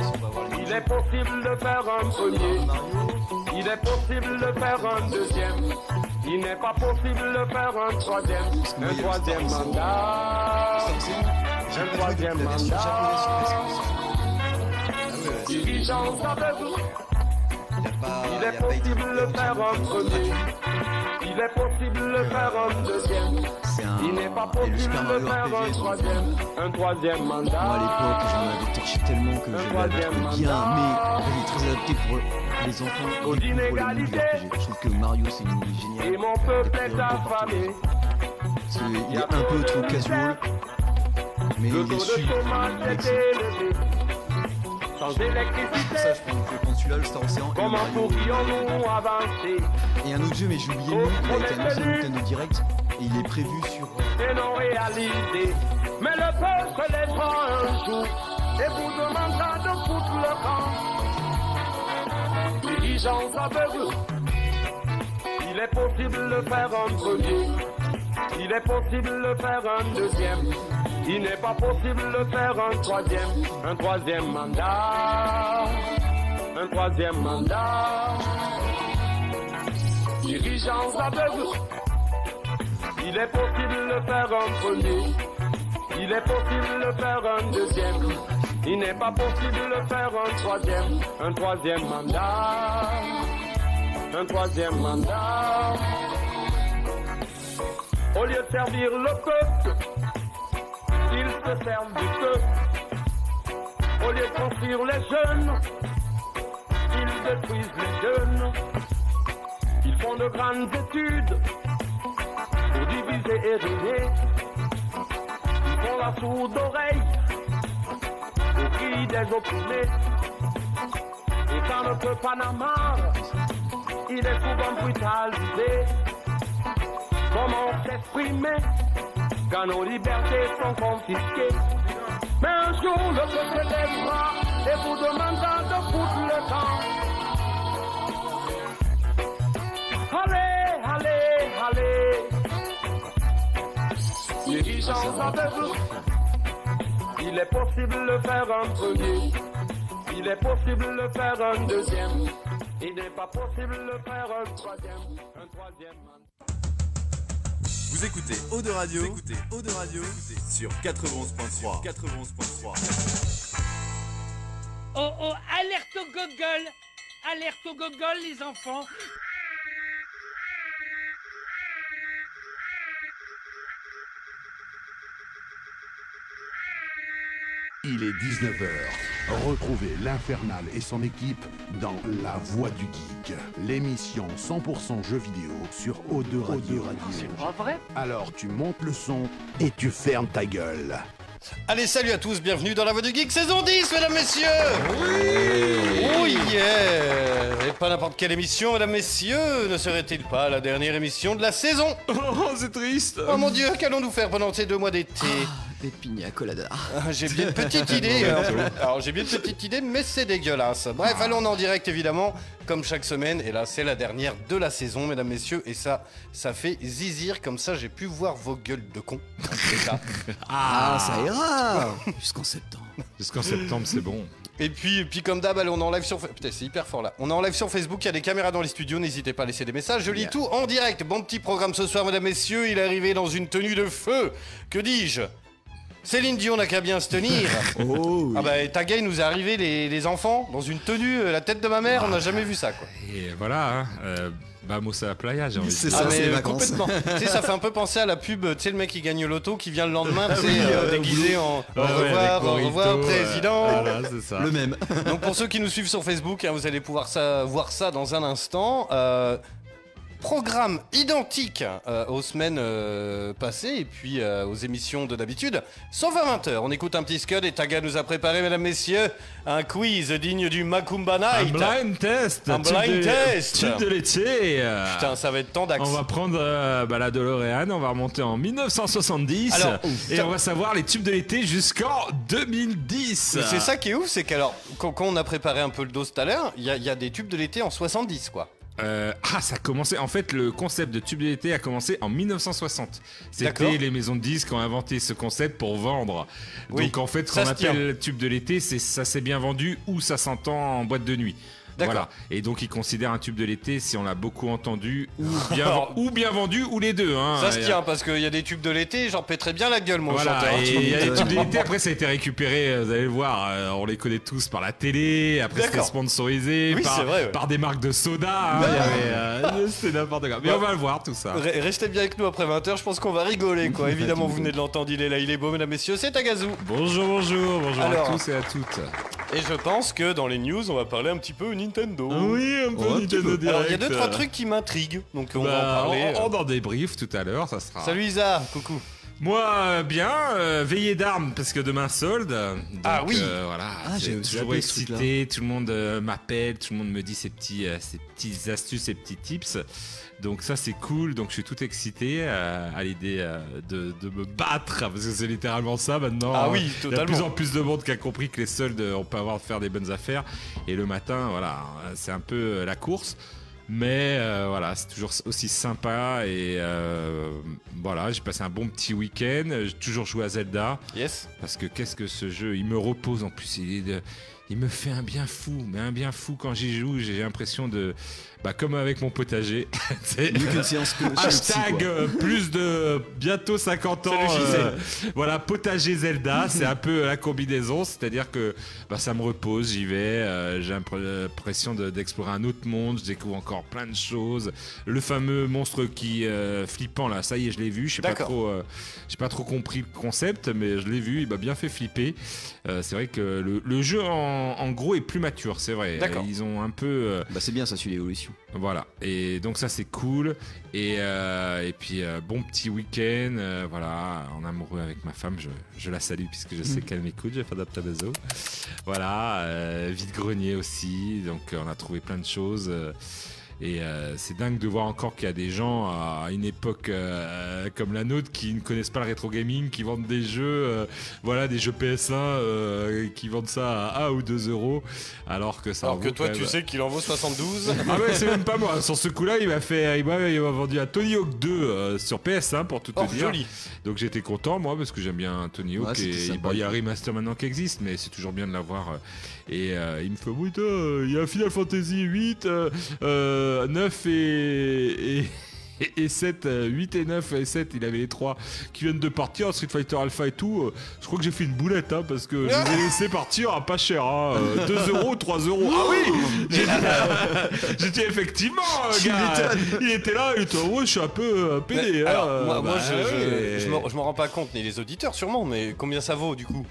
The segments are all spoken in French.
Il est possible de faire un premier. Il est possible de faire un deuxième. Il n'est pas possible de faire un troisième. Un troisième mandat. Un troisième mandat. Dirigeants aveugles. Il est possible de faire un premier. Il est possible de faire un deuxième. C'est un- Il n'est pas et le possible Super de Mario faire un RPG. donc, troisième. Un troisième Moi à mandat. l'époque, j'en avais torché tellement que Le j'avais troisième adapté bien, mandat. mais il est très adapté pour les enfants Aux et pour les inégalités. mondes RPG. Je trouve que Mario c'est une idée géniale. Et mon peuple est affamé. Parce qu'il est un peu trop casual, mais Le il taux est su. de chômage il est est excellent. élevé. Sans Pour ça, électricité, je pense que celui-là, le Star Ocean et le comment Mario. pourrions-nous avancer Et un autre jeu, mais j'ai oublié Oh, le nom, il a été annoncé dans Nintendo Direct et il est prévu sur. et non réalisé Mais le peuple se lèvera un jour et vous demandera de foutre le camp. Dirigeants aveugles, il est possible de faire un premier. Il est possible de faire un deuxième. Il n'est pas possible de faire un troisième. Un troisième mandat. Un troisième mandat. Dirigeants aveugles. Il est possible de faire un premier. Il est possible de faire un deuxième. Il n'est pas possible de faire un troisième. Un troisième mandat. Un troisième mandat. Au lieu de servir le peuple, ils se servent du peuple. Au lieu de construire les jeunes, ils détruisent les jeunes. Ils font de grandes études pour diviser et régner. Ils font la sourde oreille au cri des opprimés. Et quand le peuple en a marre, il est souvent brutalisé. Comment s'exprimer quand nos libertés sont confisquées Mais un jour, le peuple se lèvera et vous demandera de foutre le camp. Allez, allez, allez. Dirigeants aveugles, il est possible de faire un premier. Il est possible de faire un deuxième. Il n'est pas possible de faire un troisième. Un troisième. Vous écoutez Eau de Radio, vous écoutez Eau de Radio sur 91.3. 91.3. Oh oh, alerte au gogol Alerte au gogol, les enfants Il est 19h. Retrouvez l'Infernal et son équipe dans La Voix du Geek, l'émission 100% jeux vidéo sur O2 Radio. Alors tu montes le son et tu fermes ta gueule. Allez, salut à tous, bienvenue dans la Voix du Geek saison 10, mesdames, messieurs Oui Oh yeah Et pas n'importe quelle émission, mesdames, messieurs Ne serait-il pas la dernière émission de la saison Oh, c'est triste Oh mon dieu, qu'allons-nous faire pendant ces deux mois d'été Des pina colada. Ah, J'ai bien de petites idées. hein. Alors j'ai bien de petites idées, mais c'est dégueulasse. Bref, allons en direct évidemment, comme chaque semaine. Et là, c'est la dernière de la saison, mesdames, messieurs. Et ça, ça fait zizir. Comme ça, j'ai pu voir vos gueules de cons. C'est ça. Ah, ça ira Jusqu'en septembre. Jusqu'en septembre, c'est bon. Et puis, et puis comme d'hab, allez, on est en live sur. Fa- Putain, c'est hyper fort là. On est en live sur Facebook. Il y a des caméras dans les studios. N'hésitez pas à laisser des messages. Je lis Yeah. tout en direct. Bon petit programme ce soir, mesdames, messieurs. Il est arrivé dans une tenue de feu. Que dis-je Céline Dion n'a qu'à bien se tenir. Oh Ah bah et Tagay nous est arrivé les, les enfants dans une tenue, euh, la tête de ma mère, Ah. on n'a jamais vu ça quoi. Et voilà, hein, euh, vamos à la playa, j'ai envie de C'est dire. ça, c'est les vacances. Ah, euh, complètement. tu sais ça fait un peu penser à la pub, tu sais le mec qui gagne au loto qui vient le lendemain, tu sais, oui, euh, euh, déguisé en au Ah Ouais, ouais, revoir, avec au revoir Morito, euh, président. voilà, c'est ça. Le même. Donc pour ceux qui nous suivent sur Facebook, hein, vous allez pouvoir ça- voir ça dans un instant. Euh, programme identique euh, aux semaines euh, passées et puis euh, aux émissions de d'habitude. Sauf à 20h, on écoute un petit scud et Taga nous a préparé, mesdames, messieurs, un quiz digne du Macumba Un Night. blind test Un tube blind de- test. tube de l'été euh, Putain, ça va être tant d'axes. On va prendre euh, bah, la DeLorean, on va remonter en 1970 Alors, et ça- on va savoir les tubes de l'été jusqu'en 2010. Mais C'est ça qui est ouf, c'est qu'alors, quand, quand on a préparé un peu le dos tout à l'heure, il y, a- il y a des tubes de l'été en 70, quoi. Euh, ah, ça a commencé. En fait, le concept de tube d'été a commencé en 1960. D'accord. C'était les maisons de disques qui ont inventé ce concept pour vendre. Oui, Donc, en fait, ce ça qu'on se tient. appelle tube de l'été, c'est ça s'est bien vendu ou ça s'entend en boîte de nuit. D'accord. Voilà. Et donc, ils considèrent un tube de l'été si on l'a beaucoup entendu ou bien, Alors- ou bien vendu ou les deux. hein. Ça se Et, tient parce qu'il y a des tubes de l'été, j'en pèterais bien la gueule, mon Voilà, chanteur. et il y a m'étonnes. les tubes de l'été, après ça a été récupéré, euh, vous allez le voir, euh, on les connaît tous par la télé, après c'était D'accord. sponsorisé Oui, c'est par, vrai, ouais. par des marques de soda, hein, il y avait, euh, c'est n'importe quoi. Mais Ouais. on va le voir tout ça. Re- Restez bien avec nous après 20h, je pense qu'on va rigoler quoi. Évidemment, vous venez de l'entendre, il est là, il est beau, mesdames, messieurs, c'est Tagazou. Bonjour, bonjour, bonjour Alors. à tous et à toutes. Et je pense que dans les news, on va parler un petit peu Nintendo. Ah un Oh, un petit peu. Alors, il y a deux, trois trucs qui m'intriguent, donc on va en Bah, parler. euh. on, on en débrief tout à l'heure, ça sera. Salut Isa, coucou. Moi, euh, bien, euh, veillée d'armes, parce que demain solde. Donc, Ah oui. euh, voilà, Ah, j'ai- c'est j'ai toujours zappé ce excité, tout le monde euh, m'appelle, tout le monde me dit ses petits, euh, ses petits astuces, ses petits tips. Donc ça, c'est cool, donc je suis tout excité euh, à l'idée euh, de, de me battre, parce que c'est littéralement ça maintenant. Ah Euh, oui, Il y a de plus totalement. en plus de monde qui a compris que les soldes, euh, on peut avoir de faire des bonnes affaires. Et le matin, voilà, c'est un peu euh, la course. Mais euh, voilà, c'est toujours aussi sympa. Et euh, voilà, j'ai passé un bon petit week-end. J'ai toujours joué à Zelda. Yes. Parce que qu'est-ce que ce jeu Il me repose en plus. Il, est de- il me fait un bien fou. Mais un bien fou quand j'y joue. J'ai l'impression de. Bah, comme avec mon potager. C'est- Mieux qu'une séance que Ah, Hashtag euh, plus de bientôt 50 ans. Salut, Gisèle. euh, voilà, potager Zelda, c'est un peu la combinaison, c'est-à-dire que bah, ça me repose, j'y vais, euh, j'ai l'impr- l'impression de- d'explorer un autre monde, je découvre encore plein de choses. Le fameux monstre qui euh, flippant là, ça y est, je l'ai vu, je sais pas D'accord. trop, euh, j'ai pas trop compris le concept, mais je l'ai vu, il m'a bien fait flipper. Euh, c'est vrai que le, le jeu en, en gros est plus mature, c'est vrai. D'accord. Ils ont un peu euh, Bah c'est bien ça suit l'évolution. voilà, et donc ça c'est cool. Et, euh, et puis euh, bon petit week-end, euh, voilà, en amoureux avec ma femme, je, je la salue puisque je sais qu'elle m'écoute, j'ai fait d'aptabazo. Voilà, euh, vide-grenier aussi, donc euh, on a trouvé plein de choses. euh, et euh, c'est dingue de voir encore qu'il y a des gens à une époque euh, comme la nôtre qui ne connaissent pas le rétro gaming, qui vendent des jeux, euh, voilà, des jeux PS1, euh, qui vendent ça à 1 ou 2 euros, alors que ça Alors en que vaut toi, quand tu même- sais qu'il en vaut 72. ah ouais, c'est même pas moi. Sur ce coup-là, il m'a fait, il m'a, il m'a vendu un Tony Hawk 2 euh, sur PS1 pour tout te Oh, dire. joli. Donc j'étais content moi parce que j'aime bien Tony Hawk Ouais, c'était et sympa. bon, il y a un remaster maintenant qui existe, mais c'est toujours bien de l'avoir. euh, Et euh, il me fait, oui, toi, euh, il y a Final Fantasy 8, euh, euh, 9 et. et... et- et 7, euh, 8 et 9 et 7, il avait les 3 qui viennent de partir, Street Fighter Alpha et tout. euh, Je crois que j'ai fait une boulette hein, parce que je les ai laissés partir à pas cher. Hein, 2 euros, 3 euros. Ah oui J'ai dit, j'ai dit, effectivement, euh, Tu gars, m'étonnes. il était là, il était ouais, je suis un peu euh, Mais, pédé. hein, alors, euh, moi, moi, bah, je, ouais. je, je m'en- je m'en rends pas compte, ni les auditeurs sûrement, mais combien ça vaut du coup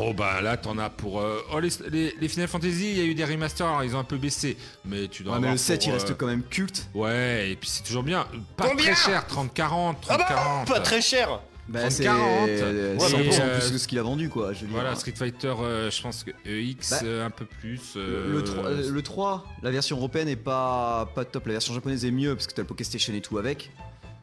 Oh bah là t'en as pour euh, oh, les, les, les Final Fantasy il y a eu des remasters alors ils ont un peu baissé mais tu dois Ouais, Ah, mais avoir le 7 pour, il euh, reste quand même culte. Ouais et puis c'est toujours bien pas Combien très cher 30 40 Ah 30 40 Ah bah, Pas très cher Bah c'est 40. euh, Ouais, c'est mais, 100% euh, plus que ce qu'il a vendu quoi. Je veux dire. voilà Street Fighter euh, je pense que EX Bah, euh, un peu plus Le, euh, 3, le 3, la version européenne est pas, pas top, la version japonaise est mieux parce que t'as le PlayStation et tout avec.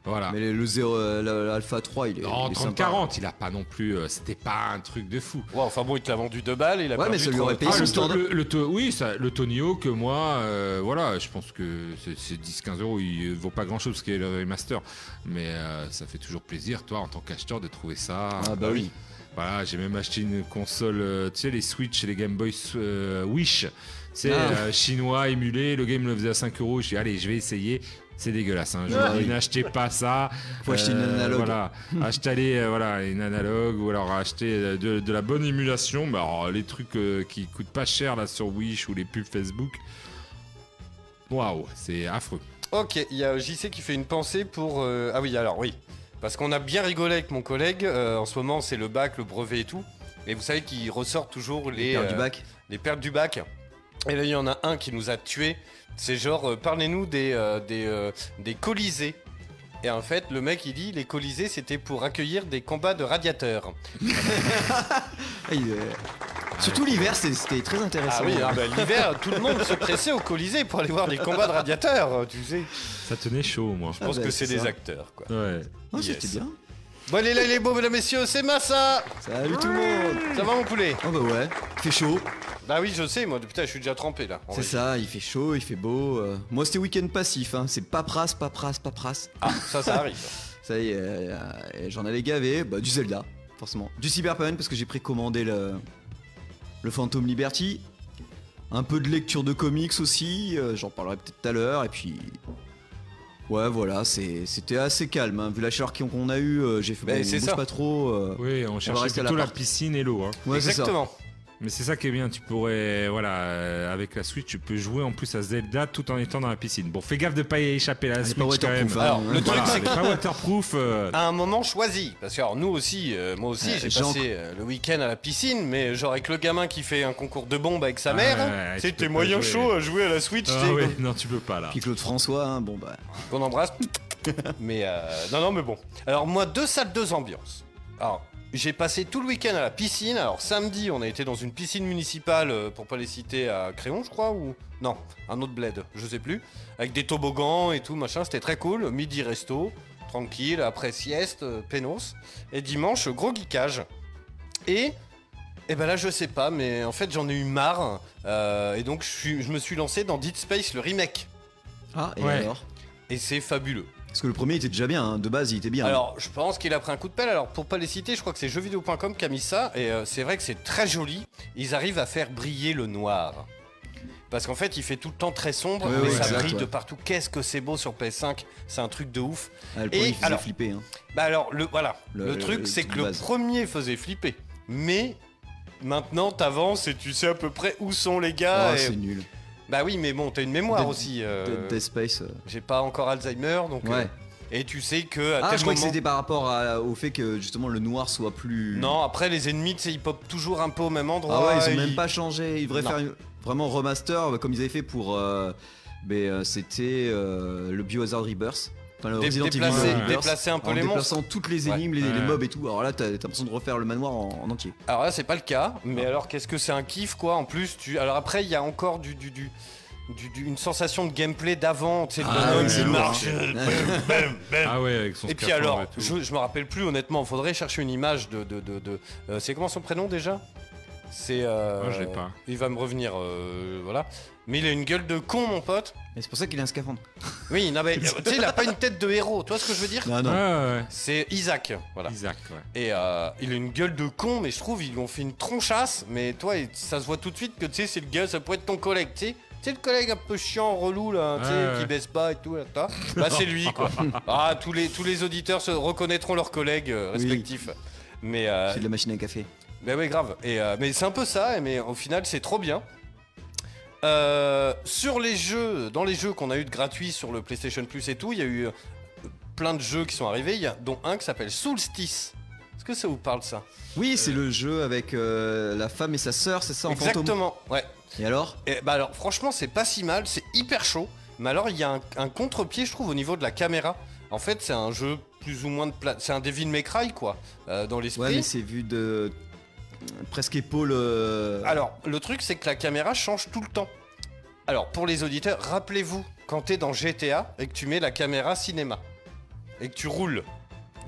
voilà Mais le, le 0, euh, le- l'Alpha 3 il est. Ah. non il est 30 sympa. 40 il a pas non plus euh, c'était pas un truc de fou Ouais, enfin bon, il te l'a vendu deux balles, il a Ouais, perdu mais ça lui trois- aurait payé son Ah, le- temps. le, le- le to- oui, ça, le Tony Hawk, moi, euh, voilà, je pense que c'est- c'est 10-15 euros, il vaut pas grand chose parce qu'il est le remaster. Mais euh, ça fait toujours plaisir, toi, en tant qu'acheteur, de trouver ça. Ah bah oui. Voilà, j'ai même acheté une console, euh, tu sais, les Switch et les Game Boy euh, Wish. C'est Ah. euh, chinois, émulé, le game le faisait à 5 euros. Je suis allez, je vais essayer. C'est dégueulasse. Hein. Je vous Ah dis, oui. n'achetez pas ça. Euh, Faut acheter une analogue. Voilà, achetez euh, voilà, une analogue ou alors achetez euh, de, de la bonne émulation. Mais alors, les trucs euh, qui coûtent pas cher là sur Wish ou les pubs Facebook. Waouh, c'est affreux. Ok, il y a JC qui fait une pensée pour. euh, Ah oui, alors oui. Parce qu'on a bien rigolé avec mon collègue. euh, en ce moment, c'est le bac, le brevet et tout. Et vous savez qu'il ressort toujours les, Père du euh, bac. les pertes du bac. Et là, il y en a un qui nous a tués. C'est genre, euh, parlez-nous des, euh, des, euh, des colisées. Et en fait, le mec, il dit, les colisées, c'était pour accueillir des combats de radiateurs. Ah, il est- Surtout l'hiver c'est- c'était très Ah intéressant. oui, ah bah, l'hiver, tout le monde se pressait aux colisées pour aller voir des combats de radiateurs, tu sais. Ça tenait chaud, moi. Je pense bah, que c'est c'est des ça. acteurs, quoi. Ouais. Ah, c'était Yes. bien. Bon, allez, là, les beaux, mesdames, messieurs, c'est Massa Salut tout le monde Ça va, mon poulet Oh bah ouais, il fait chaud, Bah oui, je sais, moi, putain, je suis déjà trempé, là. en c'est vrai. ça, il fait chaud, il fait beau. euh. Moi c'était week-end passif, hein. c'est paperasse, paperasse, paperasse. Ah, ça, ça arrive. Ça y est, euh, euh, j'en avais gavé, bah, du Zelda, forcément. Du Cyberpunk, parce que j'ai précommandé le, le Phantom Liberty. Un peu de lecture de comics aussi, euh, j'en parlerai peut-être tout à l'heure, et puis... Ouais, voilà, c'est- c'était assez calme. hein. Vu la chaleur qu'on- qu'on a eue, euh, j'ai fait Ben, bon, c'est on bouge ça. pas trop. euh, Oui, on cherchait rester à plutôt la l'appart. piscine et l'eau. hein. ouais, c'est ça. Exactement. Mais c'est ça qui est bien, tu pourrais, voilà, euh, avec la Switch, tu peux jouer en plus à Zelda tout en étant dans la piscine. Bon, fais gaffe de pas y échapper la Elle est Switch pas quand même. Euh, waterproof, hein. Alors, le truc, Voilà, c'est elle est que Ah, pas waterproof. euh, à un moment choisi. Parce que alors, nous aussi, euh, moi aussi, Euh, j'ai Jean- passé euh, le week-end à la piscine, mais genre avec le gamin qui fait un concours de bombes avec sa Ah mère, hein, ouais, ouais, tu c'était peux pas moyen jouer. chaud à jouer à la Switch, ah t'sais, ouais, non, tu peux pas là. Puis Claude François, hein, bon bah... qu'on embrasse. mais euh, non, non, mais bon. Alors moi, deux salles, deux ambiances. Alors. J'ai passé tout le week-end à la piscine. Alors samedi, on a été dans une piscine municipale, euh, pour pas les citer, à Créon, je crois, ou non, un autre bled, je sais plus, avec des toboggans et tout machin. C'était très cool. Midi resto, tranquille. Après sieste, euh, pénos. Et dimanche, gros geekage. Et eh ben là, je sais pas, mais en fait, j'en ai eu marre. euh, et donc, je, suis- je me suis lancé dans Dead Space, le remake. Ah, et Ouais. alors Et c'est fabuleux. Parce que le premier était déjà bien, hein, de base il était bien. Alors, je pense qu'il a pris un coup de pelle. Alors, pour pas les citer, je crois que c'est jeuxvideo.com qui a mis ça. Et euh, c'est vrai que c'est très joli. Ils arrivent à faire briller le noir. Parce qu'en fait, il fait tout le temps très sombre, Ouais, mais ouais, ça exact, brille ouais. de partout. Qu'est-ce que c'est beau sur PS5 C'est un truc de ouf. Ah, le et premier il faisait alors- flipper. hein. Bah alors, le, voilà. Le- Le, le- truc, le c'est truc que de le base. premier faisait flipper. Mais maintenant, t'avances et tu sais à peu près où sont les gars. Oh, ah, et- c'est nul. Bah oui, mais bon, t'as une mémoire Dead- aussi. euh, Dead- Dead Space... euh, J'ai pas encore Alzheimer, donc. Ouais. euh, et tu sais que à Ah, tel je crois que moment- c'était par rapport à- au fait que justement le noir soit plus. Non, après les ennemis, tu sais, ils popent toujours un peu au même endroit. Ah ouais, ils ont même pas changé. Ils devraient Non. faire une- vraiment remaster euh, comme ils avaient fait pour. euh, ben, euh, c'était euh, le Biohazard Rebirth. Enfin, le Dé- Resident Evil déplacer- Rebirth. déplacer un peu en les monstres. déplaçant toutes les énigmes, les, les Ouais. mobs et tout. Alors là, t'as t'as l'impression de refaire le manoir en, en entier. Alors là, c'est pas le cas. Mais alors, qu'est-ce que c'est un kiff, quoi En plus, tu. Alors après, il y a encore du. du, du... du- du- une sensation de gameplay d'avant, tu sais, le Ah bonhomme ouais, qui c'est lourd, marche, hein. euh, bam, bam, bam. Ah ouais, avec son Et puis scaphandre alors, et tout. je, je me rappelle plus honnêtement, faudrait chercher une image de. de, de, de- euh, c'est comment son prénom déjà C'est. euh, Moi, je l'ai pas. Il va me revenir, euh, voilà. Mais il a une gueule de con, mon pote. Et c'est pour ça qu'il a un scaphandre. Oui, non, mais tu sais, il a pas une tête de héros, tu vois ce que je veux dire Ah, Non, Ouais, non. ouais, ouais. C'est Isaac, voilà. Isaac, ouais. Et euh, il a une gueule de con, mais je trouve ils lui ont fait une tronchasse. Mais toi, il- ça se voit tout de suite que tu sais, c'est le gars, ça pourrait être ton collègue, tu sais. Tu sais, le collègue un peu chiant, relou, là, tu sais, Ouais, ouais. qui baisse pas et tout, là, t'as. Bah, c'est lui, quoi. Ah, tous les, tous les auditeurs se reconnaîtront leurs collègues euh, Oui. respectifs. Mais, euh, C'est de la machine à café. bah ouais, grave. Et, euh, mais c'est un peu ça, mais au final, c'est trop bien. Euh, sur les jeux, dans les jeux qu'on a eu de gratuits sur le PlayStation Plus et tout, il y a eu euh, plein de jeux qui sont arrivés, il y a, dont un qui s'appelle Soulstice. Est-ce que ça vous parle ça Oui, c'est le jeu avec euh, la femme et sa sœur, c'est ça en fantôme. Exactement, ouais. Et alors Et bah alors, franchement, c'est pas si mal, c'est hyper chaud. Mais alors, il y a un, un contre-pied, je trouve, au niveau de la caméra. En fait, c'est un jeu plus ou moins de pla- C'est un Devil May Cry, quoi, euh, dans l'esprit. Ouais, mais c'est vu de. Presque épaule. euh, Alors, le truc, c'est que la caméra change tout le temps. Alors, pour les auditeurs, rappelez-vous, quand t'es dans GTA et que tu mets la caméra cinéma et que tu roules,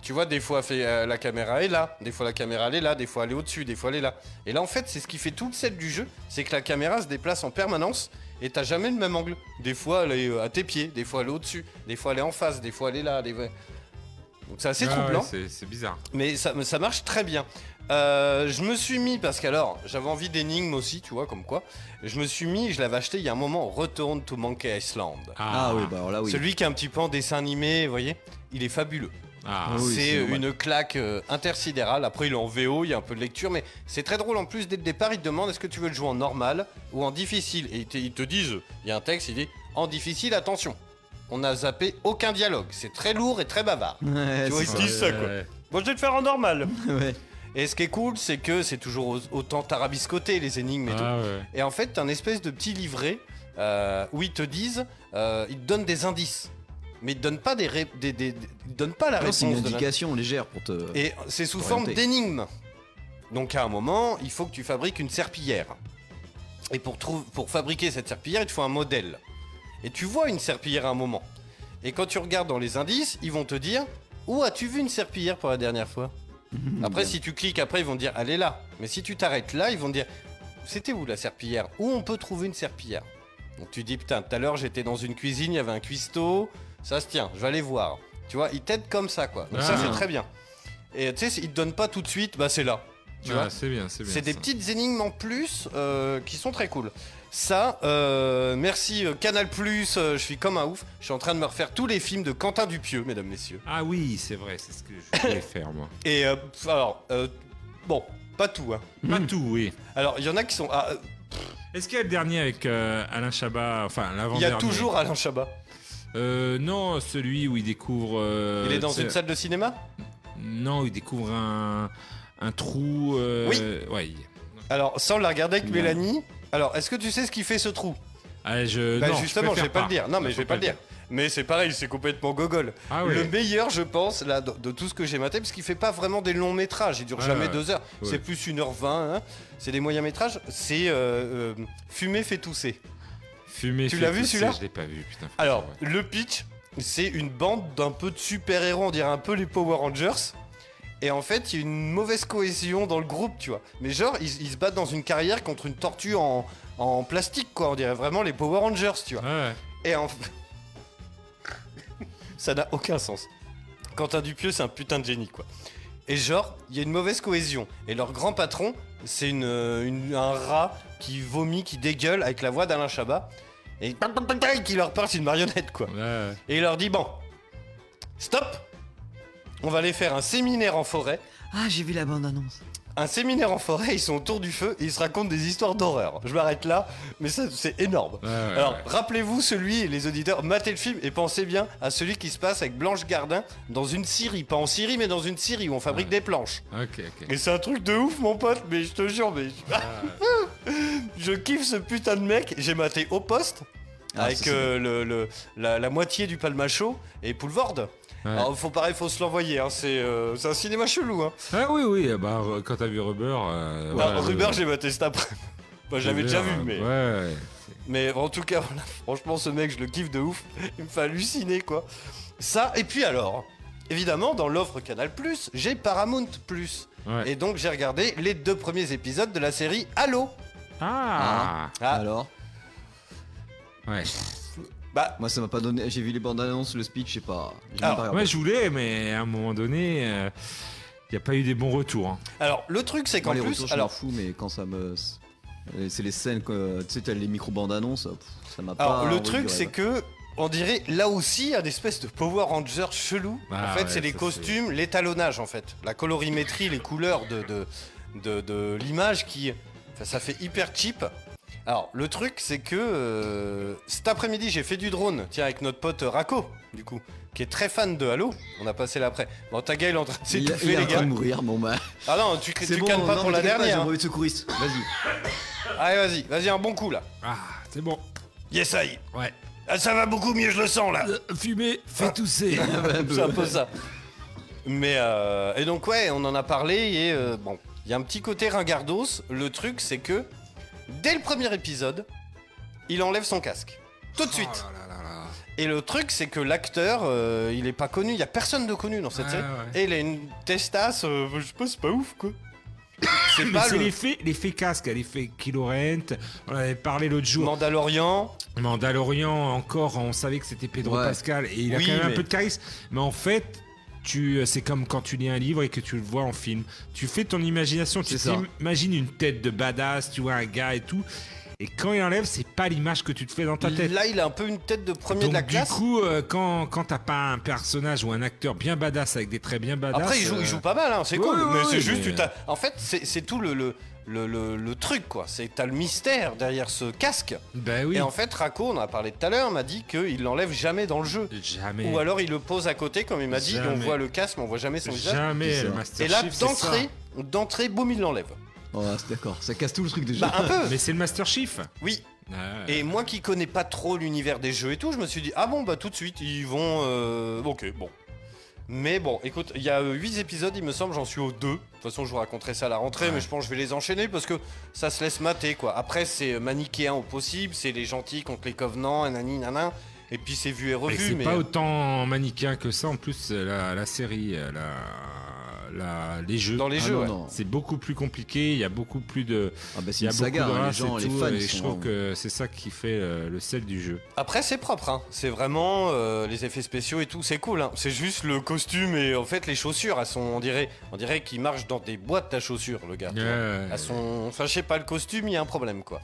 tu vois, des fois fait, euh, la caméra est là, des fois la caméra elle est là, des fois elle est au-dessus, des fois elle est là. Et là, en fait, c'est ce qui fait toute celle du jeu, c'est que la caméra se déplace en permanence et t'as jamais le même angle. Des fois, elle est euh, à tes pieds, des fois elle est au-dessus, des fois elle est en face, des fois elle est là. Des... fois- Donc, c'est assez Ah ouais, troublant. c'est- c'est bizarre. Mais ça, mais ça marche très bien. Euh, je me suis mis, parce qu'alors, j'avais envie d'énigmes aussi, tu vois, comme quoi. Je me suis mis, je l'avais acheté il y a un moment, Return to Monkey Island. Ah, oui, bah alors là, oui. Celui qui est un petit peu en dessin animé, vous voyez, il est fabuleux. Ah, Ah oui, c'est c'est normal. une claque euh, intersidérale. Après, il est en VO, il y a un peu de lecture, mais c'est très drôle. En plus, dès le départ, ils te demandent est-ce que tu veux le jouer en normal ou en difficile. Et ils te, ils te disent, il y a un texte, il dit en difficile, attention. On n'a zappé aucun dialogue. C'est très lourd et très bavard. Ouais, Tu vois, c'est ils ça. disent ça, quoi. Ouais. Bon, je vais le faire en normal. Ouais. Et ce qui est cool, c'est que c'est toujours au- autant tarabiscoté les énigmes et tout. Ah ouais. Et en fait, t'as un espèce de petit livret euh, où ils te disent, euh, ils te donnent des indices, mais ils te donnent pas des, ré- des- des- des- ils te donnent pas la Non, réponse. c'est une de la- indication légère pour te. Et c'est sous Orienté. forme d'énigmes. Donc à un moment, il faut que tu fabriques une serpillière. Et pour, trou- pour fabriquer cette serpillière, il te faut un modèle. Et tu vois une serpillière à un moment. Et quand tu regardes dans les indices, ils vont te dire Où as-tu vu une serpillière pour la dernière fois Après, si tu cliques, après, ils vont te dire Allez là. Mais si tu t'arrêtes là, ils vont te dire C'était où la serpillière Où on peut trouver une serpillière Donc tu dis Putain, tout à l'heure, j'étais dans une cuisine, il y avait un cuistot. Ça se tient, je vais aller voir. Tu vois, ils t'aident comme ça, quoi. Donc ça, Ah. c'est très bien. Et tu sais, ils te donnent pas tout de suite Bah, c'est là. Tu vois Ah, c'est bien, c'est bien. c'est des ça. petites énigmes en plus euh, qui sont très cool. Ça, euh, merci euh, Canal Plus, je suis comme un ouf. Je suis en train de me refaire tous les films de Quentin Dupieux, mesdames, messieurs. Ah oui, c'est vrai, c'est ce que je voulais faire, moi. Et euh, pff, alors, euh, bon, pas tout. Hein. Pas tout, oui. Alors, il y en a qui sont. ah, euh, Est-ce qu'il y a le dernier avec euh, Alain Chabat Enfin, Il y l'avant-dernier. a toujours Alain Chabat. Euh, non, celui où il découvre. euh, il est dans tu sais- une salle de cinéma Non, il découvre un, un trou. euh, Ouais. il- Alors, sans la regarder avec Non. Mélanie. Alors, est-ce que tu sais ce qui fait ce trou Ah, je. Bah, non, Justement, je préfère vais pas le dire. Non, mais je vais pas le dire. Mais c'est pareil, c'est complètement gogol. Ah oui. Le meilleur, je pense, là, de, de tout ce que j'ai maté, parce qu'il fait pas vraiment des longs métrages. Il dure Ouais, jamais ouais. deux heures. Ouais. C'est plus 1h20. hein. C'est des moyens métrages. C'est euh, euh, Fumer fait tousser. Fumer. Tu c'est l'as vu, tout, c'est- celui-là Je l'ai pas vu, putain. faut que Alors, je le pitch, c'est une bande d'un peu de super-héros, on dirait un peu les Power Rangers. Et en fait, il y a une mauvaise cohésion dans le groupe, tu vois. Mais genre, ils, ils se battent dans une carrière contre une tortue en, en plastique, quoi. On dirait vraiment les Power Rangers, tu vois. vois. Ah Ouais. Et en... ça n'a aucun sens. Quentin Dupieux, c'est un putain de génie, quoi. Et genre, il y a une mauvaise cohésion. Et leur grand patron, c'est une, euh, une- un rat qui vomit, qui dégueule avec la voix d'Alain Chabat. Et qui leur parle, c'est une marionnette, quoi. ouais, ouais. Ah Et il leur dit, bon, stop On va aller faire un séminaire en forêt. Ah, j'ai vu la bande-annonce. Un séminaire en forêt, ils sont autour du feu et ils se racontent des histoires d'horreur. Je m'arrête là, mais ça, c'est énorme. Ouais, ouais, Alors, ouais. rappelez-vous celui, les auditeurs, matez le film et pensez bien à celui qui se passe avec Blanche Gardin dans une scierie. Pas en Syrie, mais dans une scierie où on fabrique des planches. Ok, ok. Ah Et c'est un truc de ouf, mon pote, mais je te jure, mais je, je kiffe ce putain de mec. J'ai maté au poste. Ah, ça, avec c'est euh, le, le- la, la moitié du Palmacho et Poulvorde. Ouais. Alors, faut pareil, faut se l'envoyer. hein, C'est euh, c'est un cinéma chelou. Hein. Ah oui, oui, euh, bah, re- quand t'as vu Rubber. euh, Alors, voilà, Ruber, le- j'ai maté cet après. Bah, je l'avais déjà vu, Rubber, mais. euh, Ouais, ouais. Mais en tout cas, voilà, franchement, ce mec, je le kiffe de ouf. Il me fait halluciner, quoi. Ça, et puis alors, évidemment, dans l'offre Canal, j'ai Paramount. Ouais. Et donc, j'ai regardé les deux premiers épisodes de la série Halo. Ah, Ah. Alors Ouais. Bah, Moi, ça m'a pas donné. J'ai vu les bandes-annonces, le speech, je sais pas. J'ai Alors, pas regardé. Ouais, je voulais, mais à un moment donné, il n'y a pas eu des bons retours. hein. alors, le truc, c'est Moi, qu'en les plus. retours, je m'en alors, fous, mais quand ça me. C'est les scènes, que- tu sais, t'as les micro-bandes-annonces, pff, ça m'a pas. alors, le envoyé truc, du c'est rêve. que. On dirait là aussi un espèce de Power Ranger chelou. Ah en fait, ouais, c'est les ça, costumes, l'étalonnage en fait, la colorimétrie, les couleurs de, de, de, de l'image qui. enfin, ça fait hyper cheap. Alors, le truc, c'est que euh, cet après-midi, j'ai fait du drone, tiens, avec notre pote euh, Rako, du coup, qui est très fan de Halo. On a passé l'après. Bon, ta gueule, est en train de Il, s'étouffer, il est les en train gars. de mourir, bon bah. Ah non, tu, tu C'est bon, cannes pas non, pour mais la t'inquiète pas, J'ai dernière. hein. envoyé le secouriste, vas-y. Allez, vas-y, vas-y, un bon coup là. Ah, c'est bon. Yes, aïe. Ouais. Ah, ça va beaucoup mieux, je le sens là. fumer, fait tousser. Ah, C'est un peu ça. Mais euh, et donc ouais, on en a parlé et euh, bon, il y a un petit côté ringardos. Le truc, c'est que dès le premier épisode, il enlève son casque tout de suite. Et le truc, c'est que l'acteur, euh, il est pas connu. Il y a personne de connu dans cette Ouais, série. ouais. Et il a une testasse, euh, je sais pas, c'est pas ouf quoi. C'est Mais pas c'est le l'effet, l'effet casque, l'effet Kylo Ren. On en avait parlé l'autre jour. Mandalorian. Mandalorian, encore, on savait que c'était Pedro Ouais. Pascal et il a Oui, quand même mais- un peu de charisme. Mais en fait, tu, euh, c'est comme quand tu lis un livre et que tu le vois en film. Tu fais ton imagination, tu C'est ça. t'imagines une tête de badass, tu vois un gars et tout. Et quand il enlève, c'est pas l'image que tu te fais dans ta tête. Là, il a un peu une tête de premier Donc, de la du classe. coup, euh, quand, quand t'as pas un personnage ou un acteur bien badass avec des traits bien badass. Après, il joue, il euh, joue pas mal, hein, c'est oui, cool. oui, mais oui, c'est mais- juste, tu t'as- en fait, c'est c'est tout le, le, le, le- le truc, quoi. C'est t'as le mystère derrière ce casque. Ben oui. Et en fait, Rako, on en a parlé tout à l'heure, m'a dit qu'il l'enlève jamais dans le jeu. Jamais. Ou alors il le pose à côté, comme il m'a dit, et on Jamais. voit le casque, mais on voit jamais son visage. Jamais, C'est le ça. Master Et là, Chief, c'est d'entrée, ça. d'entrée, boum, il l'enlève. Oh, c'est d'accord, ça casse tout le truc déjà. Bah, un peu, Mais c'est le Master Chief. oui. Ouais. Et moi qui connais pas trop l'univers des jeux et tout, je me suis dit, ah bon, bah tout de suite, ils vont. euh, Ok, bon. Mais bon, écoute, il y a 8 épisodes, il me semble, j'en suis aux 2. De toute façon, je vous raconterai ça à la rentrée, Ouais. mais je pense que je vais les enchaîner parce que ça euh, se laisse mater, quoi. Après, c'est manichéen au possible, c'est les gentils contre les covenants, nanani, nanan. Et puis c'est vu et Mais revu. c'est mais- euh, pas autant manichéen que ça. En plus, la, la série, la, la- les jeux, Dans les Ah jeux, non, ouais. non. c'est beaucoup plus compliqué. Il y a beaucoup plus de, Ah bah il c'est y a une saga, beaucoup de hein, les races gens, et les tout, fans et je sont- trouve que c'est ça qui fait euh, le sel du jeu. Après, c'est propre. hein. C'est vraiment euh, les effets spéciaux et tout, c'est cool. hein. C'est juste le costume et en fait les chaussures. Elles sont, on dirait, on dirait qu'il marche dans des boîtes à chaussures, le gars. tu vois. Ouais. À son... Enfin, je sais pas, le costume, il y a un problème, quoi.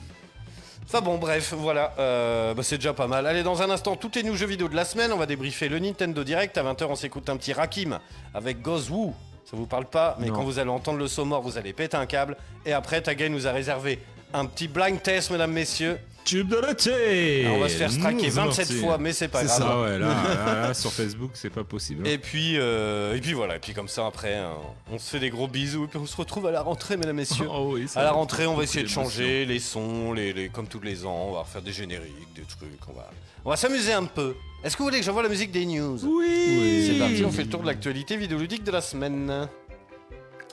Enfin bon, bref, voilà, Euh, bah, c'est déjà pas mal. Allez, dans un instant, tous les news jeux vidéo de la semaine, on va débriefer le Nintendo Direct. À 20h, on s'écoute un petit Rakim avec Goz Woo. Ça vous parle pas, mais Non. quand vous allez entendre le saut mort, vous allez péter un câble. Et après, Tagay nous a réservé un petit blind test, mesdames, messieurs. Tube de l'été. Alors, on va se faire straquer Nous hein. 27 amortir. fois, mais c'est pas C'est grave. Eh Ah ouais, là, là, là, sur Facebook, c'est pas possible. hein. Et puis, euh, et puis voilà, et puis comme ça après, hein, on se fait des gros bisous et puis on se retrouve à la rentrée, mesdames, messieurs. Oh oui, ça À la va. rentrée, on va Beaucoup essayer de d'émotions. changer les sons, les, les- comme tous les ans, on va refaire des génériques, des trucs, on va, on va s'amuser un peu. Est-ce que vous voulez que j'envoie la musique des news Oui. C'est parti, on fait le tour de l'actualité vidéoludique de la semaine.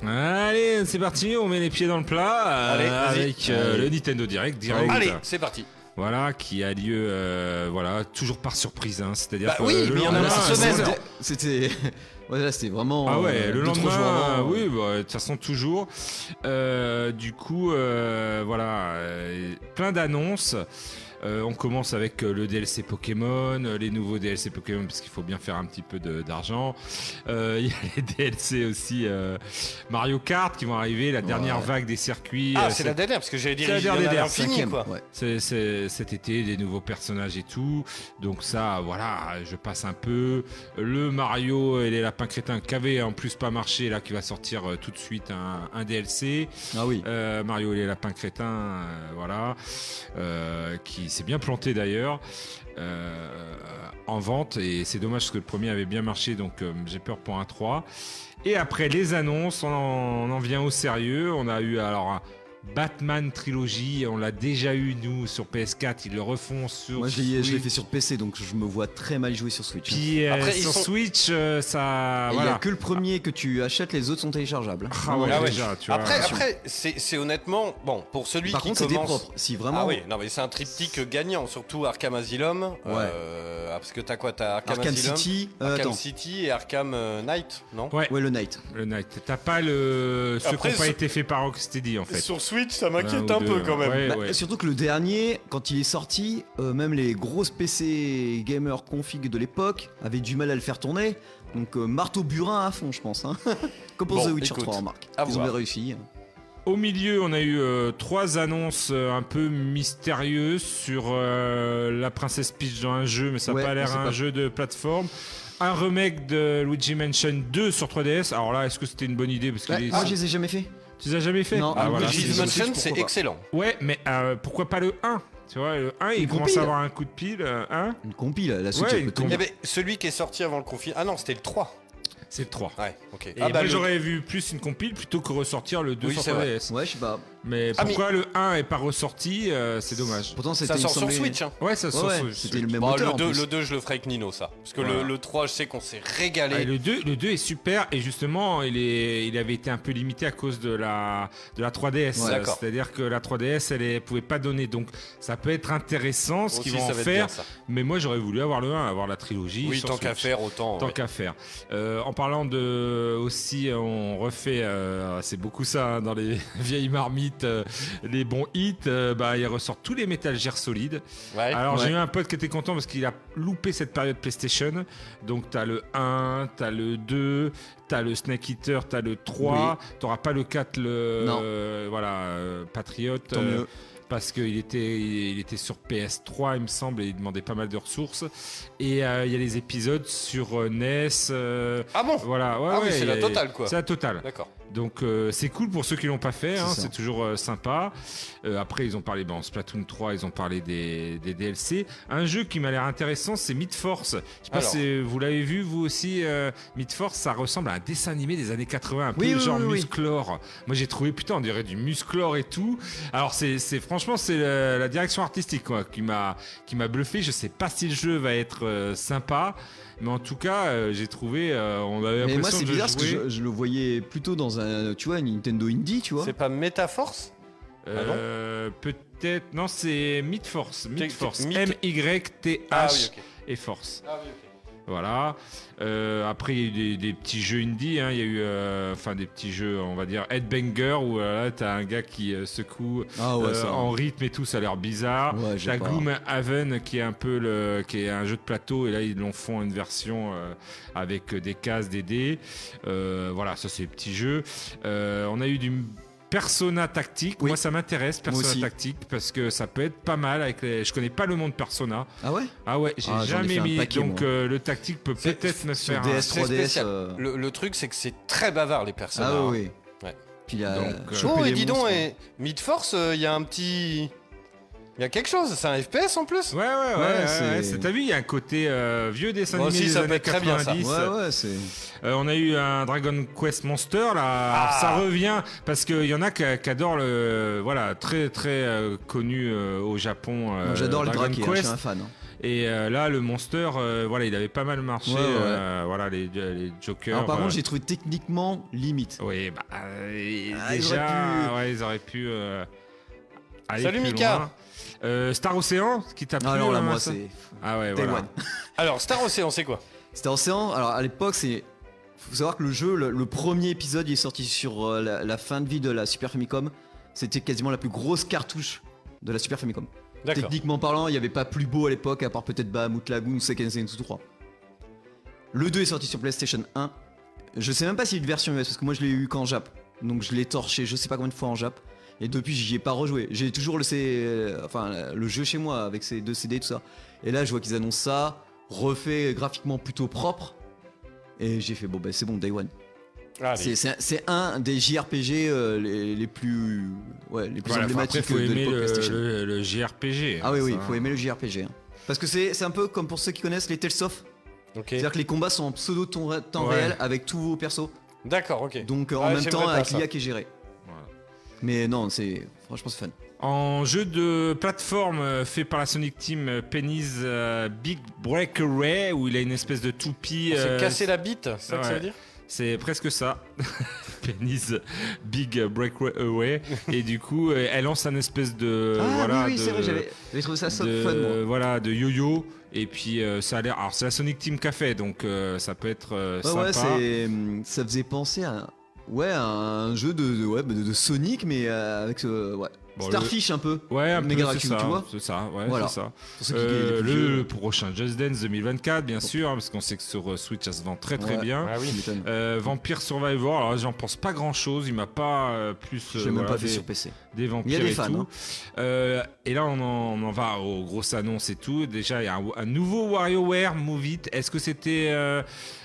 Allez, c'est parti, on met les pieds dans le plat euh, Allez, vas-y. avec euh, le Nintendo Direct direct. Allez, c'est parti. Voilà, qui a lieu, euh, voilà, toujours par surprise, hein, c'est-à-dire Bah que oui, le mais il y en a lendemain, par à semaine. 16 heures. C'était- C'était. Ouais, là, c'était vraiment. Ah ouais, euh, le deux, trois jours lendemain, avant. euh. oui, bah, de toute façon toujours. Euh, du coup, euh, voilà, euh, plein d'annonces. Euh, on commence avec euh, le DLC Pokémon, euh, les nouveaux DLC Pokémon, parce qu'il faut bien faire un petit peu de- d'argent. Euh, Il y a les DLC aussi euh, Mario Kart qui vont arriver, la dernière Ouais. vague des circuits. Ah, euh, c'est la dernière, parce que j'avais dit c'est la il y en a dernière, à l'infini, Cinquième, quoi. euh, ouais. c'est- c'est- cet été, des nouveaux personnages et tout. Donc ça, voilà, je passe un peu. Le Mario et les lapins crétins qui avait en plus pas marché, là, qui va sortir euh, tout de suite un, un DLC. Ah oui. Euh, Mario et les lapins crétins, euh, voilà, Euh, qui s'est bien planté d'ailleurs. euh, en vente et c'est dommage parce que le premier avait bien marché donc euh, j'ai peur pour un 3 et après les annonces on en, on en vient au sérieux on a eu alors un Batman trilogie on l'a déjà eu nous sur PS4 ils le refont sur Moi, je l'ai je l'ai Switch. fait sur PC, donc je me vois très mal jouer sur Switch. Et Puis, euh, Après, ils sur sont- Switch euh, ça Il y a voilà que le premier que tu achètes, les autres sont téléchargeables. Ah ouais, Ah ouais. déjà, tu vois. Après, après c'est c'est honnêtement, bon, pour celui Par qui contre, c'est des commence... propres. Si vraiment. Ah oui, non mais c'est un triptyque gagnant, surtout Arkham Asylum. euh, ah, parce que t'as quoi T'as Arkham, Arkham Asylum, City. euh, Arkham attends. City et Arkham euh, Knight, non Ouais, Ouais, le Night. le Night. T'as pas le. Ceux qui Après, n'ont pas sur- été faits par Rocksteady en fait. Sur Switch, ça Un ou deux, hein. ouais, Bah, ouais. Surtout que le dernier, quand il est sorti, euh, même les grosses PC gamer config de l'époque avaient du mal à le faire tourner. Donc euh, marteau burin à fond, je pense. hein. Comme pour Bon, The Witcher écoute, 3, remarque. à Ils ont voir. bien réussi. hein. Au milieu, on a eu euh, trois annonces euh, un peu mystérieuses sur euh, la princesse Peach dans un jeu, mais ça n'a Ouais, pas on l'air sait un pas. jeu de plateforme. Un remake de Luigi Mansion 2 sur 3DS. Alors là, est-ce que c'était une bonne idée parce que Ouais, les- moi, Ah, je les ai jamais fait. tu les as jamais fait Non, Ah, Luigi voilà, Mansion, c'est- Luigi's Mansion, c'est pourquoi pas. excellent. Ouais, mais euh, pourquoi pas le 1 Tu vois, le 1, il Une commence compile. à avoir un coup de pile. euh, hein Une compile, la Switch Ouais, elle une peut tenir. Eh ben, celui qui est sorti avant le confinement. Ah non, c'était le 3. C'est le 3. Ouais, ok. Et ah moi, le- j'aurais vu plus une compile plutôt que ressortir le 2 Oui, sur c'est vrai. 3DS. Ouais, je sais pas. Mais Ah, mais- pourquoi le 1 est pas ressorti euh, C'est dommage. Pourtant, c'était. ça il sort sur semblait- Switch. Hein. Ouais, ça Ouais, sort ouais, sur le c'était Bah, le même Bon, auteur. le, en 2, plus. le 2, je le ferai avec Nino, ça. Parce que Voilà. le, le 3, je sais qu'on s'est Ah, et régalé. le 2, le 2 est super et justement il, est, il avait été un peu limité à cause de la, de la 3DS. Ouais, Euh, d'accord. C'est-à-dire que la 3DS elle ne pouvait pas donner. Donc ça peut être intéressant ce Aussi, qu'ils vont en ça va être faire. bien, ça. Mais moi j'aurais voulu avoir le 1, avoir la trilogie. Oui, sur tant qu'à Switch. faire, autant. Tant ouais. qu'à faire. Euh, en parlant de aussi, euh, on refait, euh, c'est beaucoup ça hein, dans les vieilles marmites, euh, les bons hits. euh, bah, il ressort tous les Metal Gear Solid. Ouais. Alors Ouais. j'ai eu un pote qui était content parce qu'il a loupé cette période PlayStation. Donc t'as le 1, t'as le 2, t'as le Snake Eater, t'as le 3, t'auras pas le 4, le Non. euh, voilà euh, Patriot. Tant euh, mieux. Parce qu'il était, il était sur PS3, il me semble, et il demandait pas mal de ressources. Et euh, il y a les épisodes sur euh, NES. euh, Ah bon voilà, ouais, Ah oui, ouais, c'est il y a- la totale, quoi. C'est la totale. D'accord. Donc euh, c'est cool pour ceux qui l'ont pas fait, C'est hein, ça. c'est toujours euh, sympa. Euh, après ils ont parlé, ben, en Splatoon 3, ils ont parlé des, des DLC. Un jeu qui m'a l'air intéressant, c'est Meat Force. Je sais pas Alors. si vous l'avez vu vous aussi. euh, Meat Force, ça ressemble à un dessin animé des années 80, un peu Oui, oui, genre oui, oui. Musclor. Moi j'ai trouvé putain, on dirait du Musclor et tout. Alors c'est c'est- franchement c'est la, la direction artistique quoi, qui m'a qui m'a bluffé. Je sais pas si le jeu va être euh, sympa. Mais en tout cas, euh, j'ai trouvé, euh, on avait Mais l'impression moi, c'est de bizarre parce que jouer. je, je le voyais plutôt dans un, tu vois, un Nintendo Indie, tu vois. C'est pas Metaforce Ah Euh, Peut-être. Non, c'est Midforce. T- Midforce. Myth- M-Y-T-H. Ah oui, ok. et Force. Voilà. Euh, après, il y a eu des, des petits jeux indie. hein. Il y a eu, euh, enfin, des petits jeux, on va dire, headbanger, où euh, là, t'as un gars qui euh, secoue Ah Oh, ouais, euh, ça. hein. en rythme et tout. Ça a l'air bizarre. Ouais, j'ai t'as pas. Gloomhaven, qui est un peu le, qui est un jeu de plateau, et là, ils l'ont font une version euh, avec des cases, des dés. Euh, voilà, ça, c'est les petits jeux. Euh, on a eu du Persona tactique. Oui. Moi, ça m'intéresse, Moi aussi. Persona tactique, parce que ça peut être pas mal. Avec les... Je connais pas le monde Persona. Ah ouais Ah ouais, j'ai Ah, j'en ai fait jamais un mis. paquet, donc moi. euh, le tactique peut C'est- peut-être me Sur faire. un- DS, C'est 3DS. spécial. euh, Le, le truc, c'est que c'est très bavard, les personnages. Ah oui, oui. Ouais. Puis il y a Donc, euh, euh, choper Oh, et des dis donc, monstres. et Midforce, euh, il y a un petit. Il y a quelque chose, c'est un FPS en plus Ouais, ouais, ouais. Ouais, ouais, c'est- ouais, c'est ta vie, il y a un côté euh, vieux dessin Moi animé aussi, des ça peut années être très bien, ça. 90. Ouais, ouais, c'est. Euh, on a eu un Dragon Quest Monster là. Alors, Ah. ça revient parce qu'il y en a qui, qui adorent le. Voilà, très très euh, connu euh, au Japon. euh, Moi, J'adore les Dragon braquer, hein, je Quest. suis un fan. hein. Et euh, là, le Monster, euh, voilà, il avait pas mal marché. Ouais, ouais. euh, voilà, les, les Jokers. Alors, par euh, contre, j'ai trouvé techniquement limite. Oui, bah, euh, Ah, ils déjà, auraient pu- ouais, ils auraient pu. euh, aller Salut, plus Mika. loin. Euh, Star Ocean, ce qui t'a plu Ah, alors là, hein, moi, ça c'est. Ah ouais, Day voilà. one. Alors, Star Ocean, c'est quoi C'était en séance. Alors à l'époque, c'est. Faut savoir que le jeu, le, le premier épisode, il est sorti sur euh, la, la fin de vie de la Super Famicom. C'était quasiment la plus grosse cartouche de la Super Famicom. D'accord. Techniquement parlant, il n'y avait pas plus beau à l'époque, à part peut-être Bahamut Lagoon ou Second Sensu 3. Le 2 est sorti sur PlayStation 1. Je sais même pas s'il y a une version US, parce que moi je l'ai eu qu'en Jap. Donc je l'ai torché je sais pas combien de fois en Jap. Et depuis, j'y ai pas rejoué. J'ai toujours le, C- euh, enfin, le jeu chez moi avec ses deux CD et tout ça. Et là, je vois qu'ils annoncent ça, refait graphiquement plutôt propre. Et j'ai fait, bon, bah c'est bon, Day One. Allez. C'est- C'est c'est un des JRPG euh, les, les plus, ouais, les plus Voilà, enfin, après, emblématiques faut de aimer l'époque le, PlayStation. le- le JRPG. Ah oui, oui, ça. il faut aimer le JRPG. hein. Parce que c'est c'est un peu comme pour ceux qui connaissent les Tales of. Ok. C'est-à-dire que les combats sont en pseudo temps ré- temps Ouais. réel avec tous vos persos. D'accord, ok. Donc euh, en Ah, même j'aimerais temps pas avec ça. l'IA qui est gérée. Voilà. Mais non, c'est franchement c'est fun. En jeu de plateforme euh, fait par la Sonic Team euh, Penny's euh, Big Breakaway, où il a une espèce de toupie. On s'est euh, cassé la bite, c'est ça que ça ouais. veut dire C'est presque ça. Penny's Big Breakaway. Et du coup, euh, elle lance un espèce de. ah Euh, voilà, oui, oui, c'est de- vrai, j'avais j'avais trouvé ça so- de- fun. moi. Voilà, de yo-yo. Et puis euh, ça a l'air. Alors c'est la Sonic Team Café, donc euh, ça peut être euh, Bah Ouais, ouais, sympa. c'est hum, ça faisait penser à ouais à un jeu de, de- ouais, de, de Sonic mais euh, avec euh, ouais. Bon, le- Starfish un peu. Ouais, un peu, Mega Raccoon, c'est ça, tu vois c'est ça, ouais, Voilà. c'est ça. Pour ceux qui- Euh, les plus hein. le, vieux. le prochain Just Dance 2024, bien sûr, hein, parce qu'on sait que sur euh, Switch, ça se vend très très Ouais. bien. Ah Tu oui. m'étonnes. Euh, Vampire Survivor, alors là, j'en pense pas grand chose, il m'a pas euh, plus. euh, J'ai même voilà, pas fait des- sur PC. des vampires Il y a des et fans, tout. hein. Euh, et là, on en, on en va aux grosses annonces et tout. Déjà, il y a un, un nouveau WarioWare Move It. Est-ce que c'était. euh,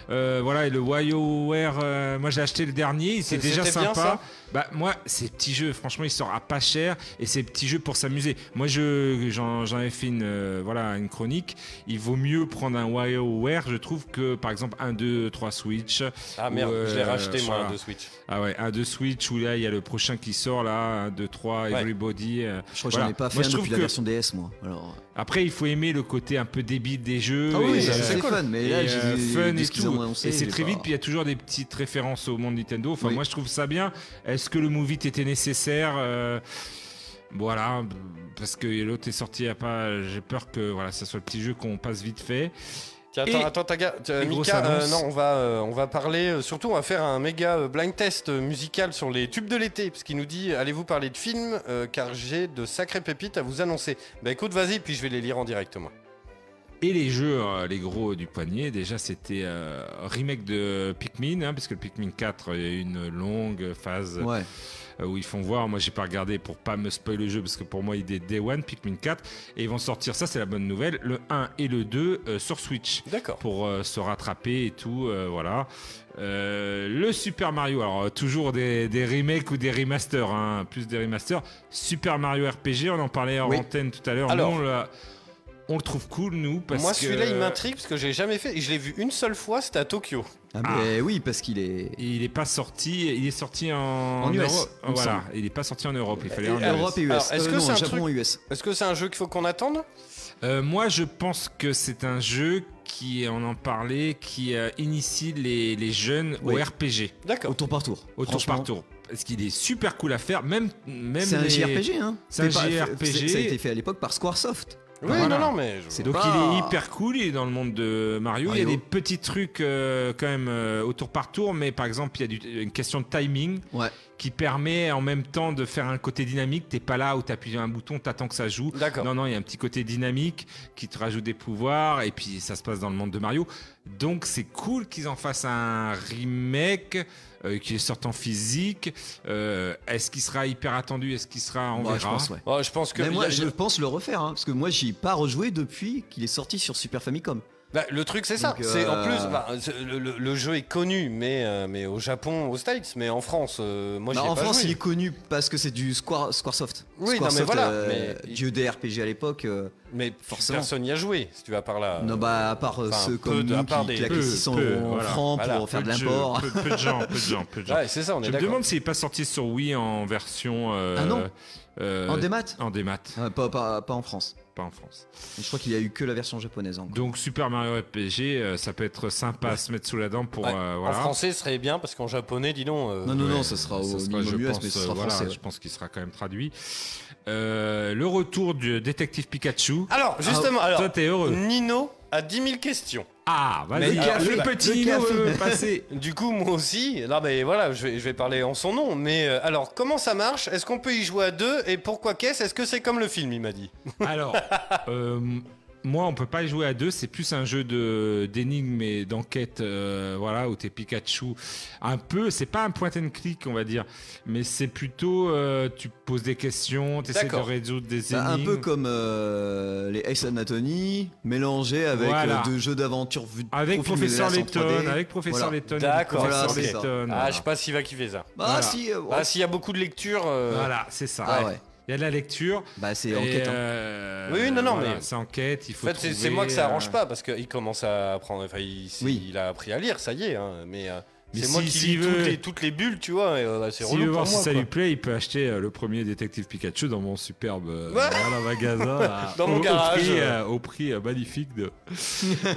euh, voilà, et le WarioWare. euh, moi, j'ai acheté le dernier. C'est Euh, C'était déjà bien, sympa. ça bah, moi, ces petits jeux, franchement, ils sortent à pas cher. Et ces petits jeux pour s'amuser. Moi, je, j'en, j'en avais fait une, euh, voilà, une chronique. Il vaut mieux prendre un WarioWare, je trouve, que par exemple un 2, 3 Switch. Ah merde, Ou, je l'ai euh, racheté moi voilà. de Switch. Ah ouais, un 2 Switch où là, il y a le prochain qui sort là. Un 2, 3 Ouais. Everybody. euh, Je crois que voilà. j'en ai pas fait Moi, un je trouve depuis la que- version DS moi. Alors après, il faut aimer le côté un peu débile des jeux. Ah et, oui, euh, c'est c'est fun, mais et, là, euh, j'ai fun de et ce qu'ils ont tout. annoncé, Et c'est j'ai très pas- vite, puis il y a toujours des petites références au monde Nintendo. Enfin, Oui. moi, je trouve ça bien. Est-ce que le Move It était nécessaire Euh, Voilà, parce que l'autre est sorti à pas. J'ai peur que voilà, ça soit le petit jeu qu'on passe vite fait. Tiens, Et- attends, attends, ta gars, tiens, et grosse Mika, euh, annonce. non, on va, euh, on va parler, euh, surtout, on va faire un méga euh, blind test euh, musical sur les tubes de l'été, parce qu'il nous dit, allez-vous parler de films, euh, car j'ai de sacrées pépites à vous annoncer. Bah écoute, vas-y, puis je vais les lire en direct, moi. Et les jeux, euh, les gros du panier, déjà c'était euh, remake de Pikmin, hein, parce que le Pikmin 4, il y a eu une longue phase ouais. euh, où ils font voir. Moi, j'ai pas regardé pour pas me spoiler le jeu parce que pour moi, il est Day One, Pikmin 4. Et ils vont sortir, ça c'est la bonne nouvelle, le 1 et le 2 euh, sur Switch D'accord. pour euh, se rattraper et tout. euh, voilà. Euh, le Super Mario, alors euh, toujours des, des remakes ou des remasters, hein, plus des remasters. Super Mario RPG, on en parlait en Oui. antenne tout à l'heure. Alors. Nous, on, l'a- on le trouve cool, nous, parce moi, que- celui-là, il m'intrigue, parce que j'ai jamais fait, et je l'ai vu une seule fois, c'était à Tokyo. Ah, mais oui parce qu'il est Il est pas sorti, il est sorti en, En US, Europe. il me Voilà, semble. il est pas sorti en Europe. Il fallait en US. Europe et US. Alors, est-ce Euh, que non, c'est un Japon et US. Est-ce que c'est un jeu qu'il faut qu'on attende Euh, moi, je pense que c'est un jeu qui, on en parlait, qui euh, initie les, les jeunes Oui. au RPG, Au D'accord. tour par tour. au tour Franchement, par tour. Parce qu'il est super cool à faire, même. même C'est un les- JRPG, hein C'est un pas- JRPG. c'est- Ça a été fait à l'époque par Squaresoft. Oui, Voilà. non, non, mais. je- C'est Donc pas- il est hyper cool, il est dans le monde de Mario. Il y a Mario. des petits trucs euh, quand même euh, au tour par tour, mais par exemple, il y a du- une question de timing Ouais. qui permet en même temps de faire un côté dynamique. T'es pas là où t'appuies un bouton, t'attends que ça joue. D'accord. Non, non, il y a un petit côté dynamique qui te rajoute des pouvoirs et puis ça se passe dans le monde de Mario. Donc c'est cool qu'ils en fassent un remake euh, qui sorte en physique. Euh, Est-ce qu'il sera hyper attendu Est-ce qu'il sera en Bah, je pense, ouais. Ouais, Oh, je pense que Mais y moi, a- je pense le refaire, hein, parce que moi, j'y ai pas rejoué depuis qu'il est sorti sur Super Famicom. Bah, le truc, c'est ça. Donc, euh, C'est en plus, bah, c'est- le, le- le jeu est connu, mais euh, mais au Japon, aux States, mais en France, euh, moi, Bah, j'y ai en pas France, joué. il est connu parce que c'est du Square, Squaresoft. Oui, non, mais Squaresoft, voilà, euh, mais- dieu des RPG à l'époque. euh, mais forcément. personne n'y a joué, si tu vas par là. non, bah, à part euh, enfin, ceux peu comme de- à nous part qui des- claquent peu, 600 peu, en voilà. francs Voilà, pour faire de Peu jeux, l'import. peu, peu de gens, peu de gens, peu de gens. Ouais, c'est ça, on est Je me d'accord. demande s'il n'est pas sorti sur Wii en version. euh, Ah non. euh, En démat En démat, Ah, pas, pas, pas en France. pas en France. Je crois qu'il y a eu que la version japonaise. encore. Donc Super Mario RPG, euh, ça peut être sympa à se mettre sous la dent pour. Ouais, euh, En voilà. français, ce serait bien, parce qu'en japonais, dis donc. euh, Non, Ah non, Ouais, non, ça sera au sera, minimum US, pense, mais ce euh, sera voilà, français. ouais. Je pense qu'il sera quand même traduit. Euh, le retour du détective Pikachu. Ah, Ah, Alors, Ah, justement, alors, Toi, t'es heureux. Nino a 10 000 questions. Ah, Mais vas-y, il a fait- le petit le Nino café. veut passer. Du coup, moi aussi, là, mais voilà, je vais, je vais parler en son nom. Mais euh, alors, comment ça marche Est-ce qu'on peut y jouer à deux Et pourquoi qu'est-ce Est-ce que c'est comme le film, il m'a dit Alors, euh, moi, on peut pas y jouer à deux. C'est plus un jeu de d'énigmes et d'enquête, euh, voilà, où t'es Pikachu. Un peu, c'est pas un point and click, on va dire, mais c'est plutôt, euh, tu poses des questions, t'essaies de D'accord. résoudre des énigmes. Bah, un peu comme euh, les Ace Anatomy, mélangé avec Voilà. euh, deux jeux d'aventure vus de avec profil, professeur mais là, c'est en Letton, 3D. avec professeur Voilà. Letton, D'accord, avec professeur voilà, c'est ça. Layton, Ah, voilà. je sais pas s'il va kiffer ça. Bah Voilà. si, euh, Ah, s'il y a beaucoup de lectures. euh, Voilà, c'est ça. ah Ouais. ouais. Il y a de la lecture. Bah c'est et, enquête. hein. euh, Oui, oui, non, non, mais- C'est enquête, il En faut. fait, c'est- c'est trouver, moi que ça arrange euh, pas parce qu'il commence à apprendre. Enfin, il, c'est- Oui. il a appris à lire, ça y est. hein, mais euh, Mais c'est moi si- qui s'il lis toutes, veut- les, toutes les bulles, tu vois. et, euh, bah, c'est S'il relou veut pour voir si moi, ça quoi. lui plaît, il peut acheter euh, le premier détective Pikachu dans mon superbe euh, Ouais. voilà, magasin. à- Dans mon au- au garage. prix, euh, Au prix, euh, magnifique. De... et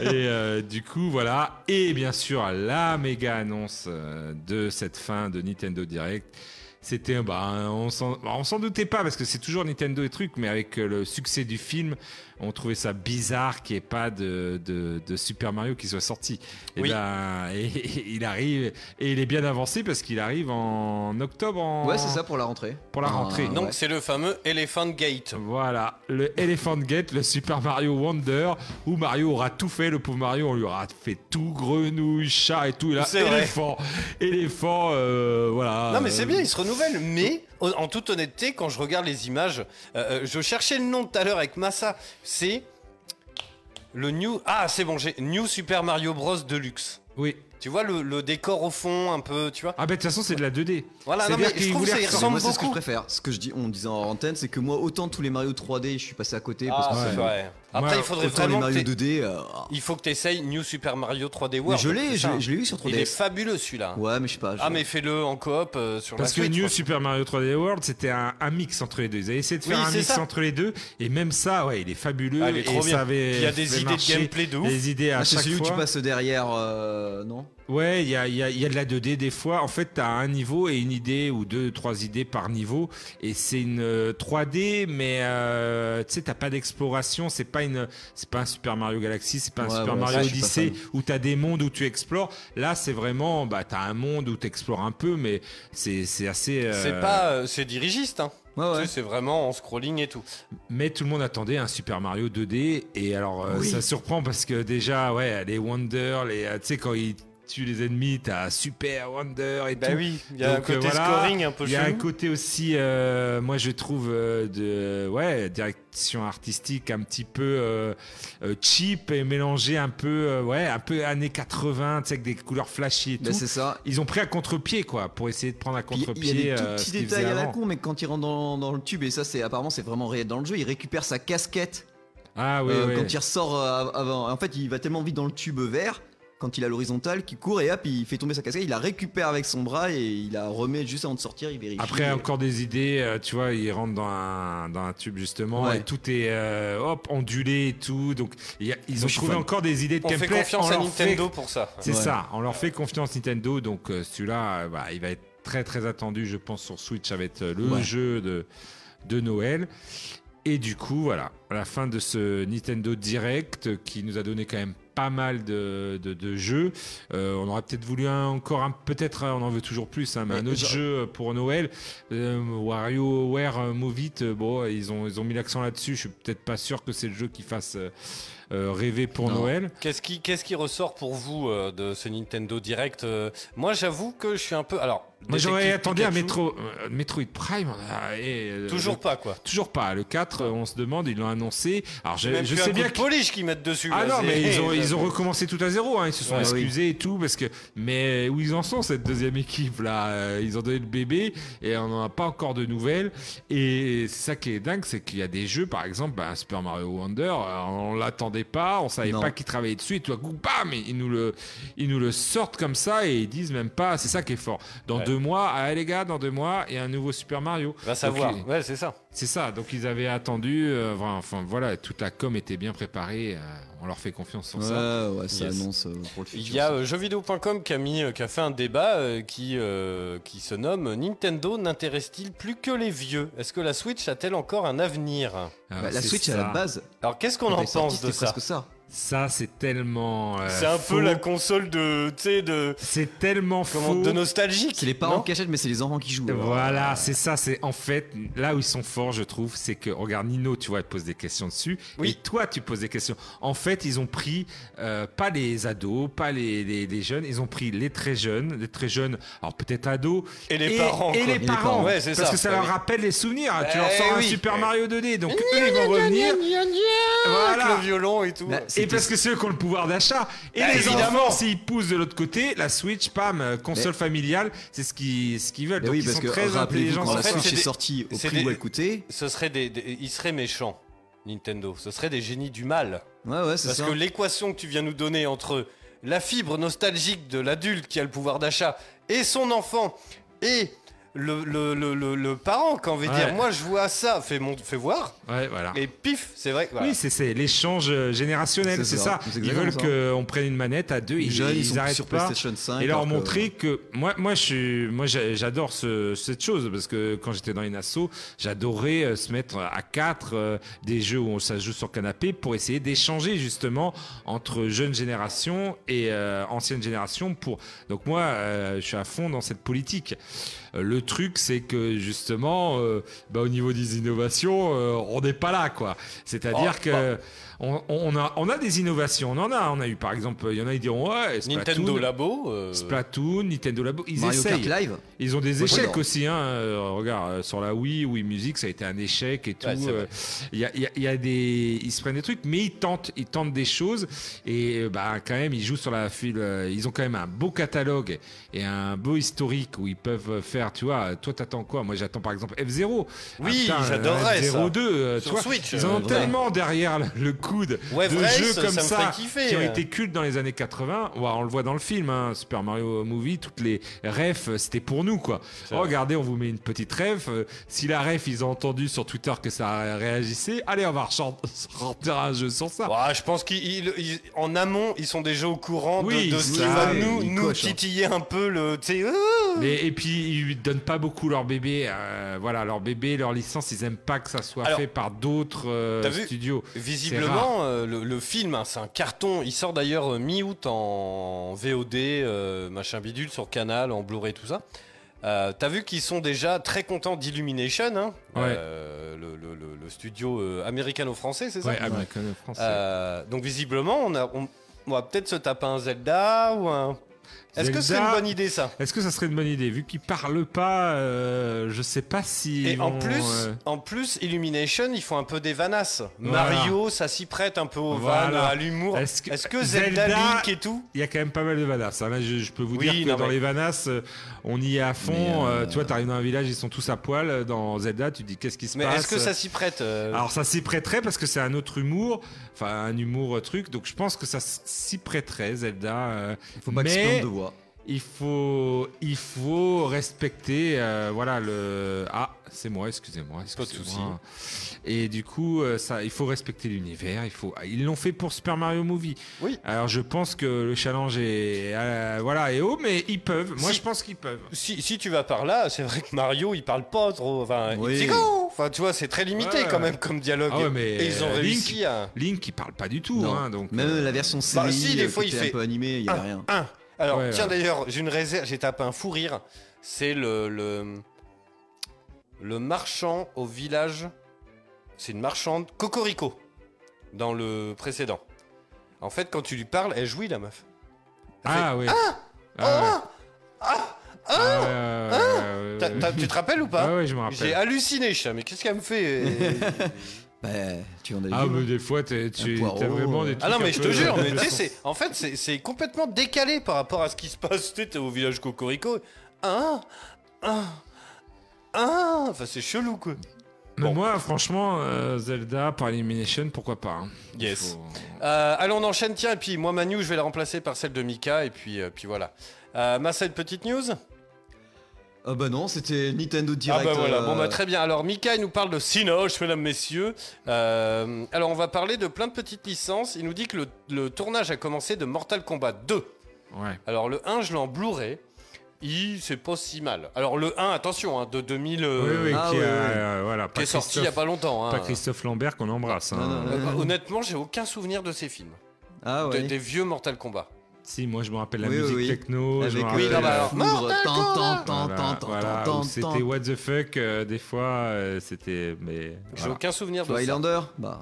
euh, du coup, voilà. Et bien sûr, la méga annonce euh, de cette fin de Nintendo Direct. C'était, bah, on s'en bah, on s'en doutait pas parce que c'est toujours Nintendo et trucs, mais avec euh, le succès du film, on trouvait ça bizarre qu'il n'y ait pas de, de- de Super Mario qui soit sorti. Et Oui. ben, et- et- il arrive et il est bien avancé parce qu'il arrive en octobre. En... Ouais, c'est ça pour la rentrée. Pour la Ah, rentrée. ouais. Donc, c'est le fameux Elephant Gate. Voilà, le Elephant Gate, le Super Mario Wonder, où Mario aura tout fait, le pauvre Mario, on lui aura fait tout, grenouille, chat et tout, et là, C'est vrai. éléphant, éléphant, euh, voilà. Non mais c'est Euh, bien, il se renouvelle. Mais en- en toute honnêteté, quand je regarde les images, euh, euh, je cherchais le nom tout à l'heure avec Massa. C'est le New. Ah c'est bon, j'ai New Super Mario Bros Deluxe. Oui. Tu vois le, le décor au fond, un peu, tu vois. Ah ben de toute façon, c'est de la 2D. Voilà, non C'est-à-dire mais je qu'il trouve que ça voulait y Mais refaire- moi, ressemble c'est ce que je beaucoup. préfère. Ce que je dis, on disait en antenne, c'est que moi, autant tous les Mario 3D, je suis passé à côté. Ah, parce que c'est ouais. vrai. Après, Moi, il faudrait autant les vraiment. que Mario t'aies- 2D. euh, ah. Il faut que tu essayes New Super Mario 3D Mais World. je l'ai, c'est je ça. l'ai- je l'ai eu sur Il est 3DS. fabuleux celui-là. Ouais, mais je sais pas. je- Ah mais fais-le en coop euh, sur Parce la que Switch. New quoi. Super Mario 3D World, c'était un, un mix entre les deux. Ils avaient essayé de faire Oui, un c'est mix ça. entre les deux, et même ça, ouais, il est fabuleux. Ah, il est trop et bien. ça avait Puis il y a fait des idées marcher de gameplay de ouf. Des idées à Ah, c'est chaque celui où tu fois. passes derrière, euh, non Ouais, il y a, il y a- il y a de la 2D des fois. En fait, t'as un niveau et une idée ou deux, trois idées par niveau. Et c'est une euh, 3D, mais euh, tu sais, t'as pas d'exploration. C'est pas une, c'est pas un Super Mario Galaxy, c'est pas un Ouais, Super voilà, Mario ça, je suis pas Odyssey où t'as des mondes où tu explores. Là, c'est vraiment, bah, t'as un monde où t'explores un peu, mais c'est, c'est assez. euh, C'est pas, euh, c'est dirigiste. Hein. Ouais, Tu ouais. sais, C'est vraiment en scrolling et tout. Mais tout le monde attendait un Super Mario 2D et alors euh, Oui. ça surprend parce que déjà ouais les Wonder les euh, tu sais quand ils tuent les ennemis t'as Super Wonder et Bah tout oui, il y a Donc, un euh, côté voilà, scoring un peu Il y a un chelou. côté aussi, euh, moi je trouve, euh, de ouais, direction artistique un petit peu euh, euh, cheap et mélangé un peu, euh, ouais, un peu années 80, tu sais, avec des couleurs flashy et Bah, tout. c'est ça. Ils ont pris à contre-pied, quoi, pour essayer de prendre à Puis, Il y a contre-pied. des tout euh, ce petits qu'ils détails faisaient à la avant. con, mais quand il rentre dans, dans le tube, et ça, c'est apparemment, c'est vraiment réel dans le jeu, il récupère sa casquette Ah oui, euh, oui. quand il ressort euh, avant. En fait, il va tellement vite dans le tube vert, quand il a l'horizontale, qu'il court et hop, il fait tomber sa casquette, il la récupère avec son bras et il la remet juste avant de sortir, il vérifie. Après, encore des idées, euh, tu vois, il rentre dans un, dans un tube justement, Ouais. et tout est euh, hop, ondulé et tout. Donc, il y a- ils Moi, ont je suis trouvé fan. encore des idées de On fait gameplay. confiance on à leur fait Nintendo pour ça. C'est Ouais. ça, on leur fait confiance Nintendo, donc euh, celui-là, euh, bah, il va être très très attendu, je pense, sur Switch, ça va être euh, le Ouais. jeu de, de Noël. Et du coup, voilà, à la fin de ce Nintendo Direct qui nous a donné quand même pas mal de, de- de jeux. Euh, on aurait peut-être voulu un, encore un, peut-être, hein, on en veut toujours plus, hein, mais Mais un autre genre- jeu pour Noël. Euh, WarioWare euh, Move It, euh, bon, ils ont, ils ont mis l'accent là-dessus. Je suis peut-être pas sûr que c'est le jeu qui fasse euh, euh, rêver pour Non. Noël. Qu'est-ce qui, qu'est-ce qui ressort pour vous euh, de ce Nintendo Direct Euh, Moi, j'avoue que je suis un peu. Alors, Moi, j'aurais Détective attendu un Pikachu, Metro, euh, Metroid Prime. euh, et, euh, Toujours pas, quoi. le- toujours pas. Le 4, euh, on se demande, ils l'ont annoncé. Alors, je, Même je plus sais un bien coup de que. polish qu'ils mettent dessus. Ah là, c'est- non, mais ils ont, ils ont recommencé tout à zéro. hein. Ils se sont Ouais, oui. excusés et tout parce que. Mais où ils en sont cette deuxième équipe là Euh, Ils ont donné le bébé et on n'en a pas encore de nouvelles. Et c'est ça qui est dingue, c'est qu'il y a des jeux, par exemple, bah, Super Mario Wonder, euh, on l'attendait pas, on savait Non. pas qui travaillait dessus. Et tout à coup, bam, ils nous le, ils nous le sortent comme ça et ils disent même pas. C'est ça qui est fort. Dans Ouais. deux mois, ah les gars, dans deux mois, il y a un nouveau Super Mario. Va savoir. Donc, Ouais, c'est ça. c'est ça, donc ils avaient attendu, euh, voilà, enfin voilà, toute la com était bien préparée, euh, on leur fait confiance sur Ouais, ça. ouais, ça Yes. annonce euh, pour le futur. Il y a ça. euh, jeuxvideo.com qui a, mis, euh, qui a fait un débat euh, qui, euh, qui se nomme Nintendo n'intéresse-t-il plus que les vieux Est-ce que la Switch a-t-elle encore un avenir Euh, Bah, la c'est Switch ça. à la base, Alors qu'est-ce qu'on quand en elle est sortie, pense de c'était ça presque Eh ben, ça. Ça, c'est tellement. euh, C'est un faux. peu la console de, tu sais, de, C'est tellement comment, hein. faux. de nostalgique. C'est les parents non qui achètent, mais c'est les enfants qui jouent. hein. Voilà, c'est ça, c'est en fait là où ils sont forts, je trouve, c'est que regarde Nino, tu vois, il te pose des questions dessus, Oui. et toi tu poses des questions. En fait, ils ont pris euh, pas les ados, pas les, les- les jeunes, ils ont pris les très jeunes, les très jeunes, alors peut-être ados, Et les parents. et quoi. les parents, Ouais, c'est parce que ça Ah leur oui. rappelle les souvenirs. tu Eh leur sors un oui. Super Eh. Mario 2D, donc eux ils vont revenir. Avec Voilà. le violon et tout. Là, Et Bah, c'était- parce que c'est eux qui ont le pouvoir d'achat. Et Bah, les évidemment. enfants, s'ils poussent de l'autre côté, la Switch, pam, euh, console familiale, c'est ce qu'ils ce qu'ils veulent. Bah Donc oui, ils parce sont que très rappelez-vous intelligents. quand En la fait, Switch c'est est des- sortie au c'est prix où des- elle coûtait. Ce serait des, des- ils seraient méchants, Nintendo. Ce serait des génies du mal. Ouais, ouais, c'est Parce ça. que l'équation que tu viens nous donner entre la fibre nostalgique de l'adulte qui a le pouvoir d'achat et son enfant et le, le, le, le, le parent qui a envie de Ouais. dire moi je vois ça, fais, mon, fais voir, Ouais, voilà. et pif, c'est vrai. que- voilà. Oui, c'est- c'est l'échange euh, générationnel, C'est c'est ça, ça. c'est Ils exactement veulent ça. qu'on prenne une manette à deux, Les ils, jeunes, ils ils sont arrêtent sur pas. PlayStation 5. Et leur alors que- montrer que moi, moi, je suis, moi, j'a- j'adore ce- cette chose parce que quand j'étais dans une asso, j'adorais euh, se mettre à quatre euh, des jeux où on- ça se joue sur canapé pour essayer d'échanger justement entre jeunes générations et euh, anciennes générations. Pour donc moi, euh, je suis à fond dans cette politique. Euh, Le truc, c'est que justement, euh, bah, au niveau des innovations, euh, on n'est pas là, quoi. C'est-à-dire Oh, que on, on a, on a des innovations, on en a, on a eu par exemple, il y en a qui diront ouais, Nintendo Splatoon, Labo. euh, Splatoon, Nintendo Labo, ils Mario Kart essayent. Live, Ils ont des Moi, échecs j'adore. aussi. Hein. Euh, regarde, euh, sur la Wii, Wii Music, ça a été un échec et tout. Ouais, c'est Euh, Il y, a, il y a- il y a des, ils se prennent des trucs, mais ils tentent, ils tentent des choses. Et euh, bah quand même, ils jouent sur la file. euh, Ils ont quand même un beau catalogue et un beau historique où ils peuvent faire. Tu vois, toi t'attends quoi Moi j'attends par exemple F Ah, 0 Oui, euh, j'adorerais ça. 0 2 Sur Switch, Ils en euh, ont vraiment. tellement derrière le- le coude Wave de Race, jeux comme ça ça, me fait kiffer. qui ont été culte dans les années 80. Ouais, on le voit dans le film, hein, Super Mario Movie, toutes les refs, euh, c'était pour nous quoi. Oh, C'est vrai. Regardez, on vous met une petite ref. Euh, Si la ref, ils ont entendu sur Twitter que ça réagissait, allez, on va rechan- sortir un jeu sur ça. Ouah, Ah, je pense qu'en amont, ils sont déjà au courant de- Oui, de, ce qui ça, Ah, va ils- nous, ils nous coachent, hein. titiller un peu le. tu sais, euh, Mais, et puis, ils donnent pas beaucoup leur bébé. euh, voilà, leur bébé, leur licence, ils aiment pas que ça soit Alors, fait par d'autres euh, t'as vu studios. Visiblement, euh, le, le film, hein, c'est un carton. Il sort d'ailleurs euh, mi-août en VOD, euh, machin bidule, sur Canal, en Blu-ray, tout ça. Euh, T'as vu qu'ils sont déjà très contents d'Illumination, hein, Ouais. euh, le, le- le- le studio euh, américano-français, c'est ça Ouais, ah American Français. Euh, Donc visiblement, on, a, on, on va peut-être se taper un Zelda ou un. Est-ce que c'est Zelda. une bonne idée ça Est-ce que ça serait une bonne idée Vu qu'ils parlent pas, euh, je sais pas si. Et ils en vont, plus, euh, en plus, Illumination, ils font un peu des vanasses. Voilà. Mario, ça s'y prête un peu au Voilà. van, à l'humour. Est-ce Est-ce que, que Zelda, Zelda- Link et tout il y a quand même pas mal de vanas. hein. Là, je, je peux vous Oui, dire que non, dans mais- les vanas, euh, on y est à fond. Mais, euh, Euh, tu vois, t'arrives dans un village, ils sont tous à poil. euh, Dans Zelda, tu te dis qu'est-ce qui se Mais passe est-ce que ça s'y prête euh, Alors, ça s'y prêterait parce que c'est un autre humour, enfin un humour euh, truc. Donc, je pense que ça s- s'y prêterait, Zelda. euh, faut pas que Mais- se plaindre de voix. il faut, il faut respecter, euh, voilà le. Ah, c'est moi, excusez-moi, Pas de excusez-moi. Et du coup, euh, ça, il faut respecter l'univers. Il faut, ils l'ont fait pour Super Mario Movie. Oui. Alors je pense que le challenge est, euh, voilà, est haut, mais ils peuvent. Moi, Si. je pense qu'ils peuvent. Si, si tu vas par là, c'est vrai que Mario, il parle pas trop. Enfin, Oui. il dit go Enfin, tu vois, c'est très limité Ouais. quand même comme dialogue. Ah ouais, mais, Et ils ont euh, réussi à. Link, il parle pas du tout, Non. hein, donc. Même euh, la version CDI, bah, si, des euh, fois, qui il était fait Ah. un peu animée, il y avait rien. Un. Alors, Ouais, tiens, ouais. d'ailleurs, j'ai une réserve, j'ai tapé un fou rire. C'est le, le. le marchand au village. C'est une marchande Cocorico. Dans le précédent. En fait, quand tu lui parles, elle jouit, la meuf. Elle fait, Ah oui. Ah Ah, ouais, ouais, ouais, ouais, T'as- ouais. t'as- Tu te rappelles ou pas Ah ouais, je me J'ai rappelle. halluciné, je sais, mais qu'est-ce qu'elle me fait euh, Bah, tu en as Ah, vu, mais hein. des fois, t'es- tu poireau, as vraiment des euh. trucs Ah non, un mais je te peu- jure, mais tu sais, c'est- en fait, c'est- c'est complètement décalé par rapport à ce qui se passe. Tu sais, t'es au village Cocorico. Hein Hein Hein Enfin, c'est chelou, quoi. Mais Bon. moi, franchement, euh, Zelda par Elimination, pourquoi pas hein. Yes. Faut- Euh, allez, on enchaîne, tiens, et puis moi, Manu, je vais la remplacer par celle de Mika, et puis, euh, puis voilà. Euh, Massa, une petite news Ah bah non, c'était Nintendo Direct. Ah bah voilà, euh, bon bah très bien. Alors Mika, il nous parle de Sinoche, mesdames, messieurs. Euh, alors on va parler de plein de petites licences. Il nous dit que le, le tournage a commencé de Mortal Kombat 2. Ouais. Alors le 1, je l'ai en Blu-ray. Il, c'est pas si mal. Alors le 1, attention, hein, de 2000... euh, oui, oui, ah qui, ouais, a- ouais. euh, voilà, qui pas est sorti il y a Christophe- pas longtemps. hein. pas Christophe Lambert qu'on embrasse. hein. Non, non, Euh, bah, honnêtement, j'ai aucun souvenir de ces films. Ah De- ouais. des vieux Mortal Kombat. Si, moi je me rappelle la Oui, oui, musique oui. techno. je me euh, rappelle- Oui, non, bah, alors, la foudre, Mortal tan, Kombat. tan, Voilà, tan, tan, voilà, tan, tan, où c'était tan. what the fuck euh, des fois euh, c'était mais J'ai voilà. aucun souvenir de ça. Highlander Bah.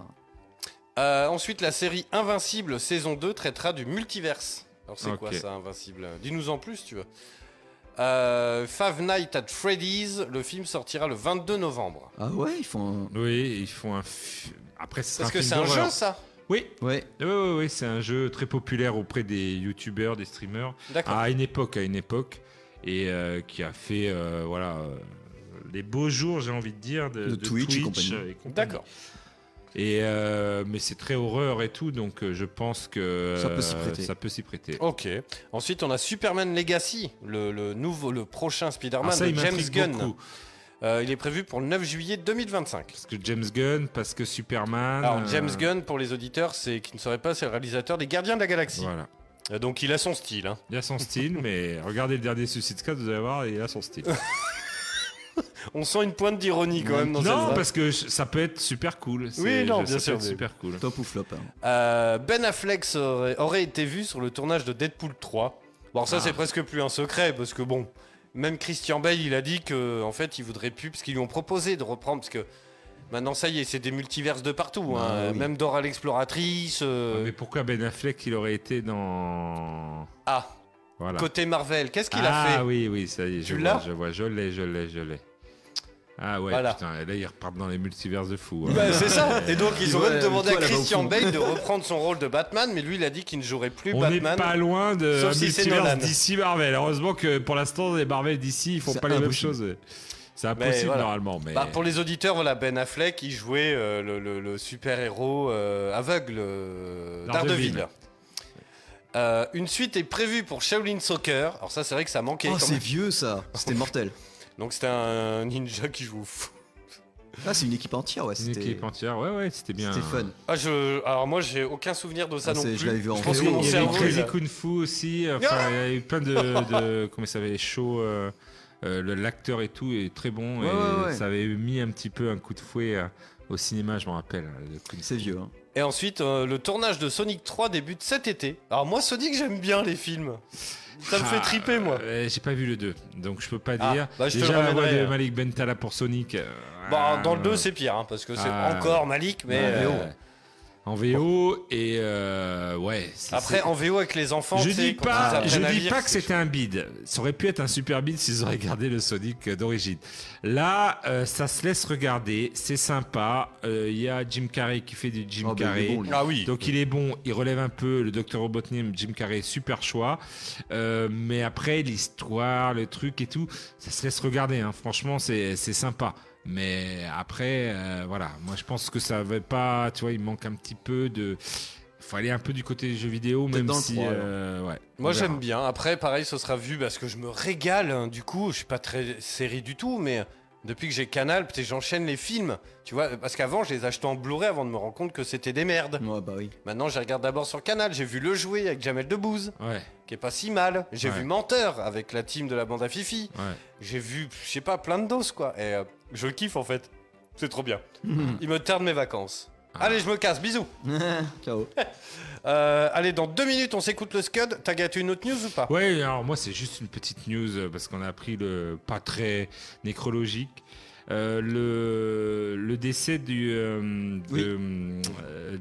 Euh, ensuite, la série Invincible saison 2 traitera du multiverse. Alors, c'est quoi Ok. ça, Invincible Dis-nous en plus, tu veux. Euh, Five Nights at Freddy's, le film sortira le 22 novembre. Ah ouais, ils font. oui ils font un fi- après ce sera Parce que film c'est un d'horreur. jeu, ça oui un- Ouais. oui, oui, oui, c'est un jeu très populaire auprès des youtubeurs des streamers D'accord. à une époque à une époque et euh, qui a fait euh, voilà euh, les beaux jours j'ai envie de dire de, De Twitch et compagnie. et compagnie. D'accord. et euh, mais c'est très horreur et tout donc euh, je pense que Ça peut s'y euh, prêter. ça peut s'y prêter Ok. Ensuite, on a Superman Legacy, le, le nouveau, le prochain Alors Spider-Man Ah, ça, de il James m'intrigue Gunn. beaucoup. Euh, il est prévu pour le 9 juillet 2025. Parce que James Gunn, parce que Superman. Alors, euh, James Gunn, pour les auditeurs, c'est qui ne saurait pas, c'est le réalisateur des Gardiens de la Galaxie. Voilà. Euh, Donc, il a son style. hein. Il a son style, mais regardez le dernier Suicide Squad, vous allez voir, il a son style. On sent une pointe d'ironie quand même dans cette non, phrase. parce que je- ça peut être super cool. C'est- Oui, non, je- ça bien peut sûr, être mais- super cool. Top ou flop. hein. Euh, ben Affleck aurait, aurait été vu sur le tournage de Deadpool 3. Bon, ça, Ah. c'est presque plus un secret, parce que bon, même Christian Bale, il a dit que en fait, il voudrait plus, parce qu'ils lui ont proposé de reprendre, parce que maintenant, ça y est, c'est des multiverses de partout, Ah, hein, oui. même Dora l'exploratrice. euh, Mais pourquoi Ben Affleck, il aurait été dans. Ah, Voilà. côté Marvel, qu'est-ce qu'il ah, a fait oui, oui, ça y est, je Tu vois, l'as je vois, je l'ai, je l'ai, je l'ai. Ah ouais, Voilà. putain, là, ils repartent dans les multivers de fous. hein. Bah, c'est ça. Et donc Il ils ont voit même la- demandé à toi, là-bas, au Christian fond. Bale de reprendre son rôle de Batman, mais lui il a dit qu'il ne jouerait plus On n'est Batman. pas loin de Sauf un si c'est multivers Nolan. d'ici Marvel. Heureusement que pour l'instant, les Marvel d'ici, ils font C'est pas les mêmes impossible. choses. C'est Mais impossible voilà. normalement, mais. Bah, pour les auditeurs, voilà, Ben Affleck, il jouait euh, le, le- le super-héros euh, aveugle euh, Daredevil. d'Ardeville. Euh, une suite est prévue pour Shaolin Soccer. Alors ça, c'est vrai que ça manquait. Oh, quand c'est même. vieux ça. C'était mortel. Donc c'était un ninja qui joue au foot. Ah, c'est une équipe entière, ouais. Une C'était équipe entière, ouais, ouais, c'était bien. c'était fun. Ah, je, alors moi, j'ai aucun souvenir de ça Ah, non c'est- plus. je l'avais vu en pense vidéo. que mon Il y avait cerveau, il Crazy a- Ah Kung Fu aussi. Enfin, il y a eu plein de, de comment ça s'appelle, show. euh, euh, le- L'acteur et tout est très bon Ouais, et ouais, ouais. ça avait mis un petit peu un coup de fouet euh, au cinéma, je m'en rappelle. euh, le Kung Fu. C'est vieux. hein. Et ensuite, euh, le tournage de Sonic 3 débute cet été. Alors moi, Sonic, j'aime bien les films. Ça me Ah, fait triper, moi. euh, J'ai pas vu le 2, donc je peux pas Ah, dire. bah, je te Déjà le la voix ramènerai, de hein. Malik Bentala pour Sonic. euh, Bah, dans le euh, 2, c'est pire, hein, parce que c'est Ah. encore Malik, mais... ouais, oh. euh, ouais. En VO et euh, ouais. c'est- Après, c'est- en VO avec les enfants, je tu sais, dis quand ils pas, apprennent je à dis lire, pas que c'est- c'était un bide. Ça aurait pu être un super bide s'ils auraient gardé le Sonic euh, d'origine. Là, euh, ça se laisse regarder, c'est sympa. Euh, Il y a Jim Carrey qui fait du Jim Oh, bah, il est Carrey. bon, lui. Ah oui. Donc il est bon, il relève un peu le docteur Robotnik, Jim Carrey, super choix. Euh, mais après l'histoire, le truc et tout, ça se laisse regarder. hein. Franchement, c'est c'est sympa. Mais après, euh, voilà, moi je pense que ça va pas, tu vois, il manque un petit peu de. faut aller un peu du côté des jeux vidéo, même dans le si. trois, euh, ouais, Moi on verra. j'aime bien. Après, pareil, ce sera vu parce que je me régale. hein. Du coup, je suis pas très série du tout, mais euh, depuis que j'ai Canal, peut-être j'enchaîne les films. Tu vois, parce qu'avant, je les achetais en Blu-ray avant de me rendre compte que c'était des Mm. merdes. Ouais, bah oui. Maintenant, je les regarde d'abord sur Canal. J'ai vu Le Jouer avec Jamel Debbouze, Ouais, qui est pas si mal. J'ai Ouais. vu Menteur avec la team de la bande à Fifi. ouais. J'ai vu, je sais pas, plein de doses quoi. Et euh, je kiffe en fait. C'est trop bien. Il me tarde mes vacances. Mm. Ah. Allez, je me casse. Bisous. Ciao. Euh, allez, dans deux minutes, on s'écoute le Scud. T'as gâté une autre news ou pas Ouais, alors moi c'est juste une petite news euh, parce qu'on a appris le pas très nécrologique. euh, le, le décès du, euh, Oui. de, euh,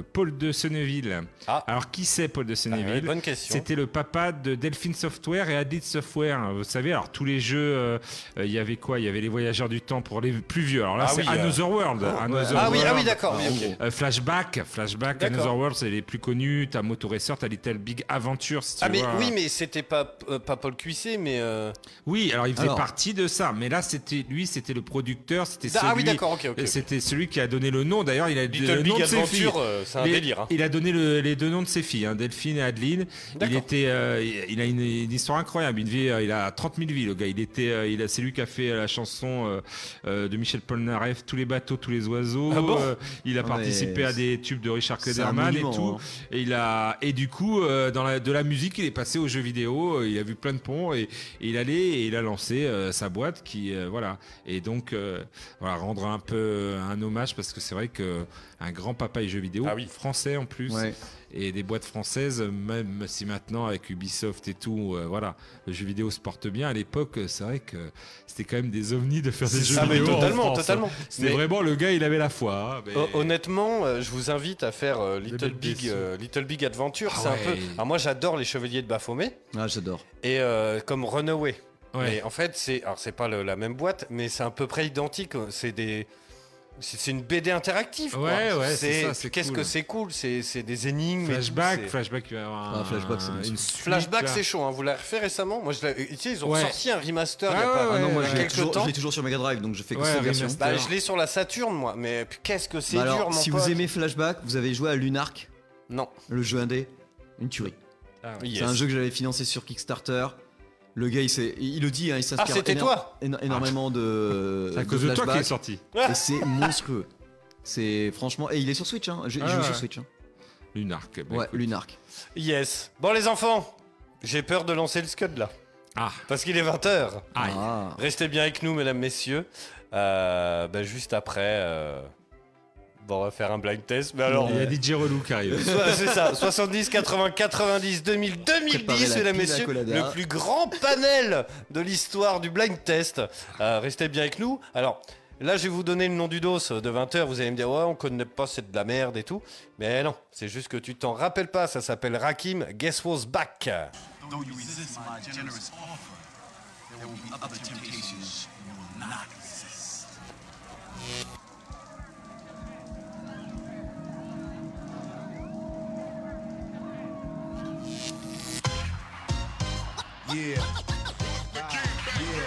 de Paul de Senneville. Ah. Alors qui c'est Paul de Ah, ouais, Senneville Bonne question. C'était le papa de Delphine Software et Adit Software. Vous savez, alors tous les jeux, euh, euh, il y avait quoi Il y avait les Voyageurs du Temps pour les plus vieux. Alors là, Ah c'est oui, euh. Another World. Another Ah oui, ah oui, World. d'accord. oui, ok. Euh, flashback, Flashback, D'accord. Another World, c'est les plus connus. T'as Motoracer, t'as Little Big Adventure. si tu Ah mais vois. oui, mais c'était pas euh, pas Paul Cuissé, mais euh, Oui, alors il faisait Alors. partie de ça, mais là c'était lui, c'était le producteur, c'était ah celui, oui, d'accord, ok, ok. euh, ok. c'était celui qui a donné le nom. D'ailleurs, il a Little le nom Big de ses filles. Adventure, euh, c'est un Les- délire. hein. Il a donné le- les deux noms de ses filles, hein, Delphine et Adeline. Il D'accord. était, euh, il il a une, une histoire incroyable. Une vie, euh, il a 30 000 vies, le gars. Il était, euh, il a, c'est lui qui a fait euh, la chanson euh, euh, de Michel Polnareff, Tous les bateaux, tous les oiseaux. Ah bon Euh, il a Ouais, participé à des tubes de Richard C'est un Klederman et monument, tout. hein. Et il a, et du coup, euh, dans la, de la musique, il est passé aux jeux vidéo. euh, il a vu plein de ponts et, et il allait et il a lancé euh, sa boîte qui, euh, voilà. Et donc, euh, voilà, rendre un peu euh, un hommage parce que c'est vrai que un grand papa et jeux vidéo Ah oui. français en plus Ouais. et des boîtes françaises, même si maintenant avec Ubisoft et tout, euh, voilà, le jeu vidéo se porte bien. À l'époque, euh, c'est vrai que c'était quand même des ovnis de faire des jeux Ah mais vidéo. en totalement, France, hein. totalement. C'était Mais vraiment le gars, il avait la foi. hein, mais- ho- Honnêtement, euh, je vous invite à faire euh, Little belles Big pièces. euh, Little Big Adventure. Ah c'est un ouais. peu. Alors moi, j'adore les Chevaliers de Baphomet Ah, j'adore. et euh, comme Runaway. Ouais. Mais en fait, c'est alors c'est pas le- la même boîte, mais c'est à peu près identique. C'est des c'est c'est une BD interactive. quoi. Ouais, ouais, c'est ça, c'est Qu'est-ce cool. que c'est cool C'est c'est des énigmes. et tout, Flashback, c'est- flashback, il va y avoir Ah, un- Flashback, c'est bon, une ça. suite, Flashback, là. c'est chaud. hein. Vous l'avez refait récemment Moi, je l'ai- euh, tu sais, ils ont Ouais. sorti un remaster il y a Ah pas- ouais, Ah non, moi ouais, je ouais. l'ai Quelque toujours, Euh, temps. je l'ai toujours sur Mega Drive, donc je fais que Ouais, cette version. remaster. Bah, je l'ai sur la Saturne, moi. Mais puis, qu'est-ce que c'est Bah dur, alors, mon si pote. vous aimez Flashback, vous avez joué à Lunark, Non. le jeu indé, une tuerie. Ah ouais. Yes. C'est un jeu que j'avais financé sur Kickstarter. Le gars, il, s'est- il il le dit, hein, il s'inspire Ah, c'était éno- toi Ah, éno- énormément de. Ah. C'est à cause de toi qui est Flashback, sorti. sorti. Et c'est monstrueux. C'est franchement. Et il est sur Switch, hein. J'ai Ah j'ai joué ouais. sur Switch. hein. Lunark. bah, Ouais, écoute. Lunark. Yes. Bon, les enfants, j'ai peur de lancer le Scud là. Ah, Parce qu'il est 20h. aïe. Ah. Restez bien avec nous, mesdames, messieurs. Euh, bah, juste après. euh, Bon, on va faire un blind test. Mais alors. Il y a DJ Relou qui arrive. So- C'est ça, 70, 80, 90, 2000, Préparez 2010, la mesdames, pina messieurs, colada. le plus grand panel de l'histoire du blind test. Euh, restez bien avec nous. Alors, là, je vais vous donner le nom du dos euh, de 20h. Vous allez me dire, ouais, on connaît pas, c'est de la merde et tout. Mais non, c'est juste que tu t'en rappelles pas. Ça s'appelle Rakim Guess Who's Back. Though you resist my generous offer, there will be other temptations you will not resist. Yeah. Yeah.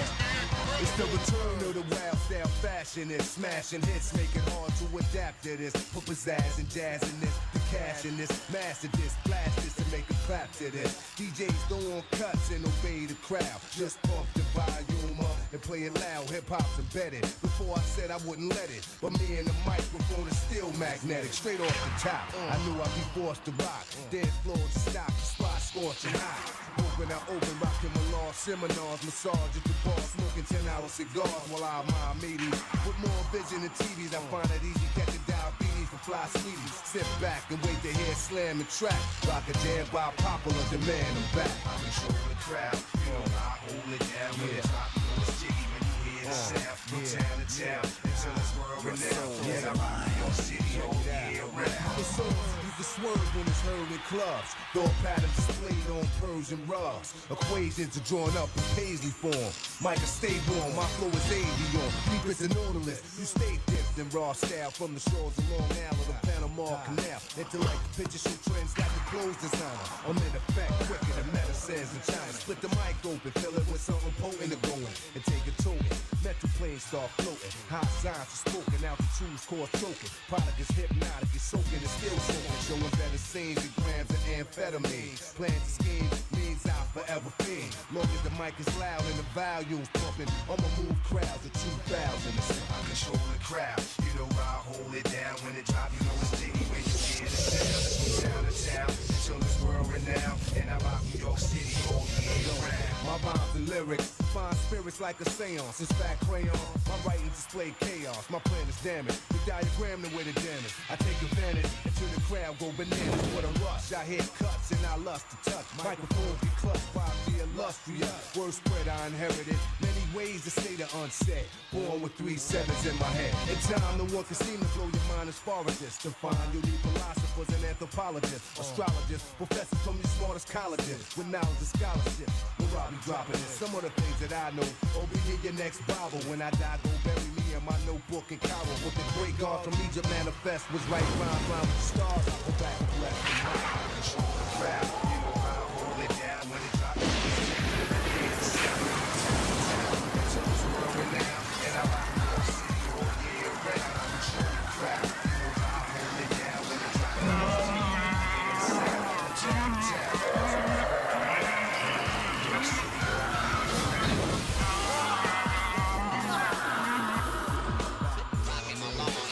It's the return of the wild style fashion and smashing hits, make it hard to adapt to this. Put pizzazz and jazz in this, the cash in this, master this, blast this and make a clap to this. DJs go on cuts and obey the crowd. Just pump the volume up and play it loud. Hip hop's embedded. Before I said I wouldn't let it, but me and the microphone is still magnetic. Straight off the top, I knew I'd be forced to rock. Dance floor to stop, the spot scorching hot. Open, I open, rocking my law, seminars, massage at the bar, smoking 10 hour cigars while I mind meetings. With more vision than TVs, I find it easy catching diabetes for fly sweeties. Sit back and wait to hear slam and track. Rock a jam by popular demand, I'm back. I control the crowd, you know, I hold it down when the top goes jiggy when you hear the sound from town to town until it's world renowned. Yeah, I'm on your city all year round. The songs you can swerve when it's heard in clubs. Door patterns displayed on Persian rugs. Equations are drawn up in paisley form. Michael, stay warm. My flow is avion. Deep as an odorless. You stay different. soft and raw style from the shores of Long Island to Panama Canal. Into like the picture show trends like the clothes designer. I'm in effect quicker than medicines in China. Split the mic open, fill it with something potent to go in and take a token. Metro planes start floating. High signs are spoken, altitudes cause choking. Product is hypnotic, it's soaking, it's still soaking. Showing better scenes than grams of amphetamine. Plans to scheme means I forever fiend. Long as the mic is loud and the volume's pumping, I'ma move crowds of 2,000. I control the crowd, you know I hold it down. When it drop, you know it's diggy when you hear the sound. From town to town, until it's world renowned. And I rock New York City all year round. My rhymes and lyrics find spirits like a seance. It's fat crayon. My writing display chaos. My plan is damaged. The diagram the way the damage. I take advantage until the crowd go bananas. What a rush. I hit cuts and I lust to touch. Microphone be clutched by the illustrious. Word spread I inherited. Many ways to say the unsaid. Born with three sevens in my head. In time, no one can seem to blow your mind as far as this. To find you need philosophers and anthropologists, astrologists, professors from your smartest colleges with knowledge and scholarship. Where I'll be dropping it. Some of the things that I know. Over here, your next Bible. When I die, go bury me in my notebook in Cairo. With the great God from Egypt manifest was right rhyme, rhyme with the stars. I go back to left and right. Control the crowd. You know how I hold it down when it drops.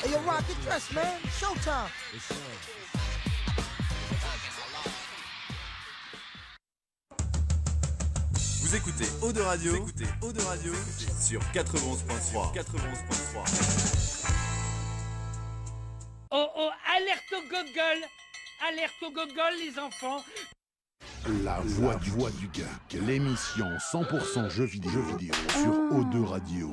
Hey, yo, rock the dress, man. Showtime. Vous écoutez Eau de Radio, Vous écoutez Eau de Radio sur 91.3. 91.3. Oh oh, alerte au Google Alerte au Google, les enfants La voix du, voix du geek. L'émission 100% jeux vidéo, jeux vidéo sur O2 Radio.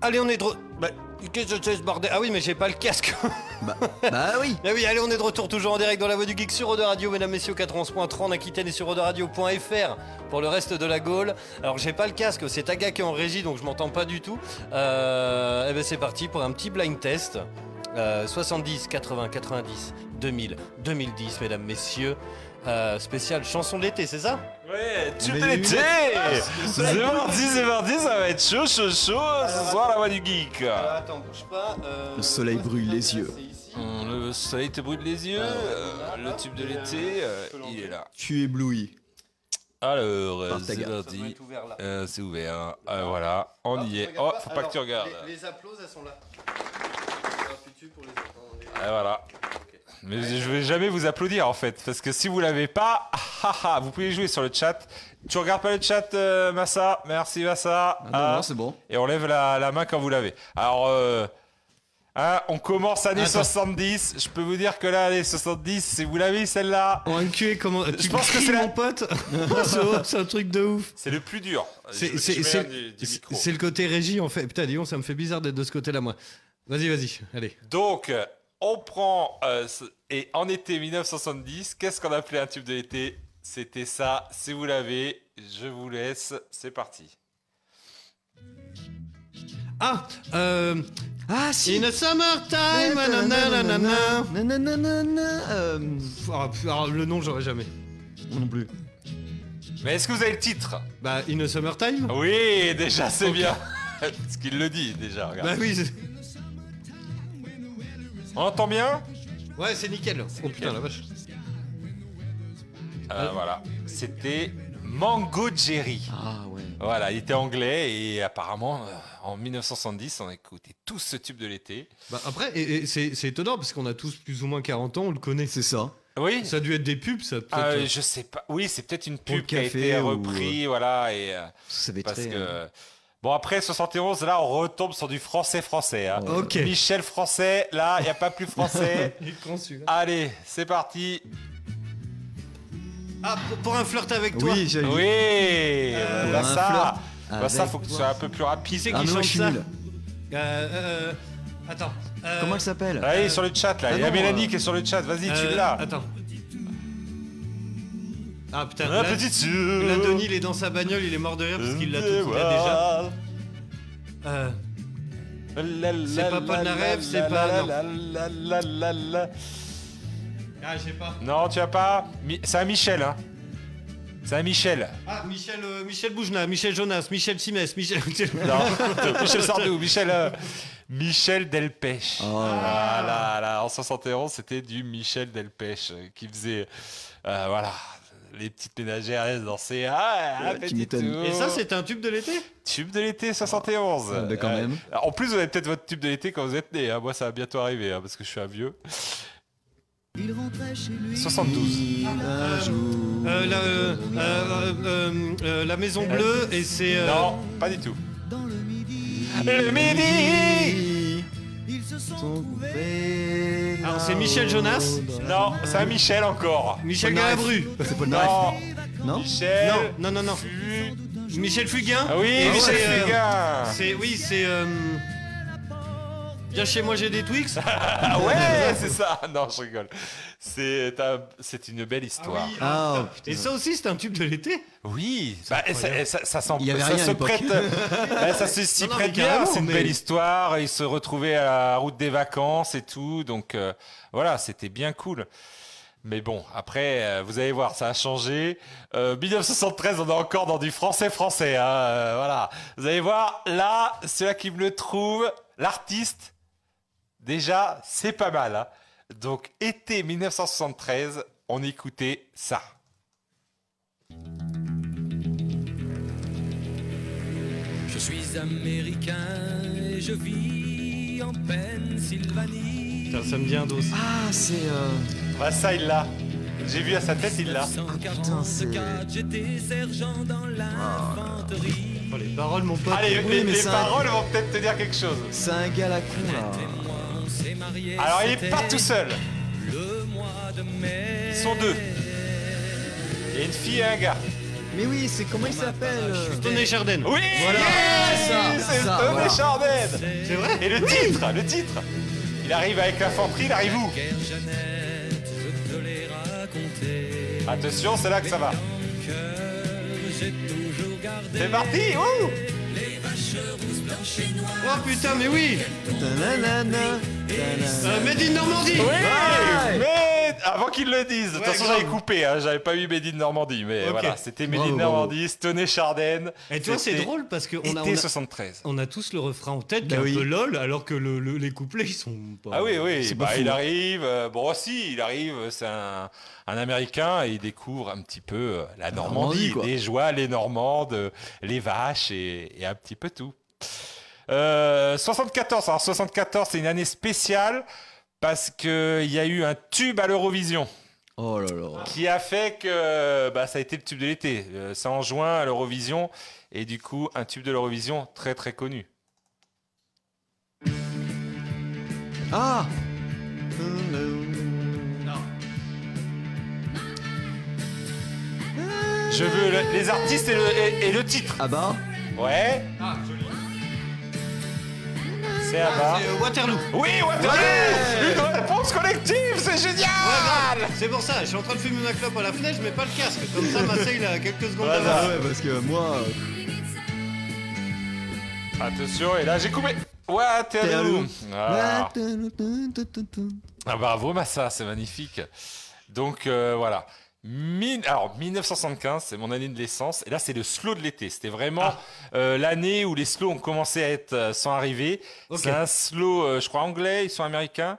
Allez, on est de. re- Bah, qu'est-ce que c'est ce bordel Ah oui, mais j'ai pas le casque. Bah, bah oui Ah oui, allez, on est de retour toujours en direct dans la voix du geek sur Eau de Radio, mesdames, messieurs, 411.30 en Aquitaine et sur Radio.fr pour le reste de la Gaule. Alors, j'ai pas le casque, c'est Taga qui est en régie, donc je m'entends pas du tout. Euh, eh ben, c'est parti pour un petit blind test. Euh, 70, 80, 90, 2000, 2010, mesdames, messieurs. Euh, spécial chanson de l'été, c'est ça Ouais, tu Mais peux l'été le soleil. 10 et 10 ça va être chaud, chaud, chaud, ce soir la voix du geek Euh, Attends, bouge pas. euh, Le soleil brûle les yeux. Hum, Le soleil te brûle les yeux, euh, le tube de l'été, euh, Je peux il est là. Tu éblouis. Alors, euh, Par ta c'est garde. parti. Euh, c'est ouvert, Euh, voilà, on Ah, y est. Oh, faut pas que tu regardes. Les, applauses, elles sont là. Ah, voilà. Mais je vais jamais vous applaudir en fait, parce que si vous l'avez pas, ah, ah, ah, vous pouvez jouer sur le chat. Tu regardes pas le chat, euh, Massa Merci Massa. Ah, Ah. non, non, c'est bon. Et on lève la, la main quand vous l'avez. Alors, euh, hein, on commence années Attends. 70. Je peux vous dire que là, années 70, si vous l'avez celle-là, En enculé, comment. Tu pense que cries, c'est la- mon pote. C'est- c'est un truc de ouf. c'est le plus dur. Je- C'est je c'est- mets c'est- là du- du c'est- micro. c'est le côté régie en fait. Putain, Lyon, ça me fait bizarre d'être de ce côté-là, moi. Vas-y, vas-y, allez. Donc, euh, on prend. euh, ce- et en été 1970, qu'est-ce qu'on appelait un tube de l'été C'était ça. Si vous l'avez, je vous laisse. C'est parti. Ah, euh, Ah si In a summertime, nananana. Nananana, euh, Ah, pff, alors, le nom, j'aurais jamais. moi non plus. Mais est-ce que vous avez le titre Bah, In a summertime Oui, déjà, c'est bien. Parce qu'il le dit déjà, regarde. Ah Bah oui, c'est- On entend bien ouais, c'est nickel. Oh putain, la vache. Euh, Voilà. C'était Mango Jerry. Ah ouais. Voilà, il était anglais et apparemment, euh, en 1970, on écoutait tous ce tube de l'été. Bah, après, et- et c'est c'est étonnant parce qu'on a tous plus ou moins 40 ans, on le connaît. C'est ça. Oui Ça a dû être des pubs, ça peut-être. Ah, je sais pas. Oui, c'est peut-être une Pour le pub qui a café été ou- repris, voilà. Et, euh, Ça va être parce très, hein. euh, que... Bon, après 71, là, on retombe sur du français-français. hein. Euh, Ok. Michel français, là, il n'y a pas plus français. Il est con, celui-là. Allez, c'est parti. Ah, pour, pour un flirt avec toi. Ah Oui, j'allais Oui euh, bah, un ça, flirt bah, avec ça, faut que tu toi. sois un peu plus rapide. c'est Ah qui mais moi chante je suis ça nul. Euh, euh, attends. euh, Comment elle s'appelle Allez, sur le chat, là. Ah il y a non, Mélanie euh, qui est sur le chat. Vas-y, tu euh, l'as. Attends. Ah putain, La là, petite là, Denis, il est dans sa bagnole, il est mort de rire parce qu'il l'a tout, il l'a déjà. Euh, C'est pas Polnareff, c'est pas- non. non. Ah, j'ai pas. Non, tu as pas. Mi- C'est un Michel, hein. C'est un Michel. Ah, Michel, euh, Michel Boujna, Michel Jonas, Michel Simès, Michel. Non, Michel Sardou, Michel. euh, Michel Delpech. Oh, Ah, Voilà, là, en 71, c'était du Michel Delpech euh, qui faisait. euh, voilà. Les petites ménagères, elles dansaient. Ah, un tu petit m'étonnes. tour. Et ça, c'est un tube de l'été Tube de l'été 71. Ah, bah, quand Euh, même. en plus, vous avez peut-être votre tube de l'été quand vous êtes né. hein. Moi, ça va bientôt arriver hein, parce que je suis un vieux. Il rentrait chez lui. 72. Euh, euh, la, euh, euh, euh, euh, la Maison Bleue et c'est. euh, Non, pas du tout. Le midi Ils se sont trouvés. Alors c'est Michel Jonas Non, c'est un Michel encore. Michel Polnareff. Galabru C'est Non. Non Michel. Non, non, non, non. Michel Fugain Euh. Ah oui, Michel c'est, euh, Fugain. C'est oui, c'est. euh, Viens chez moi, j'ai des Twix. Ah ouais, c'est ça. Non, je rigole. C'est un- c'est une belle histoire. Ah, oh. et ça aussi, c'est un tube de l'été Oui, bah, et ça, et ça, ça, s'en- Il y avait ça rien à se l'époque. prête, bah, ça se s'y Non, non, prête mais bien. carrément, C'est une mais- belle histoire. Ils se retrouvaient à la route des vacances et tout, donc euh, voilà, c'était bien cool. Mais bon, après, euh, vous allez voir, ça a changé. Euh, 1973, on est encore dans du français français. hein, euh, voilà, vous allez voir, là, ceux qui me le trouve, l'artiste, déjà, c'est pas mal. hein. Donc, été 1973, on écoutait ça. Je suis américain et je vis en Pennsylvanie. Putain, ça me vient d'os. Ah, c'est. Bah ça, il l'a. J'ai vu à sa tête, il l'a. Putain, c'est. J'étais sergent dans l'infanterie. Oh, les paroles, mon pote. Allez, Oui, les, mais les c'est un- paroles vont peut-être te dire quelque chose. C'est un gars la con là. On s'est mariés. Alors, il est c'était pas tout seul. Le mois de mai. Ils sont deux. Il y a une fille et un gars. Mais oui, c'est comment il s'appelle euh, Tony Charden. Oui, Voilà, yes, c'est ça, c'est ça, Tom voilà. et Chardin. Et le titre, le titre. Il arrive avec l'infanterie, il arrive où Guerre Jeannette, je te l'ai raconté. Attention, c'est là que ça va. J'ai toujours gardé. C'est parti, ouh Les vaches rousses blanches et noires. Oh putain, mais oui Ta-na-na-na, ta-na-na. Euh, Made in Normandie Oui, Ouais. mais avant qu'ils le disent. De toute Ouais, façon, grave. j'avais coupé, hein, j'avais pas eu Made in Normandie, mais Ok. voilà, c'était Made in Bravo, bravo. Normandie, Stoney Charden. Et tu vois, c'est C'était drôle parce qu'on a, Ah, on Été a- 73. on a tous le refrain en tête, qui Bah est un oui. peu lol, alors que le- le- les couplets, ils sont pas. Ah oui, oui, c'est pas bah, fou, il hein. arrive. euh, bon, aussi, il arrive, c'est un, un Américain et il découvre un petit peu euh, la Normandie, Normandie, quoi. les joies, les Normandes, euh, les vaches et, et un petit peu tout. Euh, 74, alors 74, c'est une année spéciale parce qu'il y a eu un tube à l'Eurovision Oh là là. qui a fait que bah, ça a été le tube de l'été. Euh, C'est en juin à l'Eurovision et du coup, un tube de l'Eurovision très très connu. Ah Je veux le- les artistes et le- et- et le titre. Ah bah Ouais. C'est à bas. C'est euh, Waterloo. Oui, Waterloo Ouais Une réponse collective, c'est génial C'est pour ça, je suis en train de fumer ma clope à la fenêtre, je mets pas le casque. Comme ça, Marseille, il a quelques secondes Voilà. d'avance. Ah Ouais, parce que moi. euh, Attention, et là j'ai coupé Waterloo Waterloo. Ah, ta-ta-ta-ta-ta. Ah, bravo Massa, c'est magnifique. Donc euh, voilà. Mine- Alors 1975, c'est mon année de naissance, et là c'est le slow de l'été. C'était vraiment Ah. euh, l'année où les slows ont commencé à être euh, sont arrivés. Ok. C'est un slow, euh, je crois anglais, ils sont américains.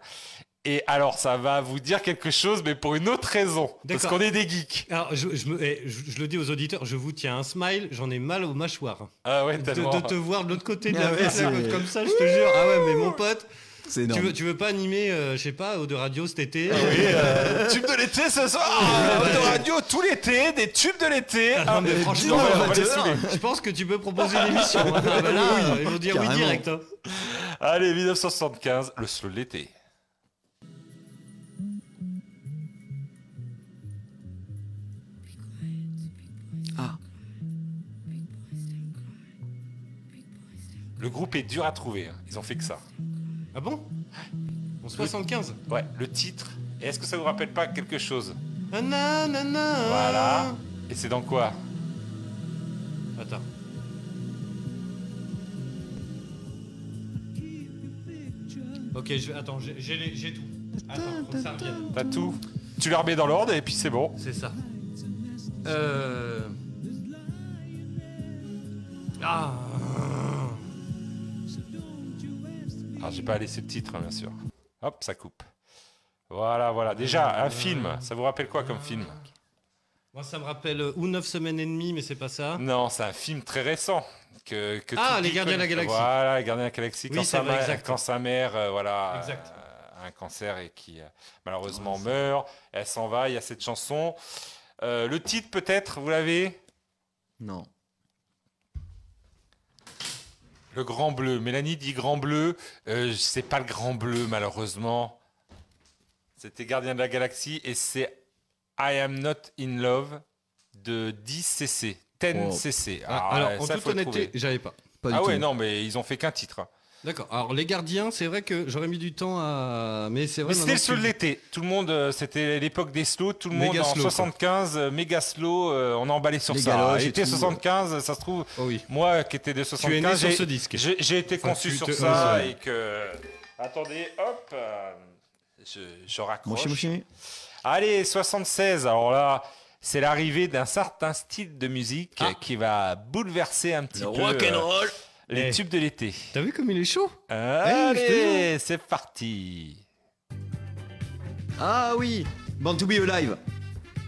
Et alors ça va vous dire quelque chose, mais pour une autre raison, parce D'accord. qu'on est des geeks. Alors, je, je me- eh, je- je le dis aux auditeurs, je vous tiens un smile, j'en ai mal aux mâchoires. Ah ouais, De, tellement. de te voir de l'autre côté de Ah la ouais, place, là, c'est- comme ça, je te jure. Ah ouais, mais mon pote, C'est tu veux, énorme. tu veux pas animer, euh, je sais pas, Eau de Radio cet été Oui, euh, tube de l'été ce soir Autoradio tout l'été, des tubes de l'été Ah, non, mais Ah, franchement, non, mais euh, on va les je- saouler. je pense que tu peux proposer une émission. Ah, bah là, ils vont dire carrément. oui direct. hein. Allez, 1975, le slow de l'été. Ah. Le groupe est dur à trouver, hein. ils ont fait que ça. Ah bon En 75 Ouais, le titre. Et est-ce que ça vous rappelle pas quelque chose Ah, na, na, na. Voilà. Et c'est dans quoi Attends. Ok, je, attends, j'ai- j'ai les- j'ai tout. Attends, faut que ça revienne. T'as tout. Tu les remets dans l'ordre et puis c'est bon. C'est ça. Euh... Ah Ah, j'ai pas laissé le titre, hein, bien sûr. Hop, ça coupe. Voilà, voilà. Déjà, Euh. un film. Ça vous rappelle quoi comme film Moi, ça me rappelle euh, ou 9 semaines et demie, mais c'est pas ça. Non, c'est un film très récent. Que, que Ah, tout Les qui Gardiens de la connaît. Galaxie. Voilà, les gardiens de la galaxie. Oui, quand, c'est sa vrai, mère, exact. quand sa mère, euh, voilà, Exact. euh, a un cancer et qui euh, malheureusement meurt, elle s'en va. Il y a cette chanson. Euh, le titre peut-être, vous l'avez Non. Le Grand Bleu. Mélanie dit Grand Bleu. Euh, c'est pas le Grand Bleu, malheureusement. C'était Gardien de la Galaxie et c'est I Am Not In Love de 10cc. 10cc. Ah, Ah, alors, en ça, toute faut le honnêteté, trouver. j'avais pas. ah ouais, non, mais ils ont fait qu'un titre. hein. D'accord. Alors, les gardiens, c'est vrai que j'aurais mis du temps à. Mais c'est vrai. Mais c'était le maintenant seul que de tu- l'été. Tout le monde, euh, c'était l'époque des slows. Tout le monde Méga en slow, quoi. 75, euh, méga slow, euh, on a emballé sur Les ça. galoches et Été tout. 75, ça se trouve. Oh Moi qui étais de 75, es né sur j'ai- ce disque. j'ai- J'ai été Enfin, conçu tu sur te- ça ouais. et que. Attendez, hop, euh, je, je raccroche. Moshi, moshi. Allez, 76. Alors là. C'est l'arrivée d'un certain style de musique euh, qui va bouleverser un petit Ah. Le peu euh, rock'n'roll. les Eh. tubes de l'été. T'as vu comme il est chaud Eh, je te Allez, c'est parti. Ah oui Born to be alive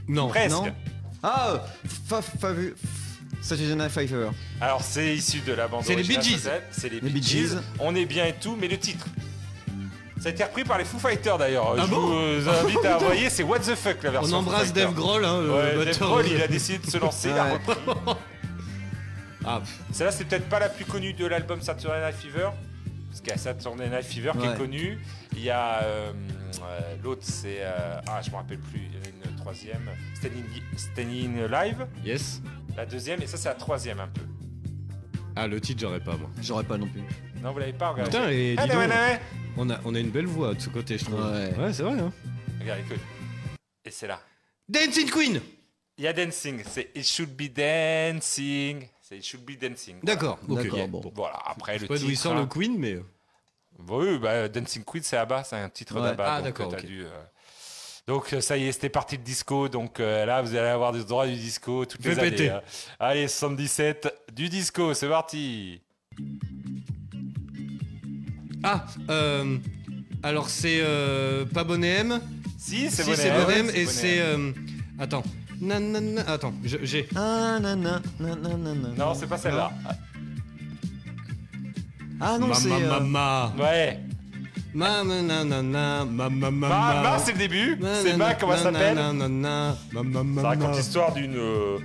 Non. Presque. Non ah fa, fa, Saturday Night Five Hour. Alors c'est issu de la bande C'est les originale, Bee Gees. ça s'appelle- C'est les, Les Bee Bee Gees. Gees. On est bien et tout, mais le titre. Ça a été repris par les Foo Fighters d'ailleurs. Ah Je bon vous euh, invite à envoyer, c'est What the fuck la version. On embrasse Foo Fighters. Dave Grohl, hein, le Ouais, Dave batteur. Grohl, il a décidé de se lancer. il a Ouais. Ah, repris. Celle-là, c'est peut-être pas la plus connue de l'album Saturday Night Fever. Parce qu'il y a Saturday Night Fever qui est Ouais. connue. Il y a euh, euh, l'autre, c'est. euh, ah, je me rappelle plus. Il y en a une troisième. Standing, Standing Live. Yes. La deuxième, et ça, c'est la troisième un peu. Ah, le titre, j'aurais pas, moi. J'aurais pas non plus. Non, vous l'avez pas regardé Putain, et dis Ah, donc, ouais, ouais, ouais. on, a, on a une belle voix de ce côté, je trouve. Ouais, c'est vrai. Hein. Regarde, écoute. Et c'est là. Dancing Queen Il y a dancing, c'est it should be dancing. C'est it should be dancing. Voilà. D'accord, ok. D'accord, bon. Voilà, après Je le sais pas titre. d'où il sort hein. le Queen, mais. euh. Bah oui, bah, Dancing Queen, c'est là-bas, c'est un titre Ouais. d'Abba. Ah, donc, d'accord, euh, t'as ok. dû, euh, Donc euh, ça y est, c'était parti de disco. Donc euh, là, vous allez avoir des droits du disco toutes Fais les années. péter. hein. Allez, 77 du disco, c'est parti. Ah, euh, alors c'est euh, pas Bonnet M Si, c'est Si, Bonnet c'est M. Bonnet M, C'est et Bonnet c'est. M. euh, attends. Nanana, attends, je- j'ai. Ah, nanana, nanana. Non, c'est euh, pas celle-là. Ah non, Ma, c'est. ma, euh, ma, ma. Ouais. Ma, ma, na, na, na, ma, ma, ma, Ma, ma. ma, c'est le début. Ma, C'est na, ma, na, comment na, ça s'appelle na, na, na, ma, ma, ma, Ça raconte ma. l'histoire d'une euh,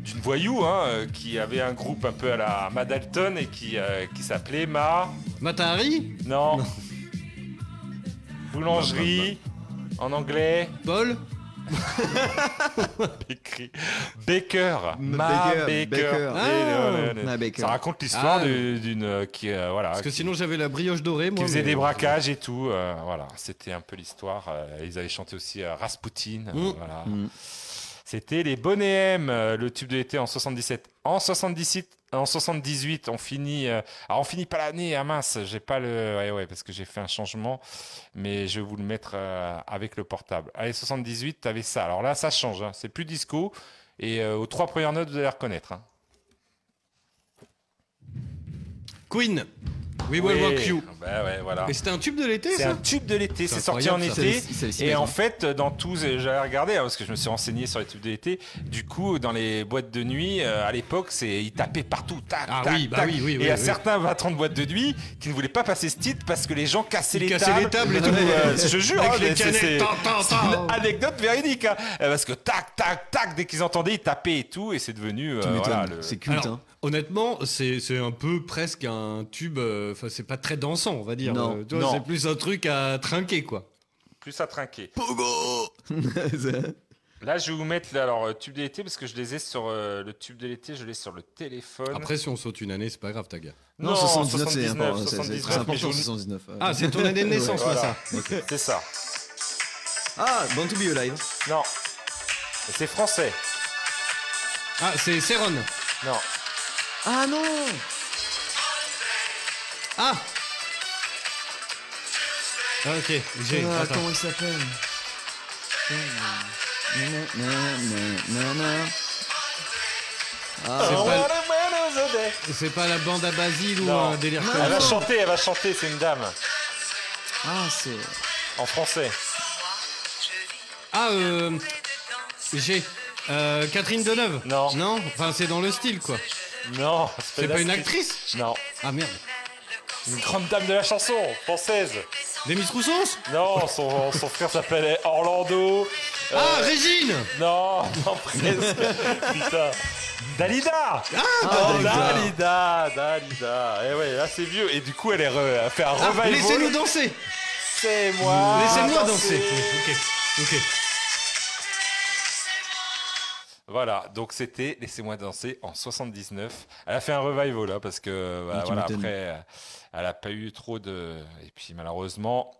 d'une voyou hein, euh, qui avait un groupe un peu à la Madalton et qui, euh, qui s'appelait Ma. Matari Non. Boulangerie en anglais. Paul Écrit. Baker. Ma Baker, Baker. Baker. Et, Ah. euh, euh, Ma Baker. Ça raconte l'histoire Ah. du- d'une euh, qui euh, voilà. Parce que qui- sinon j'avais la brioche dorée, moi. qui faisait mais- des braquages et tout. euh, voilà, c'était un peu l'histoire. euh, ils avaient chanté aussi euh, Rasputin. euh, Mm. voilà. Mm. C'était les Bonnet M, euh, le tube de l'été en 77. En 78, en 78 on finit. euh, alors, on finit pas l'année, ah mince, j'ai pas le. Ouais, ouais, parce que j'ai fait un changement, mais je vais vous le mettre euh, avec le portable. Allez, 78, t'avais ça. Alors là, ça change, hein, c'est plus disco. Et euh, aux trois premières notes, vous allez les reconnaître. hein. Queen We Will Oui. Rock You. Bah ouais, voilà. Et c'était un tube de l'été, ça C'est un tube de l'été, c'est sorti en incroyable, ça. été. C'est les- c'est les Et cimaises, en hein. fait, dans tous, j'avais regardé hein, parce que je me suis renseigné sur les tubes de l'été. Du coup, dans les boîtes de nuit, euh, à l'époque, c'est ils tapaient partout. Tac, Ah tac, oui, bah tac. oui, oui, Et oui, il y a oui. certains patrons de boîtes de nuit qui ne voulaient pas passer ce titre parce que les gens cassaient Ils les cassaient tables. les tables et tout. Euh, je jure, Avec hein, les mais c'est- canettes, c'est tant, tant, c'est une anecdote véridique. hein. Euh, Parce que tac, tac, tac, dès qu'ils entendaient, ils tapaient et tout, et c'est devenu. euh, Tu m'étonnes, voilà, le- c'est culte, Alors, Honnêtement, c'est c'est un peu presque un tube. euh, Enfin, c'est pas très dansant, on va dire. Non. Euh, tu vois, Non. C'est plus un truc à trinquer, quoi. Plus à trinquer. Pogo Là, je vais vous mettre là, alors euh, tube de l'été parce que je les ai sur euh, le tube de l'été, je l'ai sur le téléphone. Après, si on saute une année, c'est pas grave, ta gueule. Non, Non, 79, c'est important, c'est- c'est très 79, important, mais je vous- 79, ouais. Ah, c'est ton année de naissance, Ouais, là, voilà. ça. C'est ça. Ah, Born to be alive. Non. C'est français. Ah, c'est Céron. Non. Ah non Ah Ah, ok, j'ai. Ah, attends. comment il s'appelle Na, na, na, na. Ah, c'est pas- C'est pas la bande à Basile ou Non. un délire comme Elle va ça chanter, elle va chanter, c'est une dame. Ah, c'est. En français. Ah, euh. J'ai. euh, Catherine Deneuve Non. Non Enfin, c'est dans le style, quoi. Non, C'est pas une actrice Non. Ah merde. Une grande dame de la chanson, française. Demis Roussos Non, son, son frère s'appelait Orlando. Euh, Ah, Régine Non, non, presque. Putain. Dalida Ah, Non, Dalida. Dalida Dalida Eh ouais, là c'est vieux. Et du coup, elle est re- elle fait un Ah, revival. Laissez-nous danser C'est moi Laissez-moi danser Ok, ok. Voilà, donc c'était Laissez-moi danser en 79. Elle a fait un revival là parce que Ah, bah, tu voilà, m'étonnes. après euh, elle a pas eu trop de et puis malheureusement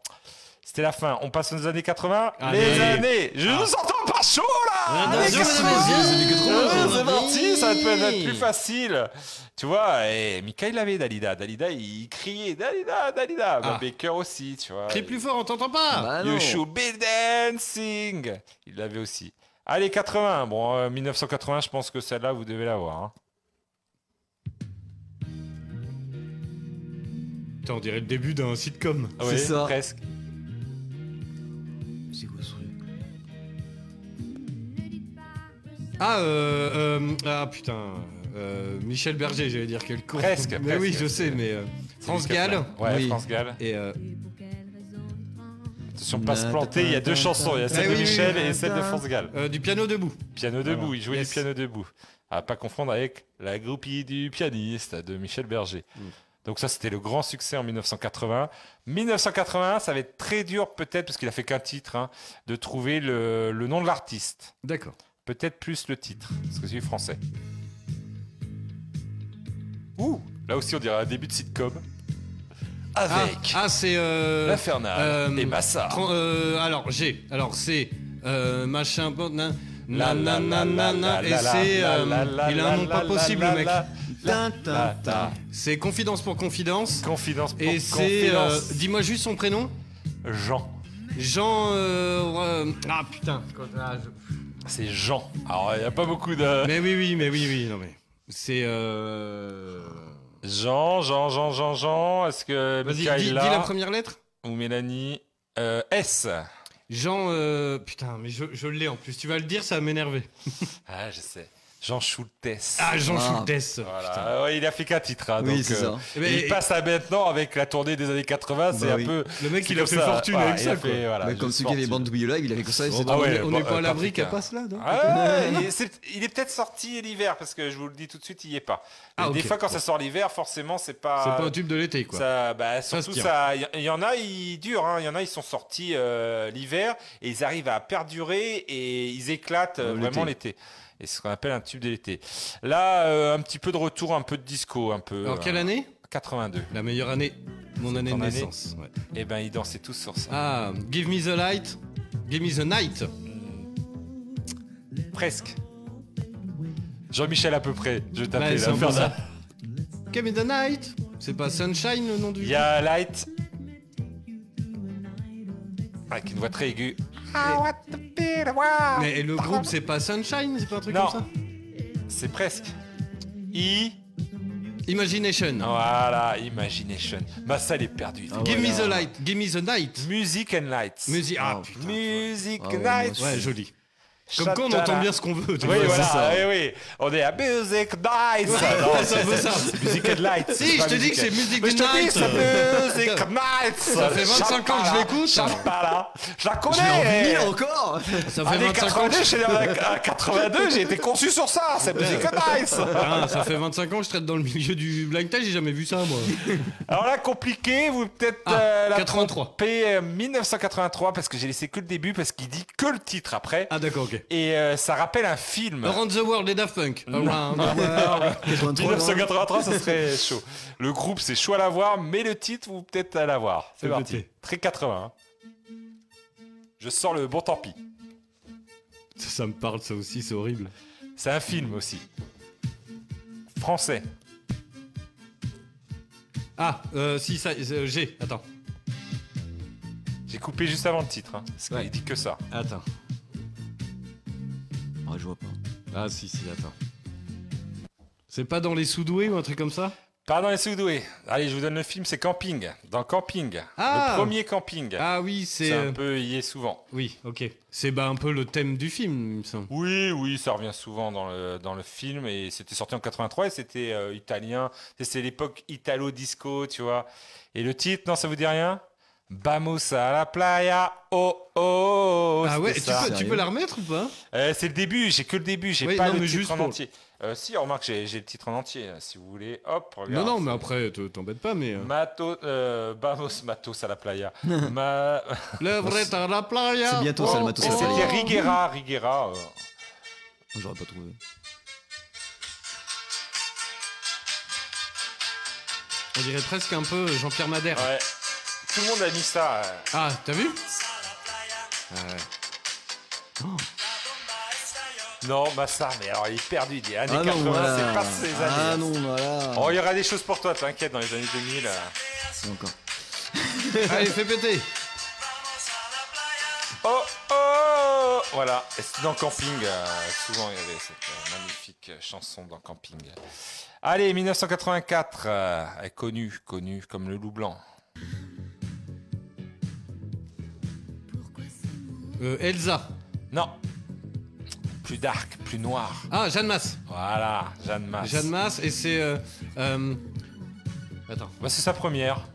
c'était la fin. On passe aux années 80. Les Allez. années, je Ah. vous entends pas chaud là. Ah, Années non, non, 80. non, non, c'est du Euh, 80. C'est parti, ça peut être plus Oui. facile. Tu vois, et Michael l'avait Dalida, Dalida, il criait Dalida, Dalida. Bob Baker aussi, tu vois. Ah. Crie plus fort, on t'entend Ah. Bah, pas You should be dancing. Il l'avait aussi. Allez, 80. Bon, euh, 1980, je pense que celle-là, vous devez l'avoir. hein. Putain, on dirait le début d'un sitcom. Ah ouais, Presque. Ah, euh, euh, ah putain, euh, Michel Berger, j'allais dire quel con. Presque, Mais presque. oui, je sais, mais euh, C'est France Lucas Gall. Blanc. Ouais, France Gall. Et euh, Attention, pas se planter. Il y a deux chansons. Il y a celle Eh de oui, oui, Michel oui. et celle de France Gall. Euh, du piano debout. Piano debout. Voilà. Il jouait Yes. du piano debout. À pas confondre avec la groupie du pianiste de Michel Berger. Mm. Donc ça, c'était le grand succès en 1980. 1981, ça va être très dur peut-être, parce qu'il a fait qu'un titre, hein, de trouver le, le nom de l'artiste. D'accord. Peut-être plus le titre, parce que c'est du français. Ouh Là aussi, on dirait un début de sitcom. Avec Ah, ah, c'est. Euh, L'Infernal et Massa. tran- euh, alors, j'ai. Alors, c'est. euh, machin. bon, nan- La, la, la, nan- nan- la, nan- la, nan- Et la, c'est. la, euh, la, la, Il a un nom la, pas la, possible, la, le mec. la, Tin, la, tin, la. tin. C'est Confidence pour Confidence. Confidence pour Et c'est. euh, Confidence. Dis-moi juste son prénom Jean. Jean. euh, euh, ah putain. quand- ah, je- C'est Jean. Alors, il n'y a pas beaucoup de. Mais oui, oui, mais oui, oui, non mais. C'est. Euh... Jean, Jean, Jean, Jean, Jean. Est-ce que. Vas-y, Mika est dis, dis là la première lettre. Ou Mélanie Euh, S. Jean. euh, Putain, mais je, je l'ai en plus. Tu vas le dire, ça va m'énerver. Ah, je sais. Jean Schultes. Ah, Jean Schultes. Voilà. putain. Ah ouais, il a fait qu'un titre. hein, Oui, donc, c'est ça. il Mais- passe à maintenant avec la tournée des années 80. c'est Bah un oui. peu. Le mec, c'est il a comme fait fortune avec il ça, a quoi. voilà, Mais comme juste celui qui avait fortune. Bande to Be Alive, il avait que ça. et Bon, c'était bah, Ah on ouais, est- on bah, n'est pas euh, à l'abri qu'à Paprika. passe là, non Ah ouais, il, est- c'est- il est peut-être sorti l'hiver parce que je vous le dis tout de suite, il y est pas. Ah, Des ok. fois, quand ça sort l'hiver, forcément, c'est pas. C'est pas un tube de l'été, quoi. Ça, bah, Ça surtout se tient. ça, il y, y en a, ils durent. hein. Il y en a, ils sont sortis euh, l'hiver et ils arrivent à perdurer et ils éclatent euh, Euh, vraiment l'été. Et c'est ce qu'on appelle un tube de l'été. Là, euh, un petit peu de retour, un peu de disco, un peu. Alors, quelle euh, année 82. La meilleure année. Mon année de ton année naissance. ouais. Et ben, ils dansaient tous sur ça. Ah, Give Me the Light. Give Me the Night. Presque. Jean-Michel à peu près. Je Ouais, t'appelle c'est la un peu fin de- ça. Give Me the Night. C'est pas Sunshine le nom du. Il y a Light. Avec une voix très aiguë. Mais le groupe, c'est pas Sunshine, c'est pas un truc Non. comme ça C'est presque. I. Imagination. Voilà, Imagination. Bah, ça, elle est perdue. Give Me the Light. Give Me the Night. Music and Lights. Musique. Ah, putain. Music Ah ouais, Nights. Ouais, joli. Comme quoi, on entend bien ce qu'on veut. tu Oui, vois, voilà, Eh c'est ça. oui, oui. On est à Music Nights. Ah ouais, ça veut ça. C'est Music and Lights. Si, c'est je pas te dis que c'est Music Mais je te dis, Nights. c'est Music Nights. Ça fait 25 ans que je l'écoute. Chapala. Je Je la l'ai connais. remis encore Ça fait Années 25 ans. 82, que chez les- à 82, j'ai été conçu sur ça. C'est Music and Nights. Ah, ça fait 25 ans que je traite dans le milieu du blind test, j'ai jamais vu ça moi. Alors là, compliqué, vous peut-être Ah, euh, la 83. trompez, euh, 1983 parce que j'ai laissé que le début parce qu'il dit que le titre après Ah d'accord, ok. et euh, ça rappelle un film. Around the World, les Daft Punk. Non. Around the world. 1983, ça serait chaud. Le groupe, c'est chaud à l'avoir, mais le titre, vous peut-être à l'avoir. C'est C'est parti. noté. Très 80. hein. Je sors le bon tant pis. Ça, ça me parle ça aussi, c'est horrible. C'est un film aussi. Français. Ah, euh, si ça, euh, j'ai, attends. coupé juste avant le titre. hein, parce qu'il dit que ça. Attends. Ah, je vois pas. Ah, si, si, attends. C'est pas dans les sous-doués ou un truc comme ça Pas dans les sous-doués. Allez, je vous donne le film, c'est Camping. Dans Camping. Ah le premier Camping. Ah oui, c'est. C'est euh, un peu, il y est souvent. Oui, ok. C'est bah, un peu le thème du film, il me semble. Oui, oui, ça revient souvent dans le, dans le film. Et c'était sorti en 83 et c'était euh, italien. C'était l'époque italo-disco, tu vois. Et le titre, non, ça vous dit rien Vamos a la playa, oh oh, oh Ah ouais, tu c'était ça. peux, tu peux la remettre ou pas Euh, c'est le début, j'ai que le début, j'ai Oui, pas non, le mais titre juste en pour- entier. Euh, si, remarque, j'ai j'ai le titre en entier, là, si vous voulez. Hop, Non, regarde. non, mais après, te- t'embête pas, mais. euh, Matos, euh, Vamos Matos à la playa. Ma... L'œuvre est à la playa C'est bientôt ça, le Matos Oh, Et à la playa. C'était Riguera, Riguera. euh. J'aurais pas trouvé. On dirait presque un peu Jean-Pierre Madère. Ouais. Tout le monde a mis ça. euh. Ah, t'as vu Ah, Oh. Non, Massa, mais alors il est perdu. Il dit années Ah non, 80, voilà. c'est pas ses années. Ah non, voilà. Oh, il y aura des choses pour toi, t'inquiète, dans les années 2000. euh. C'est encore. Allez, fais péter Oh, oh Voilà, et c'est dans Camping. euh, souvent, il y avait cette euh, magnifique euh, chanson dans Camping. Allez, 1984, euh, est connu, connu comme le loup blanc. Euh, Elsa. Non. Plus dark, plus noir. Ah, Jeanne Masse. Voilà, Jeanne Masse. Jeanne Masse, et c'est. euh, euh, Attends. Bah, c'est sa première.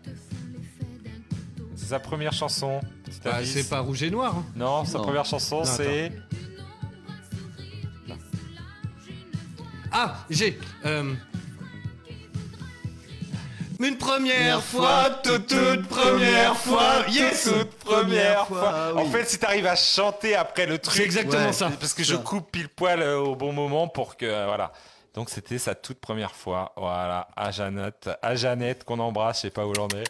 C'est sa première chanson. Petit Bah, indice. c'est pas Rouge et Noir. hein. Non, sa Non. première chanson, Non, c'est. Ah, j'ai. euh, Une première Première fois, toute, toute première fois, yes, toute première fois. En fait, si t'arrives à chanter après le truc, C'est exactement Ouais. ça. Parce que je Ça. coupe pile poil euh, au bon moment pour que euh, voilà. Donc c'était sa toute première fois. Voilà, à Jeannette, à Jeannette qu'on embrasse, je sais pas où l'on est.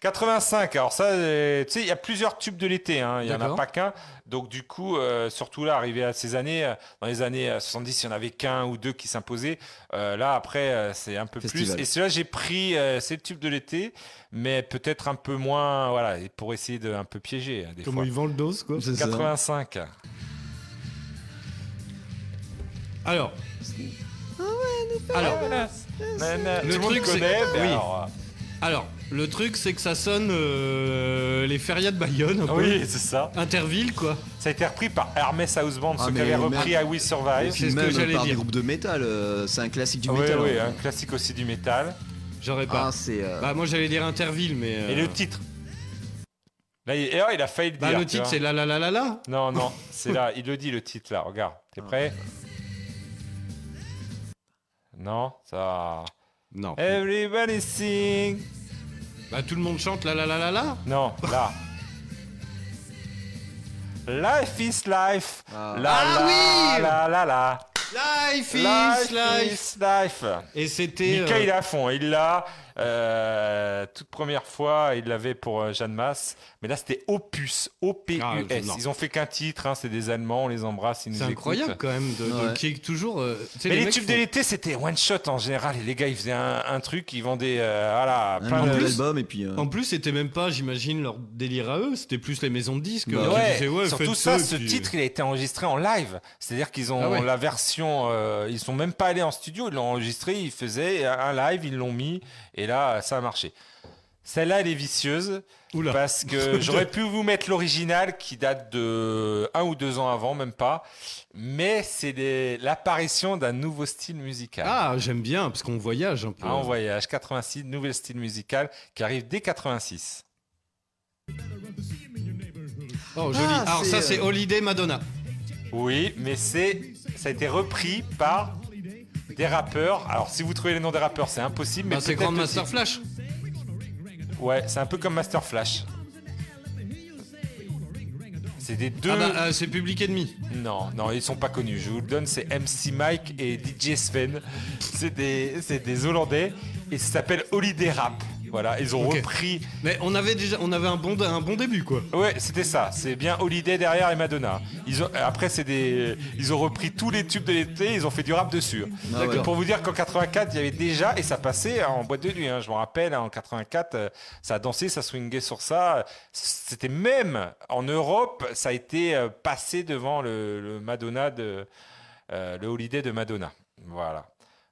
85. Alors ça, euh, tu sais, il y a plusieurs tubes de l'été. hein. Il y en a D'accord. pas qu'un. Donc du coup, euh, surtout là, arrivé à ces années, euh, dans les années euh, 70, il y en avait qu'un ou deux qui s'imposaient. Euh, là après, euh, c'est un peu Festival. plus. Et celui-là, j'ai pris euh, c'est le tube de l'été, mais peut-être un peu moins. Voilà, et pour essayer de un peu piéger hein, des Comment fois. ils vendent le dos, quoi. C'est ça. 85. Alors, Ah, Alors, Tout le le monde truc, c'est- connaît, mais oui. alors, euh, alors, le truc, c'est que ça sonne euh, les férias de Bayonne, un peu. Ah Oui, c'est ça. Interville, quoi. Ça a été repris par Hermès Houseband, Ah, ceux qui mais avaient merde. repris à We Et Survive. puis même par des groupes de métal, euh, c'est un classique du Oui, métal. oui, hein. un classique aussi du métal. J'aurais pas. Ah, c'est. euh, Bah, moi, j'allais dire Interville, mais. euh, Et le titre Là, il, et alors, il a failli le Bah, dire. le tu titre, vois. c'est la la la la la. Non, non, c'est là, il le dit le titre là, regarde. T'es prêt Non, ça. Non. Everybody sing Bah, tout le monde chante la la la la la. Non, là. Life is life. Ah. La, Ah la, oui la la la. Life is life. Life is life. Et c'était. Mika, euh, il est à fond. hein. Il l'a. euh, toute première fois, il l'avait pour euh, Jeanne Masse. Mais là, c'était Opus. O-P-U-S. Ah, non. ils ont fait qu'un titre. hein, c'est des Allemands. On les embrasse. Ils nous C'est incroyable écoutent. quand même de, de Ouais. qu'il y ait toujours. euh, tu sais, Mais les, mecs tubes font- de l'été, c'était one shot en général. Et les gars, ils faisaient un, un truc. Ils vendaient euh, voilà, un plein nombre de. d'albums et puis. euh, En plus, c'était même pas, j'imagine, leur délire à eux. C'était plus les maisons de disques. Bah, qui Ouais, disaient, ouais, surtout faites ça, et ce puis- titre, il a été enregistré en live. C'est-à-dire qu'ils ont Ah ouais. la version, euh, ils sont même pas allés en studio, ils l'ont enregistré, ils faisaient un live, ils l'ont mis, et là, ça a marché. Celle-là, elle est vicieuse, Oula. parce que j'aurais pu vous mettre l'original qui date de un ou deux ans avant, même pas, mais c'est des- l'apparition d'un nouveau style musical. Ah, j'aime bien, parce qu'on voyage un peu. Ah, en voyage, 86, nouvel style musical qui arrive dès 86. Oh, joli. Ah, Alors, c'est, ça, c'est euh, Holiday Madonna. Oui, mais c'est ça a été repris par des rappeurs. Alors si vous trouvez les noms des rappeurs, c'est impossible. Mais Bah, c'est peut-être le Grandmaster titre. Flash. Ouais, c'est un peu comme Master Flash. C'est des deux. Ah, bah, euh, c'est Public Enemy. Non, non, ils sont pas connus. Je vous le donne, c'est MC Mike et DJ Sven. C'est des, c'est des Hollandais et ça s'appelle Holiday Rap. Voilà, ils ont Ok. repris. Mais on avait déjà, on avait un bon, un bon début quoi. Ouais, c'était ça. C'est bien Holiday derrière et Madonna. Ils ont, après, c'est des, ils ont repris tous les tubes de l'été, ils ont fait du rap dessus. Ah Donc, ouais. Pour vous dire qu'en 84, il y avait déjà et ça passait en boîte de nuit. hein. je me rappelle, hein, en 84, euh, ça dansait, ça swingait sur ça. C'était même en Europe, ça a été euh, passé devant le, le Madonna de, euh, le Holiday de Madonna. Voilà.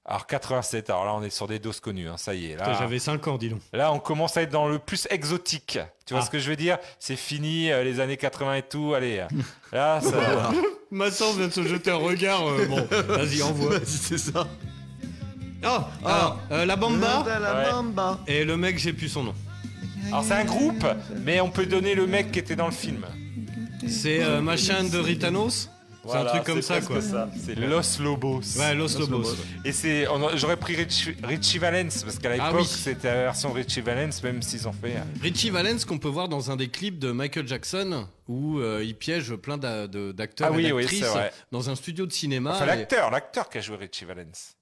Alors 87, alors là on est sur des doses connues, hein, ça y est. Là, Putain, J'avais 5 ans, dis donc. Là, on commence à être dans le plus exotique. Tu vois Ah. ce que je veux dire C'est fini euh, les années 80 et tout. Allez, euh, là, ça. Masson vient de se jeter un regard. euh, bon, vas-y, envoie. Vas-y, c'est ça. Ah, alors, euh, la Bamba. Linda la Ouais. Bamba. Et le mec, j'ai plus son nom. Alors c'est un groupe, mais on peut donner le mec qui était dans le film. C'est euh, machin de Ritanos. c'est Voilà, un truc comme ça presque quoi. C'est Los Lobos. Ouais, Los, Lobos. Et c'est, on a- j'aurais pris Richie, Richie Valens parce qu'à l'époque Ah oui. c'était la version Richie Valens, même s'ils ont fait. euh, Richie Valens qu'on peut voir dans un des clips de Michael Jackson où euh, il piège plein d'a- de- d'acteurs Ah oui, et oui, d'actrices c'est vrai. dans un studio de cinéma. Enfin, et- l'acteur, l'acteur qui a joué Richie Valens.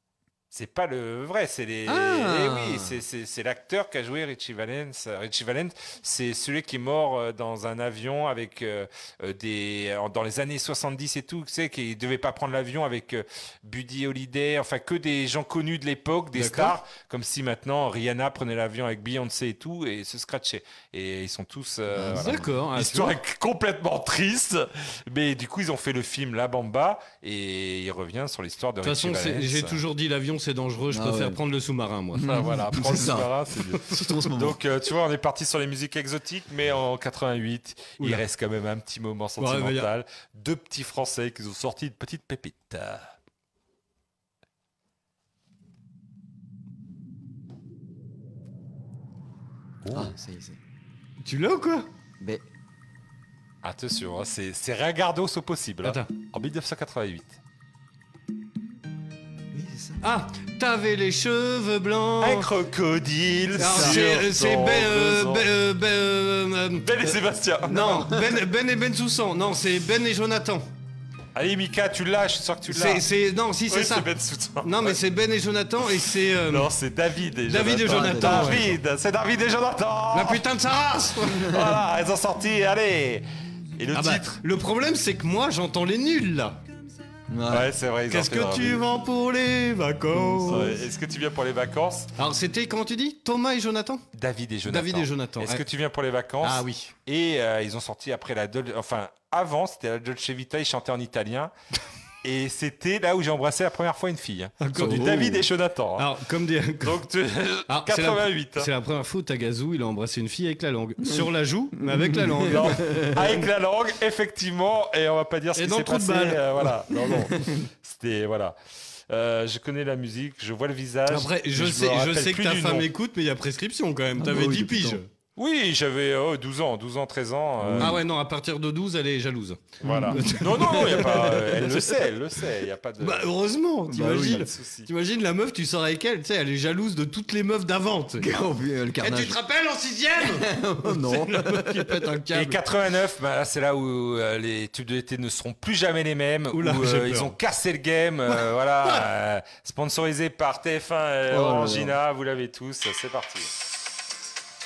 C'est pas le vrai, c'est les. Ah. Eh oui, c'est- c'est c'est l'acteur qui a joué Richie Valens. Richie Valens, c'est celui qui est mort euh, dans un avion avec euh, euh, des euh, dans les années 70 et tout, tu sais, qui devait pas prendre l'avion avec euh, Buddy Holliday, enfin que des gens connus de l'époque, des D'accord. stars, comme si maintenant Rihanna prenait l'avion avec Beyoncé et tout et se scratchait. Et ils sont tous. euh, Ah, voilà. d'accord, ah, tu L'histoire vois. est complètement triste, mais du coup ils ont fait le film La Bamba et il revient sur l'histoire de. De toute façon, Richie c'est- Valens. j'ai toujours dit l'avion c'est dangereux, je Ah préfère ouais. prendre le sous-marin moi. Enfin, voilà, prends le sous-marin, c'est mieux. Surtout en ce moment. Donc, euh, tu vois, on est parti sur les musiques exotiques, mais en 88, il Oula. reste quand même un petit moment Ouais, sentimental. mais y a- Deux petits Français qui ont sorti une petite pépite. Ah, ça y est, c'est. Tu l'as ou quoi Mais. Attention, hein, c'est c'est Ragardos au possible. hein. Attends. En 1988. Ah, t'avais les cheveux blancs. Un crocodile. Alors, sur C'est euh, c'est son Ben, euh, besan. Ben, euh, Ben, euh, euh, Ben et euh, Sébastien. Non, Ben, Ben et Ben Soussan. Non, c'est Ben et Jonathan. Allez, Mika, tu l'as, je suis sûr que tu l'as. C'est- c'est- non, si, c'est Oui, ça. C'est Ben Soutien. Non, mais c'est Ben et Jonathan et c'est. euh, Non, c'est David et David et Jonathan, ouais. David, c'est David et Jonathan. La putain de sa race Voilà, elles ont sorti, allez Et le Ah bah, titre Le problème, c'est que moi, j'entends les nuls là. Ouais, c'est vrai. ils ont Qu'est-ce fait leur que tu vie. vends pour les vacances Ouais, Est-ce que tu viens pour les vacances Alors, c'était, comment tu dis Thomas et Jonathan David et Jonathan. David et Jonathan, Est-ce ouais. que tu viens pour les vacances Ah oui. Et euh, ils ont sorti après la Dol- Enfin, avant, c'était la Dolce Vita, ils chantaient en italien. et c'était là où j'ai embrassé la première fois une fille. hein. Encore- Sur du Oh. David et Jonathan. hein. Alors, comme des. Donc, tu- Alors, c'est la- 88. hein. Mm. C'est la première fois où Tagazu, il a embrassé une fille avec la langue. Sur la joue, mais avec la langue. Non, avec la langue, effectivement, et on va pas dire ce Et qui dans s'est le trou de passé. balle. euh, voilà, non, non. C'était voilà. Euh, je connais la musique, je vois le visage. Après, je, mais me sais, je rappelle sais que plus ta du femme nom. écoute, mais il y a prescription quand même. Ah T'avais bah oui, 10 depuis piges. tant. Oui, j'avais euh, 12 ans, 12 ans, 13 ans. euh, Ah ouais, non, à partir de 12, elle est jalouse. Voilà. non, non, y a pas, euh, elle le sait, elle le sait. Y a pas de. Bah heureusement, oui, pas t'imagines de souci. T'imagines la meuf, tu sors avec elle, tu sais, elle est jalouse de toutes les meufs d'avant. tu sais. Oh, puis, euh, le Et tu carnage. te rappelles en 6 non. La meuf qui pète un câble. Et 89, bah, là, c'est là où euh, les tubes de l'été ne seront plus jamais les mêmes. Oula, où, euh, j'ai peur. ils ont cassé le game. euh, voilà, euh, sponsorisé par TF1 et Oh là là. euh, Orangina, vous l'avez tous. C'est parti.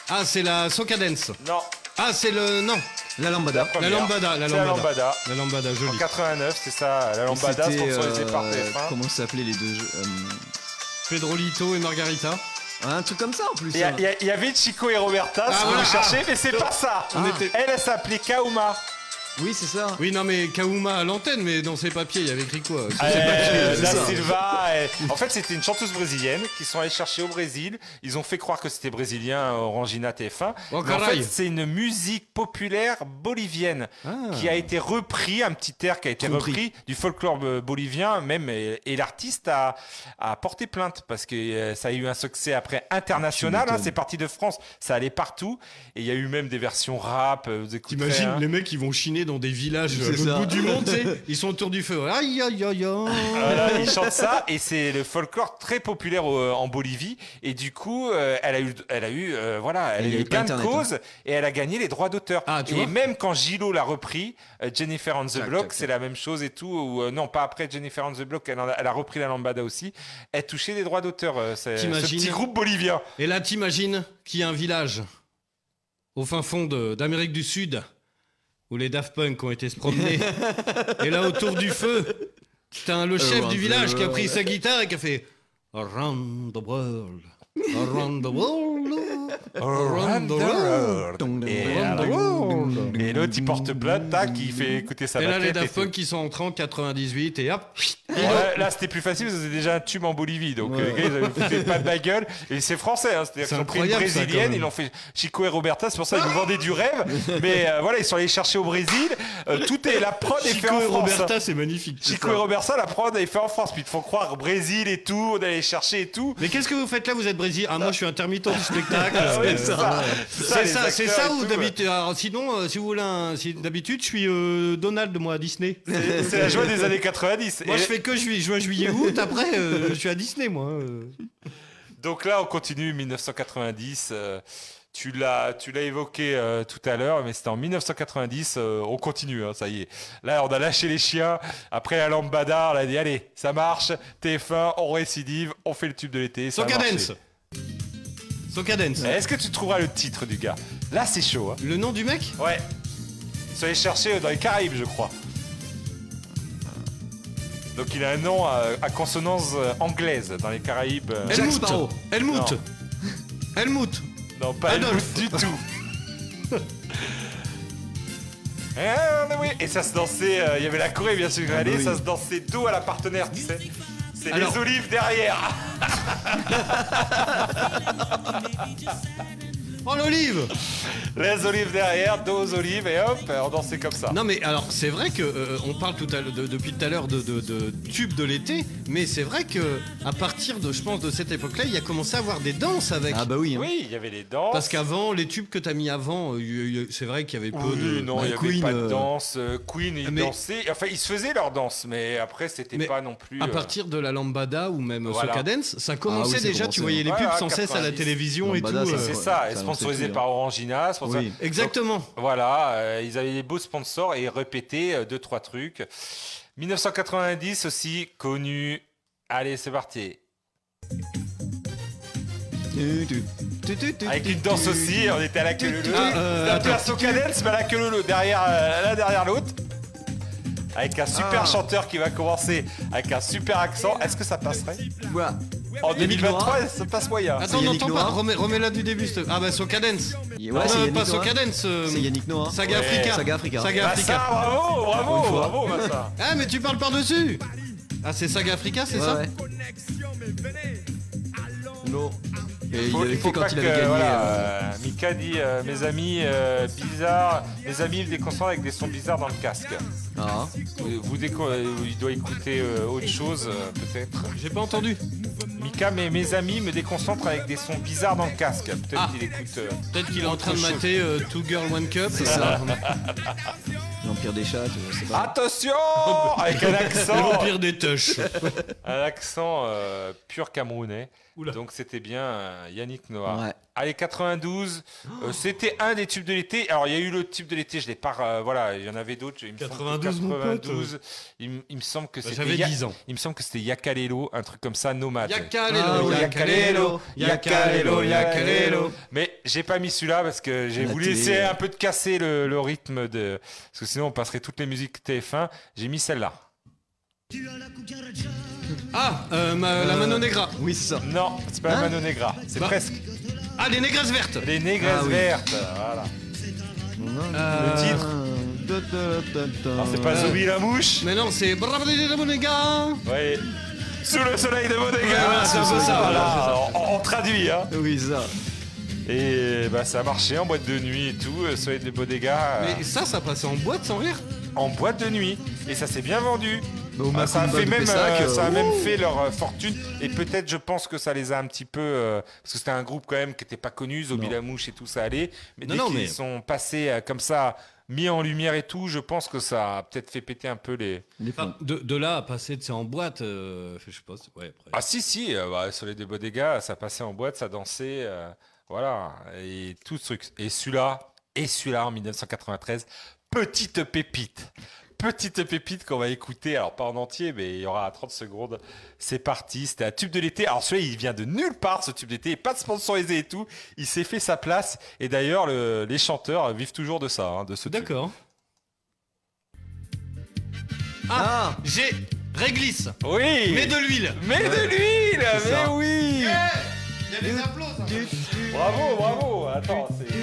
Ah, c'est la Soca Dance. Non. Ah, c'est le. Non. La lambada. La première. lambada, la C'est la lambada. lambada. La lambada, En jolie. 89, c'est ça, la lambada C'était, sponsorisée par euh, TF1. Comment s'appelaient les deux jeux euh, Pedrolito et Margarita. Un truc comme ça en plus. Il y, a- hein. il y a- il y avait Chico et Roberta, si vous Ah, voilà. le cherchez, mais c'est Ah. pas ça. On Ah. était- Elle, elle s'appelait Kauma. Oui, c'est ça. Oui, non, mais Kaouma à l'antenne, mais dans ses papiers, il y avait écrit quoi Sur Euh, ses papiers, c'est Da ça. Silva. euh, En fait, c'était une chanteuse brésilienne qui sont allés chercher au Brésil. Ils ont fait croire que c'était brésilien, Orangina TF1. Oh, Mais en fait, caray. c'est une musique populaire bolivienne Ah. qui a été repris, un petit air qui a été Compris. repris du folklore euh, bolivien même. Et, et l'artiste a, a porté plainte parce que euh, ça a eu un succès après international. Tu hein, m'étonnes. c'est parti de France, ça allait partout. Et il y a eu même des versions rap. euh, Vous écouterez, T'imagines, hein. les mecs, ils vont chiner envoyés dans des villages C'est au ça. bout du monde, tu sais, ils sont autour du feu. Aïe, aïe, aïe, aïe. Voilà, Euh, il chante ça et c'est le folklore très populaire euh, en Bolivie et du coup euh, elle a eu elle a eu euh, voilà elle Il y a a eu eu pas gain de Internet, cause et elle a gagné les droits d'auteur Ah, tu et vois. même quand Gilo l'a repris euh, Jennifer on the Block c'est la même chose et tout ou euh, non pas après Jennifer on the Block elle, en a, elle a repris la lambada aussi elle touchait des droits d'auteur euh, c'est- ce T'imagines petit groupe bolivien Et là, t'imagines qu'il y a un village au fin fond de- d'Amérique du Sud où les Daft Punk ont été se promener. et là, autour du feu, t'as un- le chef Oh, Around du the village qui a world. pris sa guitare et qui a fait Around the world, around the world, Bah Around the world. Et, around the alors, world. et l'autre il porte plainte tac il fait écouter sa Et là, les maquette et Daft tout. Punk qui sont entrés en 98 et hop. Ouais, là, c'était plus facile, parce que c'était déjà un tube en Bolivie. Donc, Ouais. euh, les gars, ils avaient foutu pas de la gueule. Et c'est français, hein. C'est-à-dire C'est qu'ils ont pris une incroyable, ça, quand brésilienne, même. Ah. ils l'ont fait Chico et Roberta, c'est pour ça qu'ils nous vendaient du rêve. Mais euh, voilà, ils sont allés chercher au Brésil. Euh, tout est, la prod est faite Chico en et France. Roberta, hein. c'est magnifique. Chico et Roberta, la prod est faite en France. Puis ils te font croire au Brésil et tout, on allait chercher et tout. Mais qu'est-ce que vous faites là Vous êtes Brésil Ah, moi, je suis intermittent du spectacle. Ah ouais, Euh, c'est ça. voilà. C'est ça, C'est les ça, c'est acteurs ça et ou tout, d'habitude. alors, Sinon, euh, si vous voulez, un- si, d'habitude, je suis euh, Donald, moi, à Disney. C'est la joie des années 90. Moi, Et- je fais que ju- juin, juillet, août. Après, euh, je suis à Disney, moi. euh. Donc là, on continue 1990. euh, tu l'as, tu l'as évoqué euh, tout à l'heure, mais c'était en 1990. euh, on continue, hein, ça y est. Là, on a lâché les chiens. Après la lambada, on a dit allez, ça marche. TF1, on récidive, on fait le tube de l'été. Bah, ça a Soca marché. Eh, Dance. Soca Dance. Est-ce que tu trouveras le titre du gars Là, c'est chaud. hein. Le nom du mec Ouais. Soyez chercher dans les Caraïbes, je crois. Euh, Donc il a un nom à, à consonance euh, anglaise dans les Caraïbes. euh, Helmut. Jack Sparrow. Helmut. Non. Helmut. Non, pas Adolphe. Helmut du tout. Ah, oui, Et ça se dansait, euh, il y avait la Corée bien sûr, allez, ça se dansait dos à la partenaire, tu sais. C'est Alors- les olives derrière. Oh, l'olive les olives derrière, dos aux olives et hop, on dansait comme ça. Non mais alors c'est vrai que euh, on parle tout à l'heure de- depuis tout à l'heure de, de, de tubes de l'été, mais c'est vrai que à partir de je pense de cette époque-là, il y a commencé à avoir des danses avec. Ah bah oui, hein. Oui, il y avait les danses. Parce qu'avant les tubes que t'as mis avant, euh, y- y- c'est vrai qu'il y avait peu Oui, de. non, Bah, il n'y avait Queen, pas de euh, danse. euh, Queen, ils mais- dansaient. Enfin, ils se faisaient leur danse, mais après, c'était mais pas non plus. À euh, partir de la lambada ou même voilà. Soca Dance, ça commençait Ah oui, ça déjà. commençait, Tu voyais les ouais. pubs Ouais, sans cesse à la 90. télévision et tout. C'est euh, ça, ouais, et ça sponsorisé lançait par tout, Orangina. sponsorisé- Oui. Exactement. Donc, voilà, euh, ils avaient des beaux sponsors et ils répétaient euh, deux, trois trucs. 1990 aussi, connu. Allez, c'est parti. Avec une danse aussi, on était à la queue leu leu. Ah, euh, C'était un peu attends. un Socadence, mais à la queue leu leu, derrière euh, l'un derrière l'autre. Avec un super Ah. chanteur qui va commencer avec un super accent. Est-ce que ça passerait En Yannick 2023, Noah. ça passe moyen. Attends, on n'entend pas. Remets- Remets-la du début. c'te- Ah bah Soca Dance. ouais, Ah, c'est non, Yannick Noah. pas Soca Dance. euh, C'est Yannick Noah. Saga Ouais. Africa. Saga Africa. Saga Bah Africa. ça, bravo, bravo, Encore une fois. bravo, bah ça. Ah mais tu parles par dessus. Ah c'est Saga Africa, c'est Ouais, ça ouais. Non. Et il Faut- avait faut fait pas quand il que, avait gagné. voilà, euh, euh, Mika dit euh, mes amis euh, bizarres, mes amis ils déconcentrent avec des sons bizarres dans le casque. Ah. Vous, vous déco- euh, il doit écouter euh, autre chose euh, peut-être. J'ai pas entendu. Mika mais mes amis me déconcentrent avec des sons bizarres dans le casque. Peut-être Ah. qu'il écoute. euh, Peut-être qu'il est en train de autre chose. mater euh, Two Girl One Cup. C'est ça. L'Empire des chats, je sais pas. Attention Avec un accent L'empire des touches. Un accent euh, pur camerounais. Oula. Donc c'était bien euh, Yannick Ah, Noah. Ouais. Allez 92, euh, c'était un des tubes de l'été. Alors il y a eu le tube de l'été, je l'ai pas. euh, voilà, il y en avait d'autres. Il me semble que 92, mon pote. 92, il, me- il me semble que Bah, c'était. j'avais Ya- 10 ans. Il me semble que c'était Yakalelo, un truc comme ça, nomade. Yakalelo, Ah oui, Yakalelo, Yakalelo, Yakalelo. Mais j'ai pas mis celui-là parce que j'ai La voulu télé. essayer un peu de casser le, le rythme de. Parce que sinon on passerait toutes les musiques TF1. J'ai mis celle-là. Ah euh, ma- la Euh, Mano Negra. Oui c'est ça. Non, c'est pas la Mano Negra, c'est presque. Ah les négresses vertes. Les négresses Ah oui. vertes, voilà. Le Euh, titre. Ah, Alors c'est Euh. pas Zombie la mouche Mais non c'est Brabadé de Monega. Ouais. Sous le soleil de Bodega Ah, c'est un peu ça, voilà, c'est ça. on, on traduit, hein Oui, ça. Et bah ça a marché en boîte de nuit et tout, euh, soleil de Bodega. euh, Mais ça ça passait en boîte sans rire. En boîte de nuit. Et ça s'est bien vendu. Bah, au Ah, ça a, Macumba fait de même, Pessac, euh, ça a euh, même ouh. fait leur euh, fortune et peut-être je pense que ça les a un petit peu euh, parce que c'était un groupe quand même qui n'était pas connu, Zombie Non. la mouche et tout ça allait mais Non, dès non, qu'ils mais- sont passés euh, comme ça mis en lumière et tout, je pense que ça a peut-être fait péter un peu les. Enfin, de, de là à passer de c'est en boîte, euh, je sais pas. c'est- Ouais, après. Ah si si, euh, bah, Soleil des beaux dégâts, ça passait en boîte, ça dansait, euh, voilà, et tout ce truc. Et celui-là, et celui-là en 1993, petite pépite, petite pépite qu'on va écouter, alors pas en entier, mais il y aura 30 secondes. C'est parti, c'était un tube de l'été. Alors celui-là, il vient de nulle part, ce tube d'été, pas de sponsorisé et tout. Il s'est fait sa place, et d'ailleurs le- les chanteurs vivent toujours de ça, hein, de ce. D'accord. Ah, J'ai réglisse. Oui. Mais de l'huile. Mais de l'huile, C'est mais ça. oui. Il y a des applaudissements. Bravo, bravo. Attends, c'est.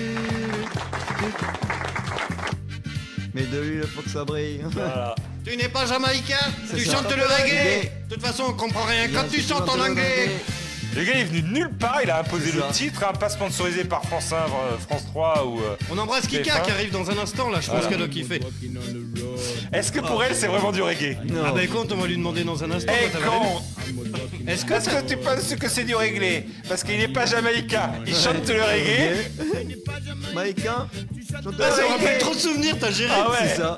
Mais de lui, pour que ça brille. Tu n'es pas jamaïcain, C'est tu ça. chantes le reggae. De toute façon, on comprend rien quand tu chantes en anglais. Le gars il est venu de nulle part, il a imposé C'est le ça. titre, hein, pas sponsorisé par France 1, euh, France 3 ou. euh, On embrasse Kika TF1. qui arrive dans un instant là, je pense Voilà. qu'elle doit kiffer. Est-ce que pour elle c'est vraiment du reggae Ah bah écoute, on va lui demander dans un instant. Eh, quand ça va quand aller. Est-ce que, est-ce que tu penses que c'est du reggae Parce qu'il n'est pas jamaïcain, il chante le reggae. Maïcain Ah, ça rappelle trop de souvenirs, t'as géré. Ah ouais. C'est ça.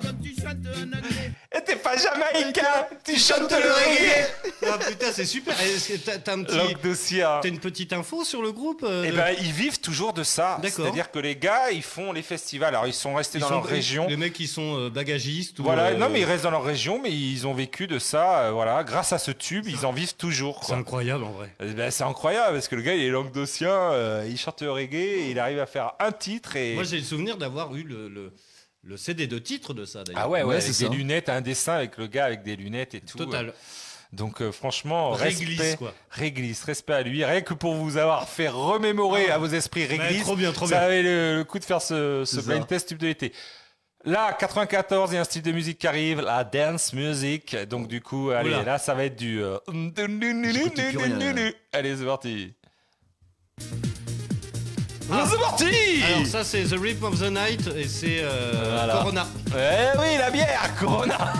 Et t'es pas jamaïcain, tu chantes le reggae. reggae. Ah putain, c'est super. Est-ce que t'as t'as un petit- Langue de Sia. t'as une petite info sur le groupe euh, Et de- ben ils vivent toujours de ça. D'accord. C'est-à-dire que les gars ils font les festivals. Alors ils sont restés Ils dans sont- leur région. Les mecs qui sont euh, bagagistes ou. Voilà, euh, non mais ils restent dans leur région, mais ils ont vécu de ça, euh, voilà, grâce à ce tube, ils en vivent toujours. Eh ben, C'est incroyable en vrai. c'est incroyable parce que le gars il est languedocien, euh, il chante le reggae, et il arrive à faire un titre et. Moi j'ai le souvenir d'avoir eu le, le, le CD de titre de ça d'ailleurs. ah ouais, ouais, c'est avec des lunettes, un dessin avec le gars avec des lunettes et tout. Total. euh. Donc euh, franchement, Réglisse, respect, quoi. réglisse, respect à lui, rien que pour vous avoir fait remémorer à vos esprits Ah. Ouais, réglisse. trop bien, trop ça bien. avait le, le coup de faire ce, ce C'est blind ça. test tube de l'été. Là, 94, il y a un style de musique qui arrive, la dance music. Donc du coup, allez, Oula. là, ça va être du. euh, Allez, c'est parti. Ah. C'est parti Alors ça c'est The Rip of the Night et c'est euh, Voilà. Corona. Eh oui, la bière, Corona.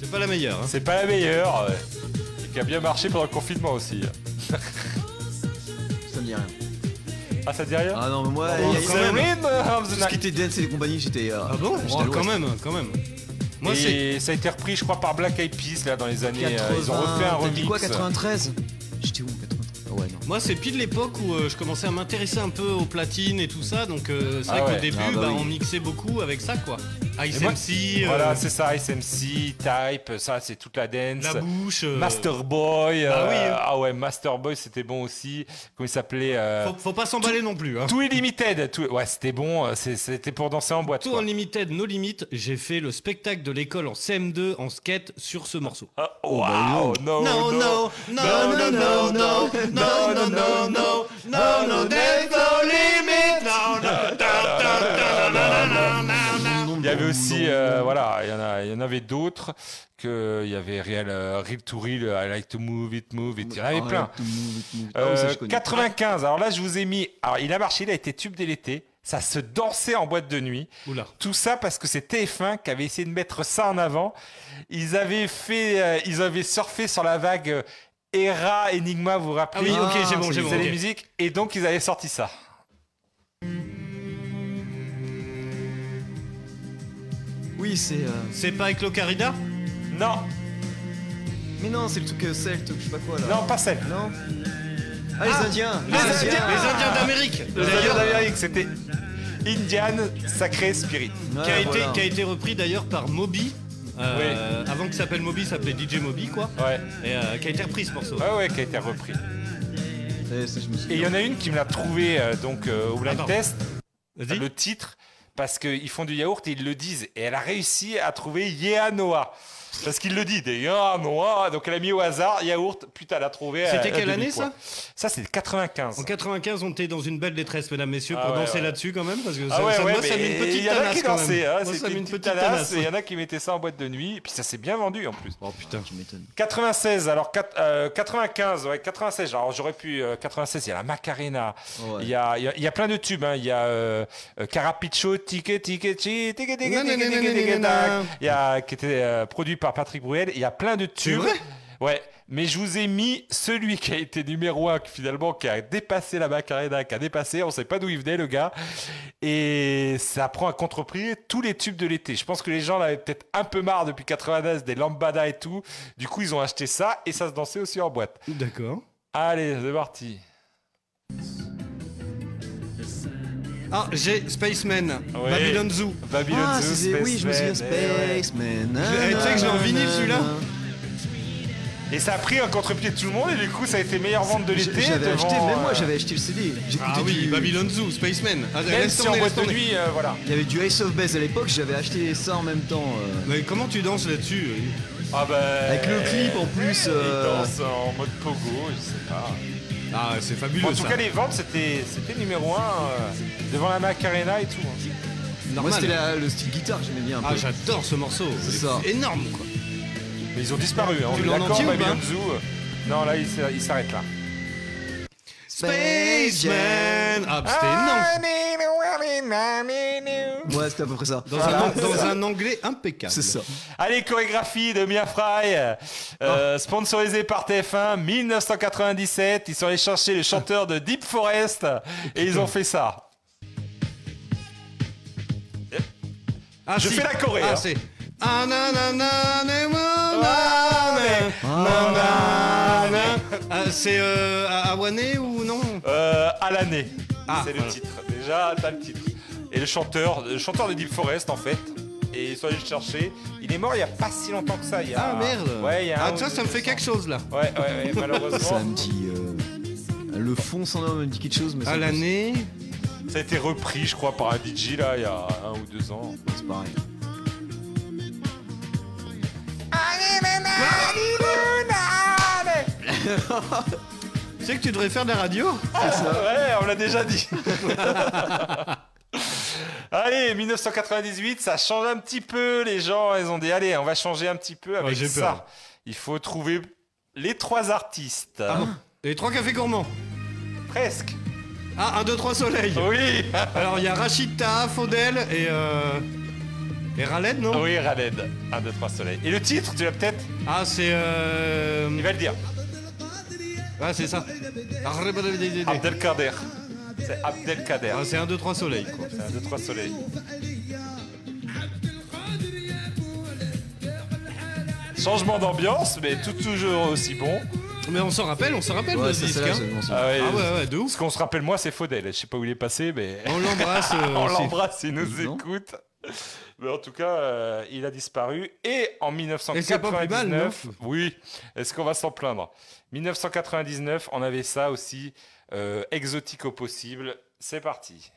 C'est pas la meilleure. hein. C'est pas la meilleure. ouais. Et qui a bien marché pendant le confinement aussi. Ça me dit rien. Ah, ça te dit rien Ah non, mais moi, Oh, il y a- quand il y a- même. Tout ce qui était dance et les compagnies, j'étais. euh, Ah bon j'étais Oh, à l'ouest. Quand même, quand même. Moi, et ça a été repris, je crois, par Black Eyed Peas là dans les années. euh, ils ont 80, refait un t'as remix. dit quoi, 93 J'étais où 93 Ah Ouais, non. Moi, c'est pile l'époque où euh, je commençais à m'intéresser un peu aux platines et tout ça. Donc, euh, c'est Ah vrai ouais. qu'au début, Ah bah bah, oui. on mixait beaucoup avec ça, quoi. Ice Et moi- MC, euh, Voilà, c'est ça, SMC, Type, ça c'est toute la dance. La Bouche, euh, Master Boy. Bah oui, euh, hein. Ah ouais, Master Boy c'était bon aussi. Comment il s'appelait euh, faut, faut pas s'emballer non plus. Hein. Too Limited. Ouais, c'était bon, euh, c'est- c'était pour danser en boîte. Tout quoi. en limited, no limites. J'ai fait le spectacle de l'école en CM2 en skate sur ce morceau. Oh, wow, no, no, no, no, no, no, no, no, no, no, no, no, no, no, there's no limit, no, no, Ah, Il y avait aussi, euh, voilà, il y en a- il y, en avait d'autres que il y avait Real, euh, Real to Real, I Like to Move It, Move It, il y en avait Ah, plein. tout le monde, tout le monde. Ah, Euh, oui, ça, je connais. 95. Alors là, je vous ai mis. Alors, il a marché, il a été tube dès l'été. Ça se dansait en boîte de nuit. Oula. Tout ça parce que c'est TF1 qui avait essayé de mettre ça en avant. Ils avaient fait, euh, ils avaient surfé sur la vague euh, Era Enigma, vous vous rappelez Ah oui, ok, j'ai bon, c'est- j'ai bon, c'est les ok. musiques. Et donc, ils avaient sorti ça. Oui, c'est. euh, C'est pas avec l'ocarina Non. Mais non, c'est le truc euh, celte, je sais pas quoi là. Non, pas celte. Non. Ah, les Indiens les Indiens, les Indiens d'Amérique. Les Indiens d'Amérique, c'était Indian Sacré Spirit. qui, a été, qui a été repris d'ailleurs par Moby. euh, Avant qu'il s'appelle Moby, il s'appelait DJ Moby, quoi. Ouais. Et euh, qui a été repris ce morceau. Ouais, ouais, qui a été repris. Et Eh, ça, je me Et il y en a une qui me l'a trouvé euh, donc euh, au blind Ah, pardon. test, le titre, parce qu'ils font du yaourt et ils le disent. Et elle a réussi à trouver Yeanoa. Parce qu'il le dit, des Yeanoa. Donc elle a mis au hasard yaourt. Putain, elle a trouvé. euh, elle- C'était elle a quelle donné année quoi. ça Ça, c'est 95. En 95, on était dans une belle détresse, mesdames, messieurs, Ah pour ouais, danser ouais. là-dessus quand même, parce que Ah ça, ouais, ça- ouais, moi, ça mais met une il petite y en a tanasse qui quand dansaient. même. hein, Moi, ça c'était met une une petite tanasse. tanasse. Et il y en a qui mettaient ça en boîte de nuit. Et puis ça s'est bien vendu en plus. Oh putain, tu m'étonnes. 96, alors quat- euh, 95, ouais, 96. Alors j'aurais pu. euh, 96, il y a la Macarena. Ouais. Il, y a, il, y a, il y a plein de tubes. hein. Il y a euh, euh, Carapicho, Ticket, Ticket, Ticket, Ticket, Ticket, Ticket, Ticket, Ticket, Tac. Il y a qui était euh, produit par Patrick Bruel. Il y a plein de tubes. vrai Ouais, mais je vous ai mis celui qui a été numéro 1, finalement, qui a dépassé la Macarena, qui a dépassé, on sait pas d'où il venait, le gars. Et ça prend à contre-prix tous les tubes de l'été. Je pense que les gens l'avaient peut-être un peu marre depuis 90 des lambada et tout. Du coup, ils ont acheté ça et ça se dansait aussi en boîte. D'accord. Allez, c'est parti. Ah, j'ai Spaceman, Ouais. Babylon Zoo. Babylon Ah, Zoo, c'est- oui, je me souviens, Spaceman, eh ouais. Spaceman, Je- eh, Tu sais que j'ai en vinyle celui-là Et ça a pris un contre-pied de tout le monde et du coup, ça a été meilleure vente de l'été. J'avais devant, acheté, même euh, moi j'avais acheté le CD. J'écoutais Ah oui, du- Babylon Zoo, Spaceman. Ah, Même laisse si tourner, en boîte laisse de tourner. nuit, euh, voilà. Il y avait du Ace of Base à l'époque, j'avais acheté ça en même temps. euh, Mais comment tu danses là-dessus euh Ah bah... Avec le clip en plus. Ils euh, dansent en mode pogo, je sais pas. Ah, c'est fabuleux en tout ça. cas, les ventes, c'était, c'était numéro 1 devant la Macarena et tout. hein. Moi c'était la- le style guitare que j'aimais bien. un Ah, peu. j'adore ce morceau. C'est ça. Énorme quoi. Mais ils ont disparu, hein, Tu on est l'as en d'accord, entier ou Babylon pas Zoo. euh, Non, là, il s'arrête, il s'arrête là. Spaceman Ah, bah, c'était énorme. Ouais, c'était à peu près ça. Dans un, dans un anglais impeccable. C'est ça. Allez, chorégraphie de Mia Fry, euh, sponsorisée par TF1, 1997. Ils sont allés chercher le chanteur de Deep Forest et ils ont fait ça. Ah, Je si. fais la Corée. Ah, hein. c'est. Ah, na, na, na, na, na, Ah, na, mais- na, na, na. Ah, C'est euh, à- à Wanné ou non Euh, à l'année. Ah, c'est le voilà. titre. Déjà, t'as le titre. Et le chanteur, le chanteur de Deep Forest en fait. Et ils sont allés le chercher. Il est mort il y a pas si longtemps que ça. il y a- Ah merde Ouais, il y a Ah un tu ou vois ça me deux fait quelque chose là ans. Ouais, ouais, ouais, Ça malheureusement. me dit. euh, Le fond sans nom me dit quelque chose, mais À ça me- l'année ça a été repris, je crois, par un DJ là il y a un ou deux ans. C'est pareil. Tu sais que tu devrais faire de la radio Ah Ouais, on l'a déjà dit. Allez, 1998, ça change un petit peu. Les gens, ils ont dit, allez, on va changer un petit peu avec Ouais, j'ai ça. peur. Il faut trouver les trois artistes. Ah bon Les trois cafés gourmands Presque. Ah 1, 2, 3 soleil Oui Alors il y a Rachid Taha, Faudel et euh... Et Raled non Oui, Raled. 1, 2, 3 soleil. Et le titre, tu l'as peut-être Ah c'est euh... Il va le dire. Ah c'est ça Abdelkader. C'est Abdelkader. Ah, c'est 1, 2, 3 soleil quoi. C'est un 2, 3 soleil. Changement d'ambiance, mais tout toujours aussi bon. Mais on s'en rappelle, on s'en rappelle Ouais, de ce ça, disque celle-là, hein. je m'en souviens. Ah ouais, Ah ouais ouais de ouf Ce qu'on se rappelle, moi, c'est Faudel. Je sais pas où il est passé, mais. On l'embrasse euh, On aussi. l'embrasse, il nous Non. écoute. Mais en tout cas, euh, il a disparu. Et en Et c'est pas plus mal, 1999, oui, est-ce qu'on va s'en plaindre 1999, on avait ça aussi, euh, exotique au possible. C'est parti.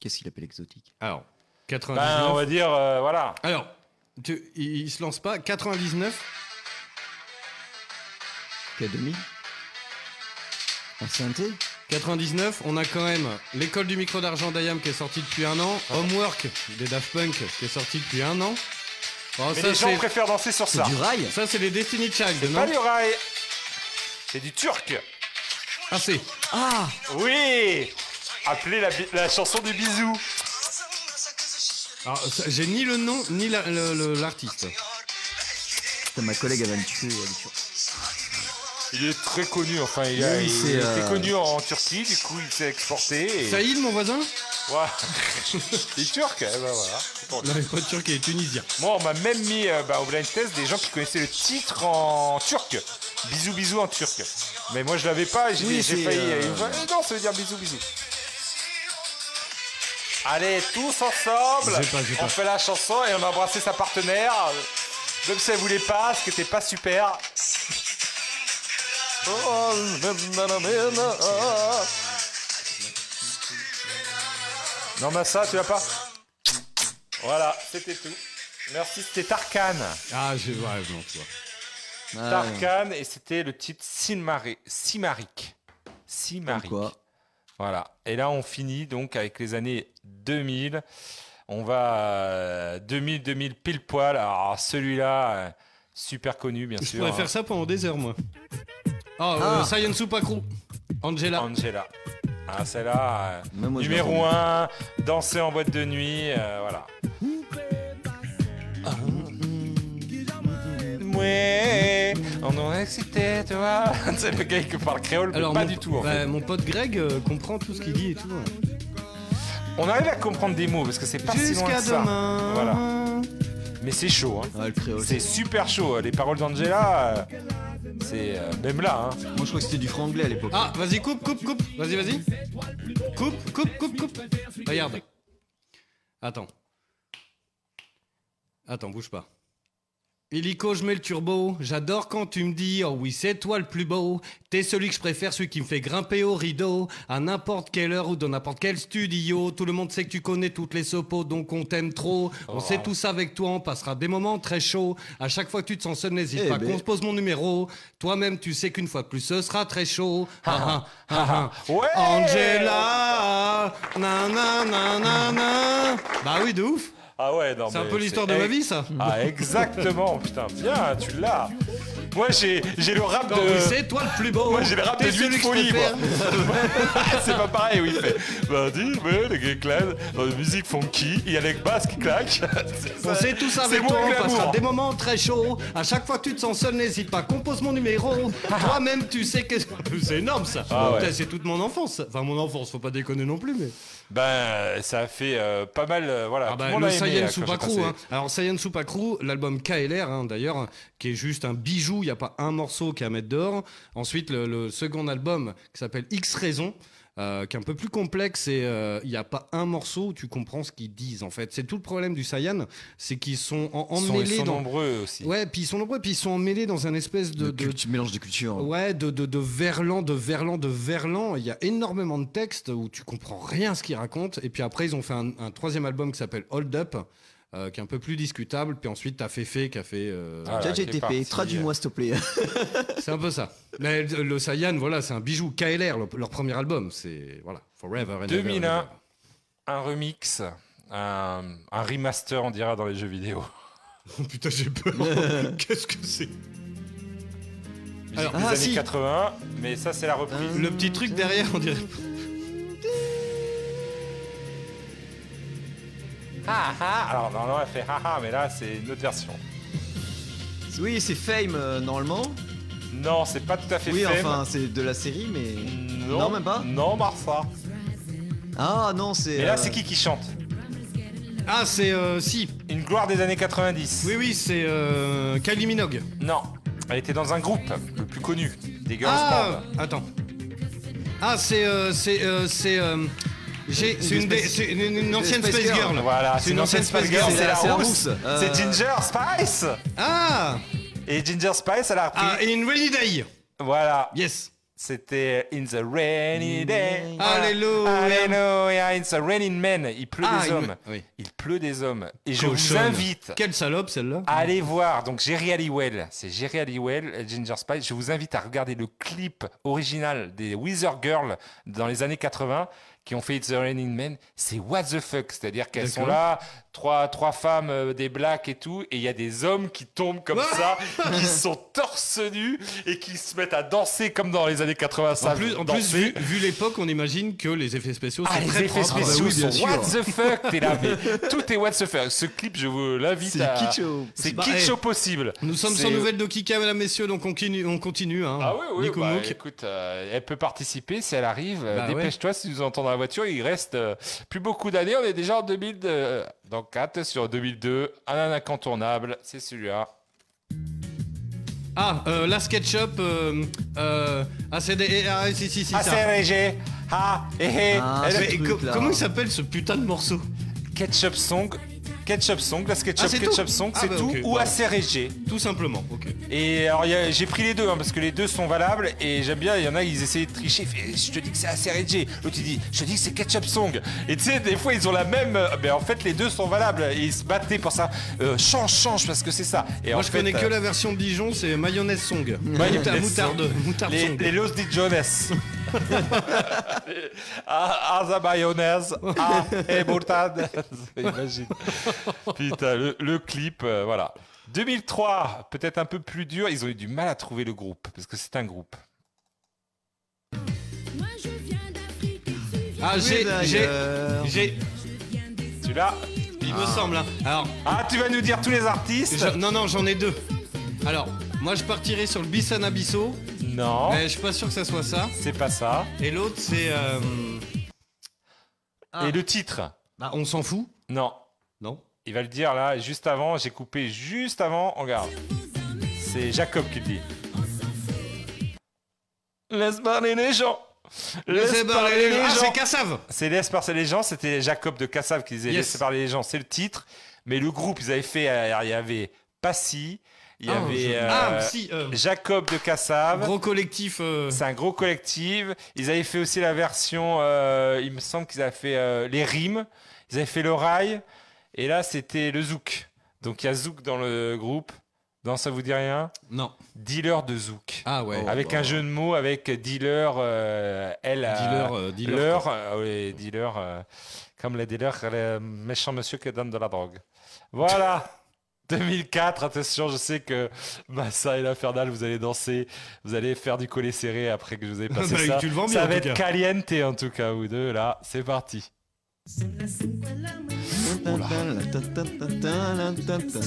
Qu'est-ce qu'il appelle exotique Alors 99 Ben, on va dire, euh, voilà. Alors tu... il, il se lance pas 99 K2000 En synthé 99, on a quand même l'école du micro d'argent d'Ayam qui est sortie depuis un an, Homework des Daft Punk qui est sorti depuis un an. Oh, Mais ça, les gens c'est- préfèrent danser sur C'est ça. du rail ça, c'est les Destiny Child, non Pas du rail. C'est du turc. Ah, c'est. Ah Oui Appelez la, bi- la chanson du bisou. Alors, ça, j'ai ni le nom ni la- le- le- l'artiste. Putain, ma collègue elle va me tuer. elle est sûre. Il est très connu, enfin, il, a, Oui, il c'est, était euh, connu en Turquie, du coup, il s'est exporté. Et... Saïd, mon voisin Ouais. Les Turcs, eh ben voilà. C'est pour Non, lui. mais pas turc, il est tunisien. Moi, on m'a même mis euh, bah, au blind test des gens qui connaissaient le titre en turc. Bisous, bisous en turc. Mais moi, je l'avais pas et j'ai Oui, j'ai c'est, failli. euh, euh, eh non, ça veut dire bisous, bisous. Allez, tous ensemble, J'ai pas, j'ai on pas. fait la chanson et on a embrassé sa partenaire. Même si elle voulait pas, ce qui était pas super. Non, mais ça, tu l'as pas Voilà, c'était tout. Merci, c'était Tarkan. Ah, j'ai. Ouais, non, tu vois. Ah, Tarkan, et c'était le titre Silmari- Simaric. Simaric. Ah, Quoi Voilà. Et là, on finit donc avec les années 2000. On va 2000-2000 pile poil. Alors, celui-là, euh, super connu, bien Je sûr. hein. pourrais faire ça pendant des heures, moi. Oh, Ah. euh, Sayan Supakru. Angela. Angela. Ah, celle-là, euh, Même moi, je l'ai numéro entendu. 1, danser en boîte de nuit, euh, voilà. Ah. Ouais, on aurait excité, tu vois. c'est le gars qui parle créole, mais Alors, pas mon- du tout. En bah, fait. Mon pote Greg euh, comprend tout ce qu'il dit et tout. hein. On arrive à comprendre des mots parce que c'est pas si loin Jusqu'à que ça. demain. Voilà. Mais c'est chaud. hein. Ah, c'est super chaud. Les paroles d'Angela, euh, c'est euh, même là. Moi, je crois que c'était du franglais à l'époque. Ah, vas-y, coupe, coupe, coupe. Vas-y, vas-y. Coupe, coupe, coupe, coupe. Regarde. Attends. Attends, bouge pas. Illico, je mets le turbo. J'adore quand tu me dis, oh oui, c'est toi le plus beau. T'es celui que je préfère, celui qui me fait grimper au rideau. À n'importe quelle heure ou dans n'importe quel studio. Tout le monde sait que tu connais toutes les sopos, donc on t'aime trop. On Oh. sait tous avec toi, on passera des moments très chauds. À chaque fois que tu te sens seul, n'hésite Eh pas, ben. qu'on se pose mon numéro. Toi-même, tu sais qu'une fois de plus, ce sera très chaud. Ah, ah, ah, ah. Ouais. Angela, na, na, na, na, na. Bah oui, de ouf. Ah ouais, non, C'est un mais peu l'histoire de ma vie, ça. Ah, exactement, putain, bien, tu l'as. Moi, j'ai j'ai le rap Non, de. Oh, oui, c'est toi le plus beau. Euh, Moi, j'ai le rap de T'es Nuit de celui que je Folie, moi. préfère. Ah, c'est pas pareil, oui, il fait. Bah, dis, mais les gars clans, dans la musique funky, il y a les basses qui claquent. C'est ça. On sait tous C'est avec moins toi, on glamour. passera des moments très chauds. À chaque fois que tu te sens seul, n'hésite pas, compose mon numéro. Toi-même, tu sais que c'est énorme ça. Ah ouais. Putain, C'est toute mon enfance. Enfin, mon enfance, faut pas déconner non plus, mais. Ben, ça a fait euh, pas mal. euh, voilà, Ah tout bah, monde le l'a aimé, Sayen euh, quand j'ai Soupacrou. passé. Hein. Alors, Sayen Soupacrou, l'album KLR, hein, d'ailleurs, hein, qui est juste un bijou, il n'y a pas un morceau qui est à mettre dehors. Ensuite, le, le second album qui s'appelle X Raison. euh, qui est un peu plus complexe et euh, il n'y a pas un morceau où tu comprends ce qu'ils disent en fait. C'est tout le problème du Saiyan, c'est qu'ils sont en- Ils sont- emmêlés ils sont dans... nombreux aussi. Ouais, puis ils sont nombreux, puis ils sont emmêlés dans un espèce de, de- mélange de cultures. Ouais, de, de, de verlan, de verlan, de verlan. Il y a énormément de textes où tu comprends rien à ce qu'ils racontent. Et puis après, ils ont fait un, un troisième album qui s'appelle Hold Up, euh, qui est un peu plus discutable. Puis ensuite, t'as Féfé qui a fait. euh, Ah, TGTP, traduis-moi s'il te plaît. C'est un peu ça. Mais le, le Saiyan, voilà, c'est un bijou. KLR, le- leur premier album, c'est. Voilà, Forever and ever and ever. 2001, un remix, un, un remaster, on dira, dans les jeux vidéo. Putain, j'ai peur. Qu'est-ce que c'est Musique Alors- des Ah, années si. 80, mais ça, c'est la reprise. Le petit truc derrière, on dirait. Ah, ah. Alors, normalement, elle fait haha, mais là, c'est une autre version. Oui, c'est Fame euh, normalement. Non, c'est pas tout à fait Oui, Fame. enfin, c'est de la série, mais. Non, même pas Non, Marfa. Ah non, c'est. Et là, euh, c'est qui qui chante Ah, c'est. euh, si. Une gloire des années 90. Oui, oui, c'est euh, Kylie Minogue. Non, elle était dans un groupe, le plus connu, des Girls ah, Band. attends. Ah, c'est euh, c'est euh, c'est euh, j'ai- c'est une, des- c'est une, une- une ancienne Space, Girl. Voilà, c'est une ancienne Space Girl, c'est la, rousse. C'est Ginger Spice. Ah Et Ginger Spice, elle a repris. Ah, in Rainy Day. Voilà. Yes. C'était In the Rainy Day. Mm. Alléluia. Alléluia. In the Raining Men. Il pleut Ah, des in- hommes. oui. Il pleut des hommes. Et je vous Cochonne. invite. Quelle salope celle-là. Allez voir, donc Jerry Halliwell, c'est Jerry Halliwell, euh, Ginger Spice. Je vous invite à regarder le clip original des Weezer Girls dans les années 80 qui ont fait It's the Raining Men. C'est what the fuck, c'est-à-dire qu'elles sont là, trois, trois femmes, euh, des blacks et tout, et il y a des hommes qui tombent comme Ah ça, qui sont torse nus et qui se mettent à danser comme dans les années 80. En ça, plus, en plus danser. vu, vu l'époque, on imagine que les effets spéciaux sont Ah, les très bah effets propres. spéciaux sont what the fuck, t'es là, mais tout est what the fuck. Ce clip, je vous l'invite C'est à. kitsch au- C'est Bah, kitsch eh, au possible. Nous sommes C'est- sans nouvelles de Kika, mesdames, messieurs, donc on continue. On continue hein. Ah oui, oui, Nico bah, Mouk. écoute, euh, elle peut participer si elle arrive. euh, Bah ouais. Dépêche-toi si tu nous entends dans la voiture. Il reste euh, plus beaucoup d'années. On est déjà en 2000, euh, dans 4 sur 2002. Un incontournable, c'est celui-là. Ah, euh, la SketchUp, euh, euh, ACD, ah, si, si, si, ça. ACDG, ah, eh, eh. Ah, Elle- ce Mais truc, co- là. comment il s'appelle ce putain de morceau Ketchup Song. Ketchup Song, la SketchUp Ah, c'est Ketchup tout Song, Ah, c'est bah, tout ok, ou voilà. assez régé. Tout simplement, ok. euh, Et alors, il y a- j'ai pris les deux hein, parce que les deux sont valables et j'aime bien. Il y en a, ils essaient de tricher. Fait, je te dis que c'est assez régé. L'autre il dit, je te dis que c'est Ketchup Song. Et tu sais, des fois ils ont la même. euh, Mais en fait, les deux sont valables. Et ils se battaient pour ça. Euh, change, change parce que c'est ça. Et Moi, en je fait, connais que euh, la version Dijon, c'est Mayonnaise Song. Mayonnaise Song. Moutarde, moutarde, moutarde les, Song. les Los de Jones. ah, ah, la mayonnaise. Ah, et moutarde. Imagine. Putain, le, le clip, euh, voilà. 2003, peut-être un peu plus dur. Ils ont eu du mal à trouver le groupe parce que c'est un groupe. Ah, j'ai, j'ai, j'ai. Tu l'as Il me semble, hein. Alors. Ah, tu vas nous dire tous les artistes Non, non, j'en ai deux. Alors, Moi, je partirais sur le Bissan Abisso. Non. Mais je suis pas sûr que ça soit ça. C'est pas ça. Et l'autre, c'est. euh, Et le titre Bah, on s'en fout Non. Non Il va le dire là, juste avant, j'ai coupé juste avant, regarde. C'est Jacob qui le dit. Laisse parler les gens Laissez parler les gens. Ah, c'est Cassave C'est Laisse parler les gens, c'était Jacob de Cassave qui disait Yes. Laisse parler les gens, c'est le titre. Mais le groupe, ils avaient fait, euh, il y avait Passy, il y Ah, avait je- euh, Ah, si, euh, Jacob de Cassave. Gros collectif. C'est un gros collectif. Ils avaient fait aussi la version, euh, il me semble qu'ils avaient fait euh, les rimes, ils avaient fait l'oreille, et là c'était le zouk. Donc il y a zouk dans le groupe. Non, ça vous dit rien Non. Dealer de zouk. Ah ouais. avec Oh, un bah. jeu de mots avec dealer, euh, elle. euh, Dealer, euh, dealer, leur, quoi. euh, ouais, dealer, euh, comme les dealers, euh, les méchants monsieur qui donnent de la drogue. Voilà 2004, attention, je sais que Massa et l'Infernal, vous allez danser, vous allez faire du collet serré après que je vous ai passé Bah, ça. tu le vends bien, ça en va tout être cas. caliente en tout cas, vous deux, là, c'est parti. Oh C'est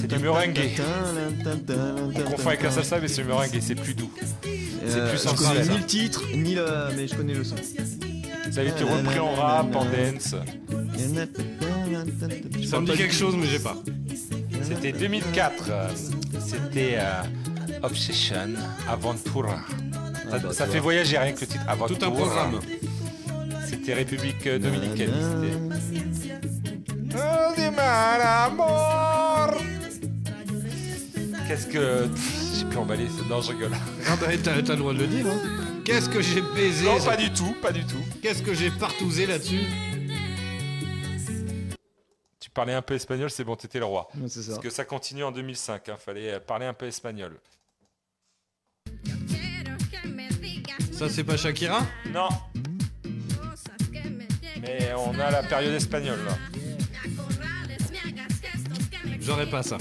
du meringue. On confond avec la salsa, mais c'est meringue et c'est plus doux. C'est plus Euh, je connais sensuel. ni le titre, ni le. Mais je connais le son. Ça a été repris en rap, en dance. Ça me dit quelque chose, mais j'ai pas. C'était 2004. euh, C'était euh, Obsession, Aventura. Ça, Ah bah, ça tu fait vois. voyager rien que le titre Aventura. Tout un programme. C'était République euh, Dominicaine. c'était- Qu'est-ce que. Pff, J'ai pu emballer. ce- Non, je rigole. Ah bah, t'as t'as le droit de le dire, hein. Qu'est-ce que j'ai baisé Non, pas du tout, pas du tout. Qu'est-ce que j'ai partousé là-dessus Tu parlais un peu espagnol, c'est bon, t'étais le roi. Ouais, c'est ça. Parce que ça continue en 2005. hein, Fallait euh, parler un peu espagnol. Ça, c'est pas Shakira Non. Mais on a la période espagnole là. J'aurais pas ça.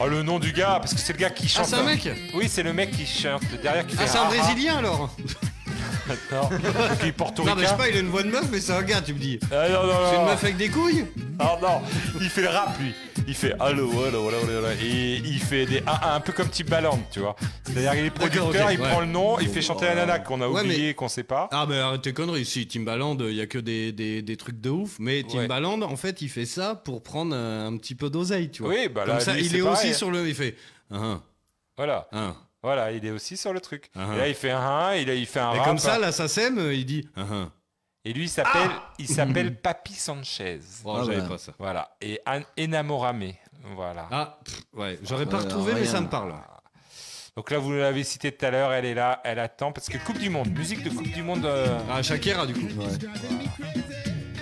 Oh, le nom du gars, parce que c'est le gars qui chante. Ah, c'est un mec Oui, c'est le mec qui chante derrière qui fait. Ah, c'est un ah, ah. Brésilien alors Non, qui est portoricain. Non, mais je sais pas, il a une voix de meuf, mais c'est un gars, tu me dis. Ah, non, non, C'est une non. meuf avec des couilles Ah non, il fait le rap lui. Il fait allô, allô, allô, allô, allô. Et il fait des ah, ah, un peu comme Tip Balland, tu vois. C'est-à-dire qu'il est producteur, D'accord, ok, il ouais. prend le nom, il fait chanter la nana qu'on a Ouais, oublié, mais- qu'on sait pas. Ah, mais arrête tes conneries. Si, Timbaland, il y a que des, des, des trucs de ouf. Mais Timbaland, en fait, il fait ça pour prendre euh, un petit peu d'oseille, tu vois. Oui, bah là, Comme ça, lui, il c'est est pareil. aussi sur le. Il fait. Ah, Voilà. ah, Voilà, il est aussi sur le truc. Ah, ah. Et là, il fait un, ah, il, il fait un ah. Et rap. comme ça, Ah là, ça sème, euh, il dit. Ah, ah. Et lui, il s'appelle, il s'appelle Papi Sanchez. Oh, j'avais pas ça. Voilà. Et An- Enamorame. Voilà. Ah, pff, ouais, j'aurais pas retrouvé, mais ça me parle. Donc là, vous l'avez cité tout à l'heure, elle est là, elle attend parce que Coupe du Monde, musique de Coupe du Monde. euh, Ah, Shakira, du coup.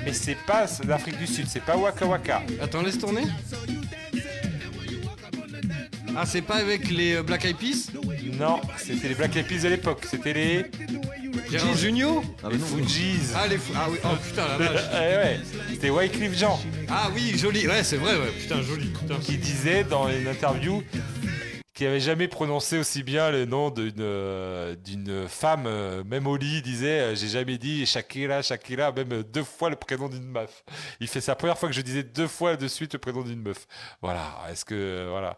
Mais c'est pas l'Afrique du Sud, c'est pas Waka Waka. Attends, laisse tourner. Ah, c'est pas avec les euh, Black Eyed Peas Non, c'était les Black Eyed Peas de l'époque, c'était les. Gérard Junio les Fujis. Ah, les Fu- ah oui, oh putain, la vache. Eh ouais, c'était Wycliffe Jean. Ah oui, joli, ouais, c'est vrai, ouais, putain, joli. Putain. Qui disait dans une interview qu'il avait jamais prononcé aussi bien le nom d'une euh, d'une femme, euh, même au lit, il disait euh, J'ai jamais dit Shakira, Shakira, même euh, deux fois le prénom d'une meuf. Il fait ça la première fois que je disais deux fois de suite le prénom d'une meuf. Voilà, est-ce que. euh, Voilà.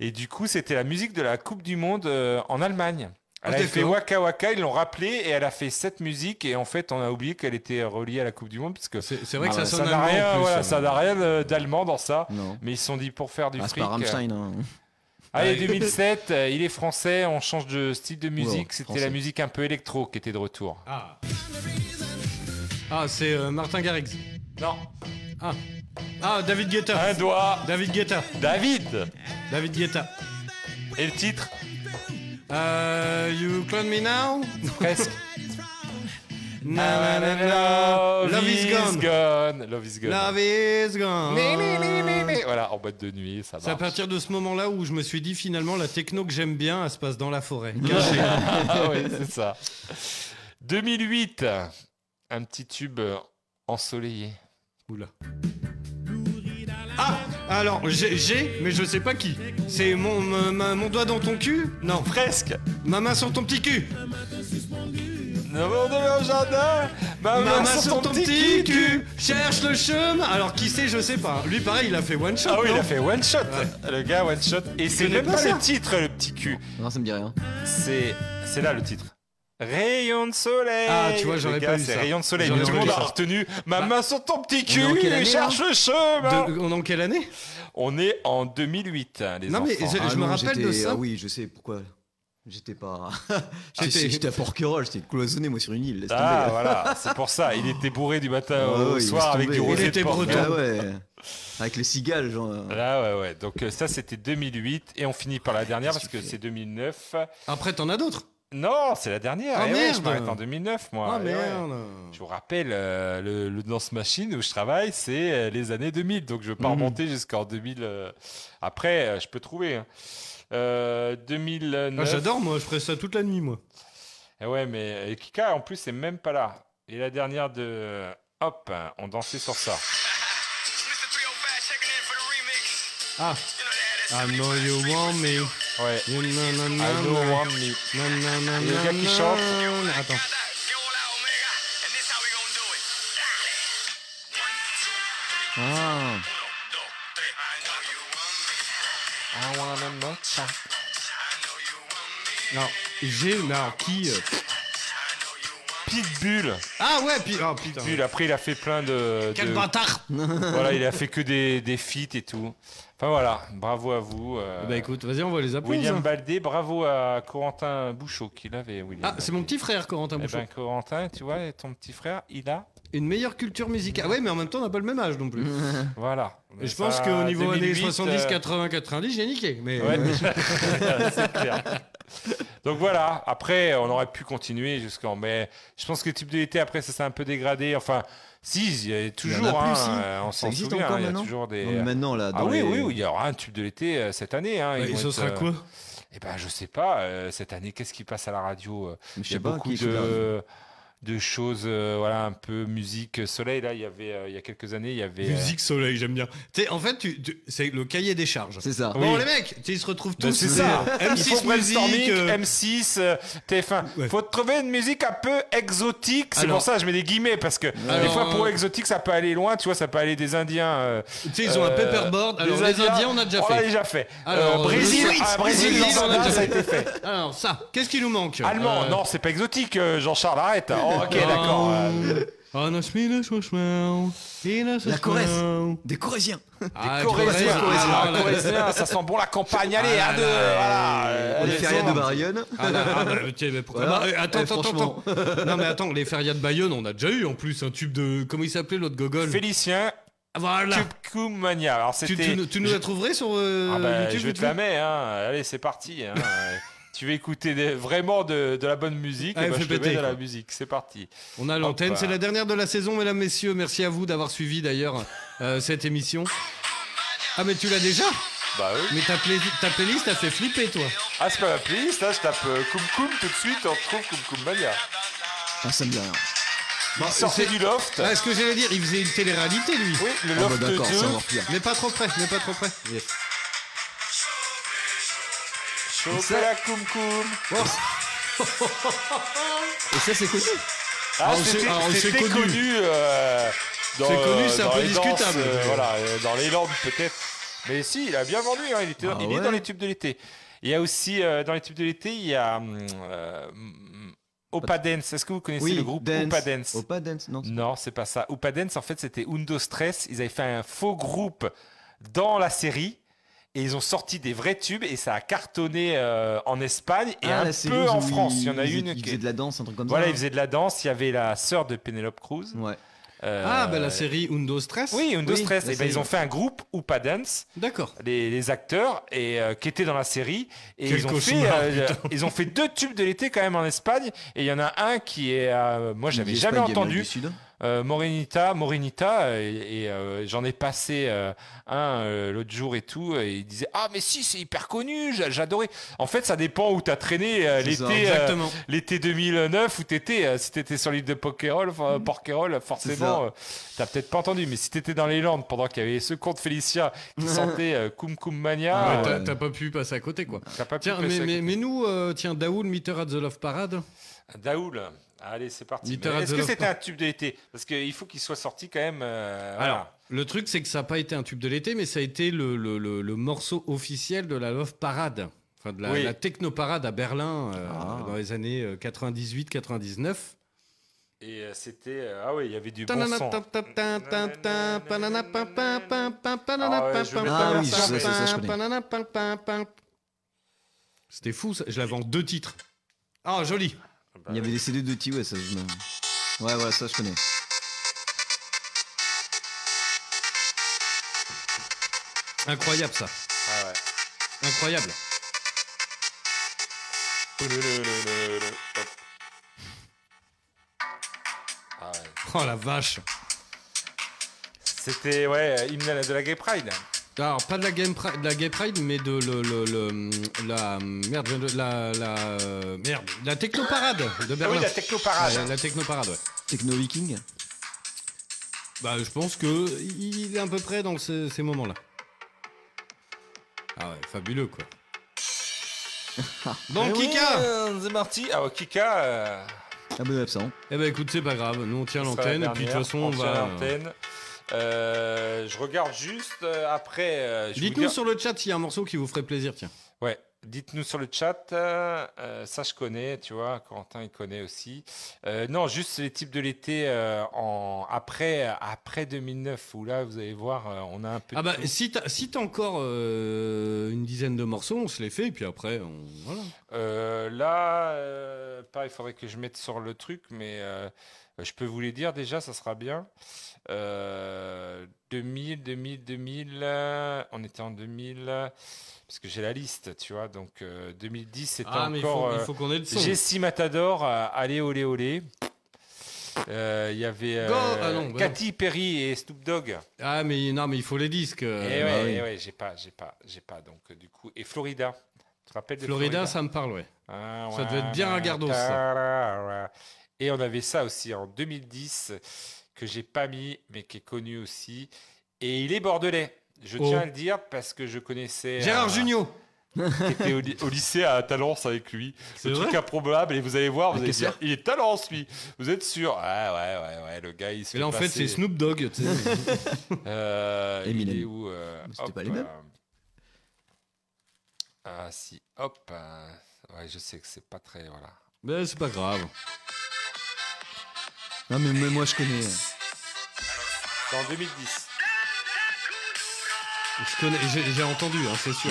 Et du coup, c'était la musique de la Coupe du Monde euh, en Allemagne. Ah, Elle avait fait d'accord. Waka Waka, ils l'ont rappelé et elle a fait cette musique et en fait on a oublié qu'elle était reliée à la Coupe du Monde parce que c'est vrai que Ah ça sonne n'a allemand en rien, plus, voilà, hein. ça n'a rien euh, d'allemand dans ça. Non. Mais ils se sont dit pour faire du Ah, c'est fric. euh. euh, pas Rammstein. Hein. Allez, Ouais. 2007, euh, il est français, on change de style de musique. C'était la français. musique un peu électro qui était de retour. Ah. Ah, c'est euh, Martin Garrix. Non. Ah. Ah, David Guetta. Un doigt. David Guetta. David. David Guetta. Et le titre Euh, You Clone Me Now Presque. Na, na, na, na. Love is gone. Love is gone. Love is gone. Né, né, né, né, né. Voilà, en boîte de nuit, ça C'est à marche. partir de ce moment-là où je me suis dit finalement la techno que j'aime bien, elle se passe dans la forêt. Ah ouais, c'est ça. 2008, un petit tube euh, ensoleillé. Oula. Ah Alors, j'ai, j'ai, mais je sais pas qui. C'est mon, ma- ma- mon doigt dans ton cul Non. Presque. Ma main sur ton petit cul Nous de jardin, Maman sur ton petit cul, cherche le chemin. Alors qui sait, je sais pas. Lui, pareil, il a fait one shot. Ah oui, il non a fait one shot. Le gars, one shot. Et c'est connais même pas pas ça le titre, le petit cul. Non, ça me dit rien. C'est c'est là le titre. Rayon de soleil. Ah, tu vois, Les j'aurais gars, pas eu C'est ça. rayon de soleil. J'aurais Tout le pas eu monde a ça. retenu. Ma Bah, main sur ton petit on est en cul, quelle année, cherche là le chemin. De- on est en quelle année On est en 2008, hein, les Non, mais enfants. je- Ah je me non, rappelle J'étais- de ça. Ah oui, je sais pourquoi. J'étais pas. J'étais- j'étais j'étais à Porquerolles, j'étais cloisonné moi sur une île. laisse Ah tomber. voilà, c'est pour ça. Il était bourré du matin Ah Euh, au ouais, il soir laisse avec du tomber. rosé de Porto. Ah ouais. Avec les cigales, genre. Là, ouais, ouais. Donc euh, ça, c'était 2008. Et on finit par la dernière parce que c'est 2009. Après, t'en as d'autres Non, c'est la dernière. Ah, Eh ouais, merde. je m'arrête en 2009, moi. Ah, Eh ouais. merde. Je vous rappelle, euh, le, le Dance Machine où je travaille, c'est euh, les années 2000. Donc je ne veux pas Mhm. remonter jusqu'en 2000. euh, Après, euh, je peux trouver. hein. Euh, 2009. Ah, J'adore, moi, je ferais ça toute la nuit, moi. Eh ouais, mais euh, Kika, en plus, c'est même pas là. Et la dernière de. Hop, hein, on dansait sur ça. Ah. I know you want me. Ouais. I know you want me. Et le gars qui chante. Attends. Ah. Non, j'ai. mais alors, qui euh, Pitbull. Ah ouais, puis. Ah putain. Euh, Pitbull, après, il a fait plein de. Quel de- bâtard Voilà, il a fait que des, des feats et tout. Enfin voilà, bravo à vous. euh, Bah écoute, vas-y, on va les applaudir. William Baldé, bravo à Corentin Bouchot qui l'avait. William Ah, c'est mon petit frère, Corentin Eh Bouchot. ben, Corentin, tu vois, ton petit frère, il a. Une meilleure culture musicale. Ah Ouais, mais en même temps, on n'a pas le même âge non plus. Voilà. Et je Ça, pense qu'au niveau années 2008, 70, euh, 80, 90, j'ai niqué. Mais... Ouais, c'est clair. Donc voilà, après, on aurait pu continuer jusqu'en. Mais je pense que le type de l'été, après, ça s'est un peu dégradé. Enfin, si, il y a toujours. Il y en a plus, hein, si. euh, on Ça s'en existe souvient, encore hein, il y a maintenant toujours des. Non, mais maintenant, là, ah dans oui, les- oui, oui, il y aura un tube de l'été euh, cette année. Hein, Ouais, ils et vont ce sera quoi Eh ben, je sais pas. euh, cette année, qu'est-ce qui passe à la radio euh, Mais je Il y a sais pas, beaucoup qui est-ce qui de de choses euh, voilà un peu musique euh, soleil là il y avait euh, il y a quelques années il y avait euh, Musique, soleil, j'aime bien. T'sais, en fait, tu- tu- c'est le cahier des charges. C'est ça. Bon, Oui. les mecs, t'sais, ils se retrouvent tous. Ben, c'est ça. euh, Il faut M6 musique. brainstorming, euh, M6, euh, TF1. Faut trouver une musique un peu exotique. C'est Alors- pour ça que je mets des guillemets parce que des Alors, fois pour euh, exotique ça peut aller loin. Tu vois, ça peut aller des Indiens. euh, oh, Tu sais, ils ont un paperboard. Alors, les Indiens, on a déjà On fait. l'a déjà fait. Alors, Euh, Brésil, le- ah, Brésil, Brésil, non, on a déjà ça a fait. été fait. Alors, ça, qu'est-ce qui nous manque Allemand, Euh, non, c'est pas exotique. euh, Jean-Charles, arrête. Oh, ok, d'accord. Ah, euh, La Corrèze. Des Corréziens. Ah, Des Corréziens, du Corrézien, ah, voilà. Corréziens, ça sent bon la campagne. Allez, Ah à là deux, là. voilà. euh, Les allez, férias de ensemble. Bayonne. Ah, là, ah, bah, tiens, mais pourquoi Voilà. bah, euh, Attends, Eh, attends, franchement. attends. Non, mais attends, les férias de Bayonne, on a déjà eu en plus un tube de. Comment il s'appelait l'autre gogol Félicien, Voilà. Cubcum Mania. Alors, Tu, c'était. tu nous- tu nous la trouverais sur euh, Ah bah, YouTube je du te tout la mets, hein. allez c'est parti. hein. Euh, tu veux écouter des- vraiment de, de la bonne musique, Allez, eh ben, Ah, fais je te péter, mets de la quoi. musique, c'est parti. On a l'antenne, Hop. c'est la dernière de la saison, mesdames, messieurs. Merci à vous d'avoir suivi d'ailleurs euh, cette émission. Ah, mais tu l'as déjà Bah oui. Mais ta, play- ta playlist a fait flipper, toi. Ah c'est pas ma playlist, là je tape euh, Koum Koum tout de suite, on retrouve Koum Koum Mania. Ah, ça me dit rien. Il sortait Bah, c'est- du loft. Ah, ce que j'allais dire, il faisait une télé-réalité, lui. Oui, le Ah, loft bah, 2. d'accord, c'est encore pire. Mais pas trop près, mais pas trop près. Choper Ça- la Koum Koum. Et ça, c'est connu. Ah, on c'était- sait- ah, on c'était sait connu. euh, dans, C'est connu, euh, c'est un dans peu les danses, discutable. euh, voilà, euh, dans les Landes peut-être. Mais si, il a bien vendu. hein, il était- Ah il est ouais. dans les tubes de l'été. Il y a aussi euh, dans les tubes de l'été, il y a hum, euh, hum, Opa Dance. Est-ce que vous connaissez Oui, le groupe Dance. Opa Dance Opa Dance, non. Non, c'est pas ça. Opa Dance, en fait, c'était Undo Stress. Ils avaient fait un faux groupe dans la série. Et ils ont sorti des vrais tubes et ça a cartonné euh, en Espagne et Ah, un la peu série en où France. Il y en a ils- une Ils qui faisaient de la danse, un truc comme voilà, ça. hein. il faisait de la danse. Il y avait la sœur de Penelope Cruz. Ouais. Euh, Ah, bah la série Undo Stress Oui, Undo Oui, Stress. la Et ben, série, ils ont ouais. fait un groupe Oupa Dance, D'accord. les, les acteurs, et euh, qui étaient dans la série. Et Quel ils ont cauchemar, fait, euh, putain. ils ont fait deux tubes de l'été quand même en Espagne. Et il y en a un qui est, euh, moi, j'avais D'Espagne, jamais d'Amérique entendu. du Sud. Euh, Morenita, Morenita, euh, et, et, euh, j'en ai passé euh, un euh, l'autre jour et tout, et il disait ah mais si c'est hyper connu, j'a- j'adorais. En fait, ça dépend où t'as traîné euh, C'est ça, l'été, euh, exactement. l'été 2009 où t'étais. euh, si t'étais sur l'île de Pokerol, enfin, Mhm. Porquerolles, forcément, ça. euh, t'as peut-être pas entendu. Mais si t'étais dans les Landes pendant qu'il y avait ce conte Félicia qui sentait euh, Koum Koum Mania, Ah, euh, t'as- T'as pas pu passer à côté, quoi. t'as pas pu Tiens, passer mais, à mais, côté. mais nous, euh, tiens, Daoul, Meter at the Love Parade. Daoul, Allez, c'est parti. Littérature Est-ce de que l'offre. c'était un tube de l'été Parce qu'il faut qu'il soit sorti quand même. euh, Alors, le truc, c'est que ça n'a pas été un tube de l'été, mais ça a été le, le- le- le morceau officiel de la Love Parade. Enfin, de la, Oui. Ah. la techno parade à Berlin euh, dans les années euh, 98-99. Et euh, c'était. euh, ah oui, il y avait du bon son. Ah oui, ça, ça, ça, je C'était fou, ça. je l'avais en deux titres. Ah, joli Il y avait des CD de T, ouais, ça je me- Ouais, voilà, ça je connais. Incroyable ça. Ah ouais. Incroyable. Oh la vache. C'était, ouais, hymne à la- de la Gay Pride. Alors, pas de la, game Pri- de la Gay Pride, mais de le, le- le- la. Merde, je viens de- la, la. euh, Merde, la Technoparade de Berlin. Ah oui, la Technoparade. La, la Technoparade, ouais. Techno Viking Bah, je pense que il est à peu près dans ce- ces moments-là. Ah ouais, fabuleux quoi. Bon, Mais Kika ouais, C'est parti. Ah, ouais, Kika. euh, Ah ben absent. Eh ben écoute, c'est pas grave, nous on tient ce sera la l'antenne et puis de toute dernière. façon on tient va. l'antenne. Euh, je regarde juste euh, après. euh, je vais vous Dites-nous dire- sur le chat s'il y a un morceau qui vous ferait plaisir, tiens. Ouais, dites-nous sur le chat. euh, euh, ça, je connais, tu vois. Corentin, il connaît aussi. Euh, non, juste les types de l'été euh, en après après 2009 où là, vous allez voir, euh, on a un peu. Ah de bah tout. si t'as si t'as encore euh, une dizaine de morceaux, on se les fait et puis après on voilà. Euh, là, euh, pareil, il faudrait que je mette sur le truc, mais euh, je peux vous les dire déjà, ça sera bien. Euh, 2000, 2000, 2000, euh, on était en 2000, euh, parce que j'ai la liste, tu vois, donc euh, 2010, c'était Ah, mais il faut- encore... euh, il faut qu'on ait le son. Jessie Matador, euh, allez, olé, olé. Euh, Il y avait Go euh, Ah non, bah non. Katy Perry et Snoop Dogg. Ah mais non mais il faut les disques. euh, et ouais, bah oui. eh ouais, j'ai pas, j'ai pas, j'ai pas. Donc euh, du coup, et Florida. Tu te rappelles de Florida, Florida ça me parle ouais. Ah, Ça devait être bien ouais, un gardos, ça. tarara. Et on avait ça aussi en 2010 que j'ai pas mis mais qui est connu aussi. Et il est bordelais. Je Oh. tiens à le dire parce que je connaissais Gérard euh, Jugnot. qui était au, ly- au lycée à Talence avec lui. C'est C'est un vrai truc improbable et vous allez voir, vous Le allez caissière. dire, il est Talence lui. Vous êtes sûr Ah ouais ouais ouais, le gars il se Et là en fait passer- Bah, c'est Snoop Dogg. tu sais. Euh, il Eminem. est où euh, C'était hop, pas les mêmes. euh, Ah si, hop. euh, ouais, je sais que c'est pas très voilà. Mais c'est pas grave. Non, mais, mais moi je connais. euh, C'est en 2010. Je connais, j'ai j'ai entendu, hein, c'est sûr.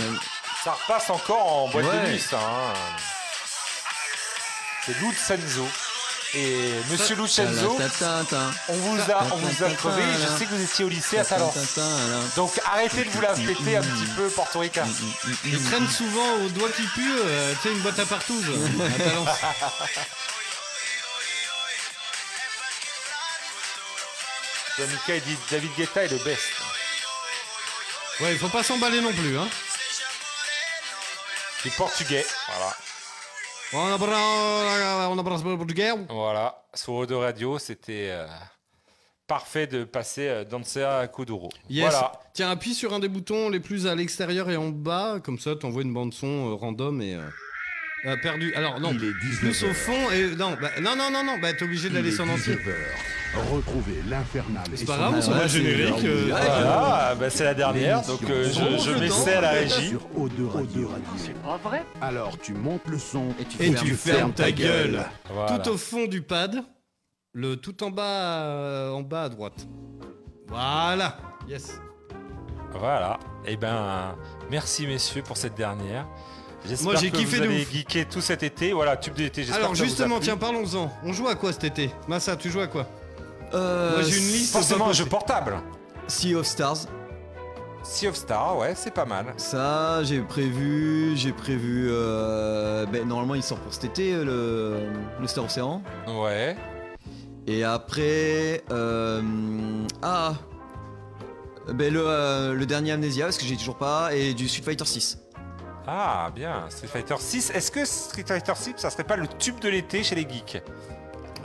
Ça repasse encore en boîte Ouais. de nuit, ça. hein. C'est Lucenzo. Et monsieur Lucenzo, on vous a, on vous a crevé. Je sais que vous étiez au lycée à Talence. Donc arrêtez de vous la péter un petit peu, portoricain. mm, Il traîne souvent aux doigts qui puent, euh, tu sais, une boîte à partouze. à Talence. Toi, Mika, il dit David Guetta est le best. Ouais, il faut pas s'emballer non plus. Hein. Il est portugais. Voilà. On abra- on embrasse le Portugais. Voilà. Sur Odo Radio, c'était euh, parfait de passer euh, Danser à Kuduro. Yes. Voilà. Tiens, appuie sur un des boutons les plus à l'extérieur et en bas, comme ça t'envoies une bande son euh, random et. euh, ah, perdu. Alors non, Il est 19 plus au heures. fond et non, bah, non, non, non, non, bah t'es obligé de la laisser en entier. Retrouvez l'infernal. C'est pas grave, on s'en va générique, euh, Voilà, bah, c'est la dernière, donc euh, je, je mets ça à la régie. Sur O2 Radio. Alors tu montes le son et Et tu fermes ta gueule. Voilà. Tout au fond du pad, le tout en bas, euh, en bas à droite. Voilà. Yes. Voilà. Et ben, merci messieurs pour cette dernière. J'espère Moi, j'ai que kiffé vous de allez ouf. geeker tout cet été. Voilà, tube d'été, j'espère Alors que ça vous a justement, plu. tiens, parlons-en. On joue à quoi cet été Massa, tu joues à quoi Euh, Moi j'ai une liste. forcément pas un jeu possible. portable. Sea of Stars. Sea of Star, ouais, c'est pas mal. Ça, j'ai prévu. J'ai prévu. euh, ben, normalement, il sort pour cet été, le, le Star Ocean. Ouais. Et après. euh, ah ben, le, euh, le dernier Amnesia, parce que j'ai toujours pas. Et du Street Fighter 6. Ah, bien, Street Fighter 6. Est-ce que Street Fighter 6, ça serait pas le tube de l'été chez les geeks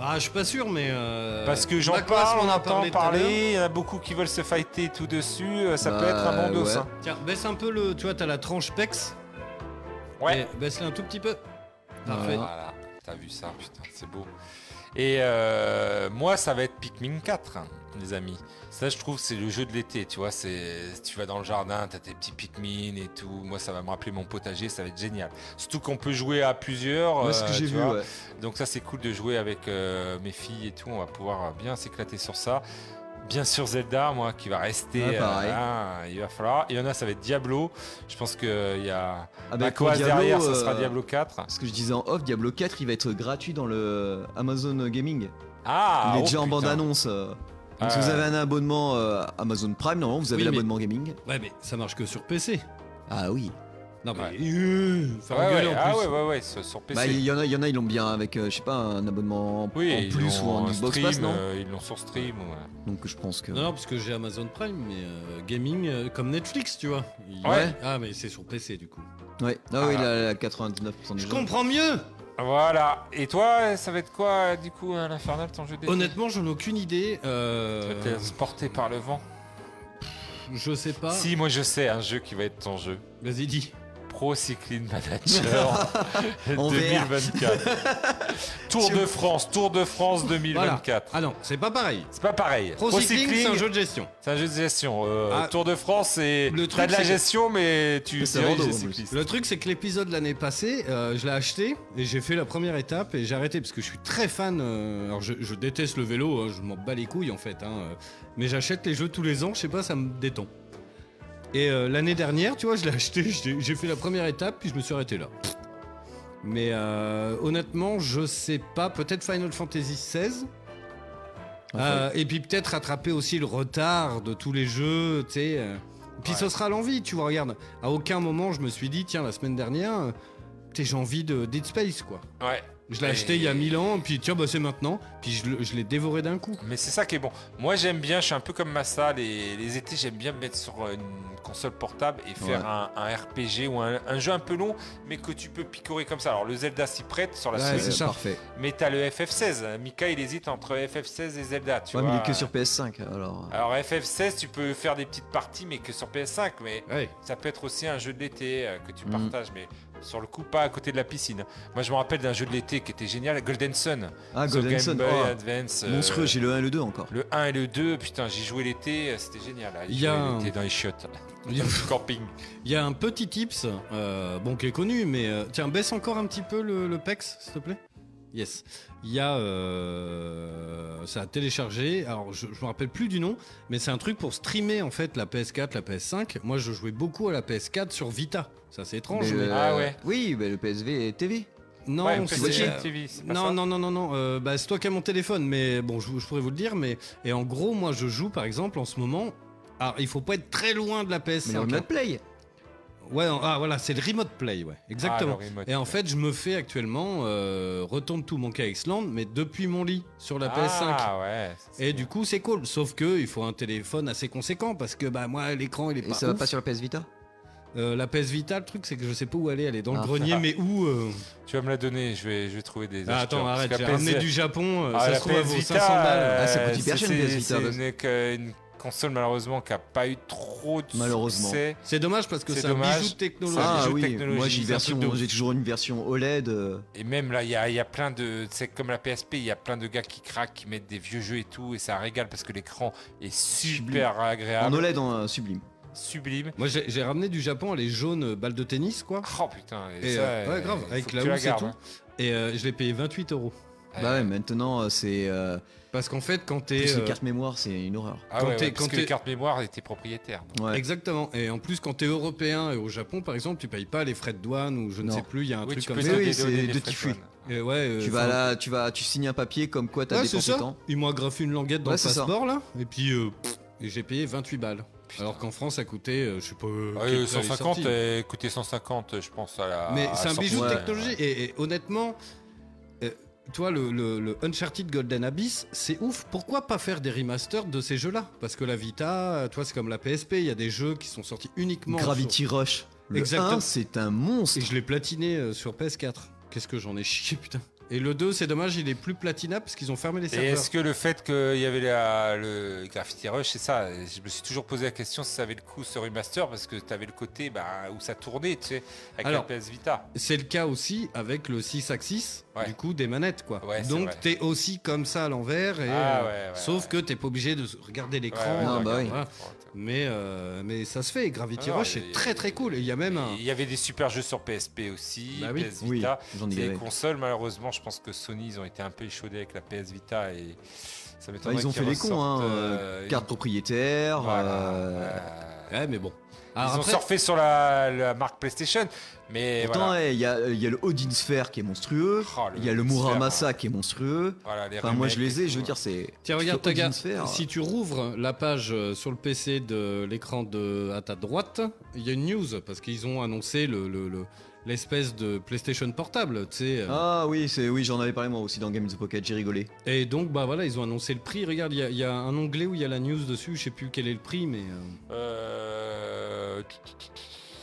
Ah, je suis pas sûr, mais. euh, Parce que j'en Macross, parle, on on en a entend parlé tout à Bah, parler, il y en a beaucoup qui veulent se fighter tout dessus, euh, ça peut être un bon dos. hein. Tiens, baisse un peu le. Tu vois, t'as la tranche E pex. Ouais. Baisse-la un tout petit peu. Parfait. Ah. Voilà, t'as vu ça, putain, c'est beau. Et euh, moi, ça va être Pikmin 4, hein, les amis. Ça, je trouve, c'est le jeu de l'été, tu vois. C'est, tu vas dans le jardin, t'as tes petits Pikmin et tout. Moi, ça va me rappeler mon potager, ça va être génial. Surtout qu'on peut jouer à plusieurs. Ouais, ce que euh, j'ai tu vu, vois. ouais. Donc ça, c'est cool de jouer avec euh, mes filles et tout. On va pouvoir bien s'éclater sur ça. Bien sûr Zelda, moi, qui va rester. Ah, pareil. hein, il va falloir. Il y en a, ça va être Diablo. Je pense qu'il y a. Ah bah, à pour quoi Diablo, derrière, ça sera euh, Diablo 4. Ce que je disais en off, Diablo 4, il va être gratuit dans le Amazon Gaming. Ah, Il est oh, déjà en putain. bande-annonce. euh. Donc, si Ah. vous avez un abonnement euh, Amazon Prime, normalement, vous avez Oui, mais- l'abonnement gaming. Ouais, mais ça marche que sur PC. Ah oui. Non, mais. Euh, faut Ouais, engueuler ouais, en ah plus. ouais, ouais, ouais, sur sur PC. Bah, il y, en a, il y en a, ils l'ont bien avec, euh, je sais pas, un abonnement en- Oui, en ils plus ou l'ont en en Xbox stream, Pass, non euh, ils l'ont sur stream. ouais. Donc, je pense que. Non, non, parce que j'ai Amazon Prime, mais euh, gaming euh, comme Netflix, tu vois. Il- Ouais. Ah, mais c'est sur PC du coup. Ouais, ah, oui, Ah. là, là, 99% des Je gens. comprends mieux Voilà. Et toi, ça va être quoi, euh, du coup, à l'infernal, ton jeu d'été Honnêtement, j'en ai aucune idée. Euh... Tu vas te porter par le vent Je sais pas. Si, moi je sais un jeu qui va être ton jeu. Vas-y, dis. Pro Cycling Manager En VR. 2024. Tour de France, Tour de France 2024. Ah non, c'est pas pareil. C'est pas pareil. Pro Cycling, c'est un jeu de gestion. C'est un jeu de gestion. Euh, Ah. Tour de France, c'est. Le T'as truc, de la c'est que- gestion, mais tu diriges les cyclistes. Le truc, c'est que l'épisode de l'année passée, euh, je l'ai acheté et j'ai fait la première étape et j'ai arrêté parce que je suis très fan. euh, alors, je, je déteste le vélo, hein, je m'en bats les couilles en fait. hein, euh, mais j'achète les jeux tous les ans, je sais pas, ça me détend. Et euh, l'année dernière, tu vois, je l'ai acheté, j'ai j'ai fait la première étape puis je me suis arrêté là. Mais euh, honnêtement, je sais pas. Peut-être Final Fantasy XVI. Euh, et puis peut-être rattraper aussi le retard de tous les jeux, tu sais. euh. Puis ce sera l'envie, tu vois. Regarde, à aucun moment je me suis dit, tiens, la semaine dernière, euh, putain, j'ai envie de Dead Space, quoi. Ouais. Je l'ai Et- acheté il y a 1000 ans, puis tiens, bah c'est maintenant, puis je, le- je l'ai dévoré d'un coup. Mais c'est ça qui est bon. Moi, j'aime bien, je suis un peu comme Massa. Les, les étés, j'aime bien me mettre sur euh, une console portable et faire Ouais. un, un RPG ou un, un jeu un peu long, mais que tu peux picorer comme ça. Alors, le Zelda s'y prête sur la Ouais, Switch. euh, c'est ça. Parfait. Mais t'as le FF16. Mika, il hésite entre FF16 et Zelda. Tu Ouais, vois. euh, mais il est que sur PS5, alors. Alors, FF16, tu peux faire des petites parties, mais que sur PS5. Mais ça peut être aussi un jeu de l'été euh, que tu Mm. partages, mais sur le coup, pas à côté de la piscine. Moi, je me rappelle d'un jeu de l'été qui était génial, Golden Sun. Ah, Sur Golden Game Sun, Boy oh, Advance, euh, monstrueux, j'ai le 1 et le 2 encore. le 1 et le 2, putain, j'y jouais l'été, euh, c'était génial. à y Il y a jouer un- l'été dans les chiottes, dans Il y a- le camping. Il y a un petit tips, euh, bon, qui est connu, mais euh, tiens, baisse encore un petit peu le, le PEX, s'il te plaît. Yes. Il y a. euh, ça a téléchargé. Alors, je, je me rappelle plus du nom, mais c'est un truc pour streamer en fait la PS4, la PS5. Moi, je jouais beaucoup à la PS4 sur Vita. Ça, c'est étrange. Mais mais- le- Ah Oui, mais le PSV et TV. non, Ouais, c'est- PlayStation euh, TV, c'est pas non, ça Ah, non, non, non, non. euh, bah, c'est toi qui as mon téléphone, mais bon, je, je pourrais vous le dire. Mais et en gros, moi, je joue par exemple en ce moment. Alors, il faut pas être très loin de la PS5. Mais le hein. Remote Play. Ouais, en- ah voilà, c'est le remote play, ouais, exactement. Ah, le remote et en fait, je me fais actuellement euh, retourne tout mon cas Island, mais depuis mon lit sur la Ah, PS5. ouais. Et du coup, c'est cool. Sauf que il faut un téléphone assez conséquent parce que bah moi, l'écran il est Et pas. ça va ouf. pas sur la PS Vita Euh, la PS Vita, le truc c'est que je sais pas où aller. Elle est dans Ah. le grenier, mais où euh, Tu vas me la donner, je vais, je vais trouver des. acheteurs, Ah, attends, parce arrête, que la j'ai ramené du Japon, euh, ça Ah, la se trouve à PS vos Vita, 500 balles. euh, Ah, ça coûte hyper c'est- cher, une PS c'est- Vita, parce- C'est une, que- une console, malheureusement, qui a pas eu trop de Malheureusement. succès. C'est dommage parce que c'est un dommage. bijou de technologie. C'est un Ah bijou de oui, technologie, moi j'ai, une c'est un truc version- de ouf. j'ai toujours une version OLED. euh, Et même là, il y a, il y a plein de. C'est comme la PSP, il y a plein de gars qui craquent, qui mettent des vieux jeux et tout, et ça régale parce que l'écran est super agréable. En OLED, en euh, sublime. Sublime. Moi, j'ai j'ai ramené du Japon les jaunes euh, balles de tennis, quoi. Oh putain, et Et, ça, euh, ouais, euh, grave, faut que avec la tu la housse et gardes, tout. hein. Et euh, je l'ai payé 28 euros. Bah ouais, maintenant euh, c'est. euh, Parce qu'en fait, quand t'es. Plus les euh, cartes mémoire, c'est une horreur. Ah Quand ouais, t'es- ouais, parce quand que les t'es- cartes mémoire étaient propriétaires. Exactement. Et en plus, quand t'es européen et au Japon, par exemple, tu payes pas les frais de douane ou je ne Non. sais plus, il y a un Oui, truc tu comme peux ça. te Oui, oui, dédonner c'est les deux frais de petits douane. Et ouais, euh, tu, vas enfin, là, tu, vas, tu signes un papier comme quoi t'as ouais, c'est dépensé ça. tant. Ils m'ont agrafé une languette dans Ouais, le c'est ça. passeport, là. Et puis, euh, pff, et j'ai payé 28 balles. Alors qu'en France, ça coûtait, euh, je sais pas. euh, Ah, euh, quel prix elle est 150, sortie. euh, coûtait 150, je pense. À la, Mais à c'est un la bijou de sortie. technologie. Et, et honnêtement, euh, toi, le, le- le Uncharted Golden Abyss, c'est ouf. Pourquoi pas faire des remasters de ces jeux-là Parce que la Vita, euh, toi, c'est comme la PSP. Il y a des jeux qui sont sortis uniquement. Gravity sur- Rush. Le Exactement. 1, c'est un monstre. Et je l'ai platiné euh, sur PS4. Qu'est-ce que j'en ai chié, putain. Et le 2, c'est dommage, il est plus platinable parce qu'ils ont fermé les Et serveurs. est-ce que le fait qu'il y avait la- le Graffiti Rush, c'est ça Je me suis toujours posé la question si ça avait le coup ce remaster parce que tu avais le côté bah, où ça tournait, tu sais, avec Alors, la PS Vita. C'est le cas aussi avec le 6 axis, du coup, des manettes, quoi. c'est Donc, vrai. t'es aussi comme ça à l'envers, et, Ah, euh, ouais, ouais, sauf que t'es pas obligé de regarder l'écran. Ouais, ouais, Non, ouais, bah ouais. oui. Voilà. Mais, euh, mais ça se fait, et Gravity Ah non, Rush il y a- est très très cool. Et il y a même un. Il y avait des super jeux sur PSP aussi, Bah oui. PS Oui, Vita. j'en ai C'est les gavé. consoles, malheureusement, je pense que Sony, ils ont été un peu échaudés avec la PS Vita et ça Bah, m'étonnerait ils ont qu'ils fait les cons, hein. ressortent, euh, euh, carte propriétaire. euh, Ouais, mais bon. Ils ont surfé sur la, la marque PlayStation, mais Pourtant, voilà. Oh, eh, il y, a- il y a le Odin Sphere qui est monstrueux, il y a le Odin Sphere, Muramasa qui est monstrueux. Voilà, les enfin, moi je remakes les et ai, tout, je veux ouais. dire, c'est. Tiens, regarde, Odin Taga, Sphere. si tu rouvres la page euh, sur le PC de l'écran de à ta droite, il y a une news parce qu'ils ont annoncé le- le- le- l'espèce de PlayStation portable, tu sais. euh, Ah oui, c'est oui, j'en avais parlé moi aussi dans Game of the Pocket, j'ai rigolé. Et donc, bah voilà, ils ont annoncé le prix. Regarde, il y a- il y, a un onglet où il y a la news dessus. Je sais plus quel est le prix, mais. euh, Euh,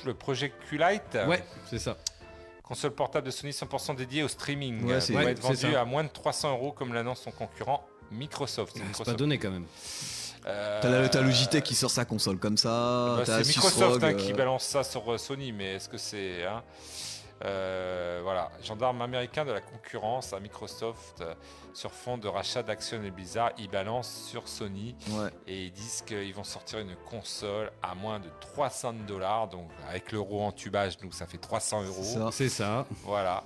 le projet Q-Lite. Ouais, c'est ça. Console portable de Sony 100% dédiée au streaming. Ouais, Elle c'est- doit ouais, être c'est vendue ça. à moins de 300 euros comme l'annonce son concurrent Microsoft. C'est Microsoft. pas donné quand même. Euh, T'as la- t'as Logitech E qui sort sa console comme ça. bah, t'as c'est Microsoft Sysrog, hein, qui euh, balance ça sur euh, Sony, mais est-ce que c'est. hein Euh, voilà, gendarme américain de la concurrence à Microsoft euh, sur fond de rachat d'Action et Blizzard, ils balancent sur Sony Ouais. et ils disent qu'ils vont sortir une console à moins de 300 dollars, donc avec l'euro en tubage, donc ça fait 300 euros. C'est ça. Voilà,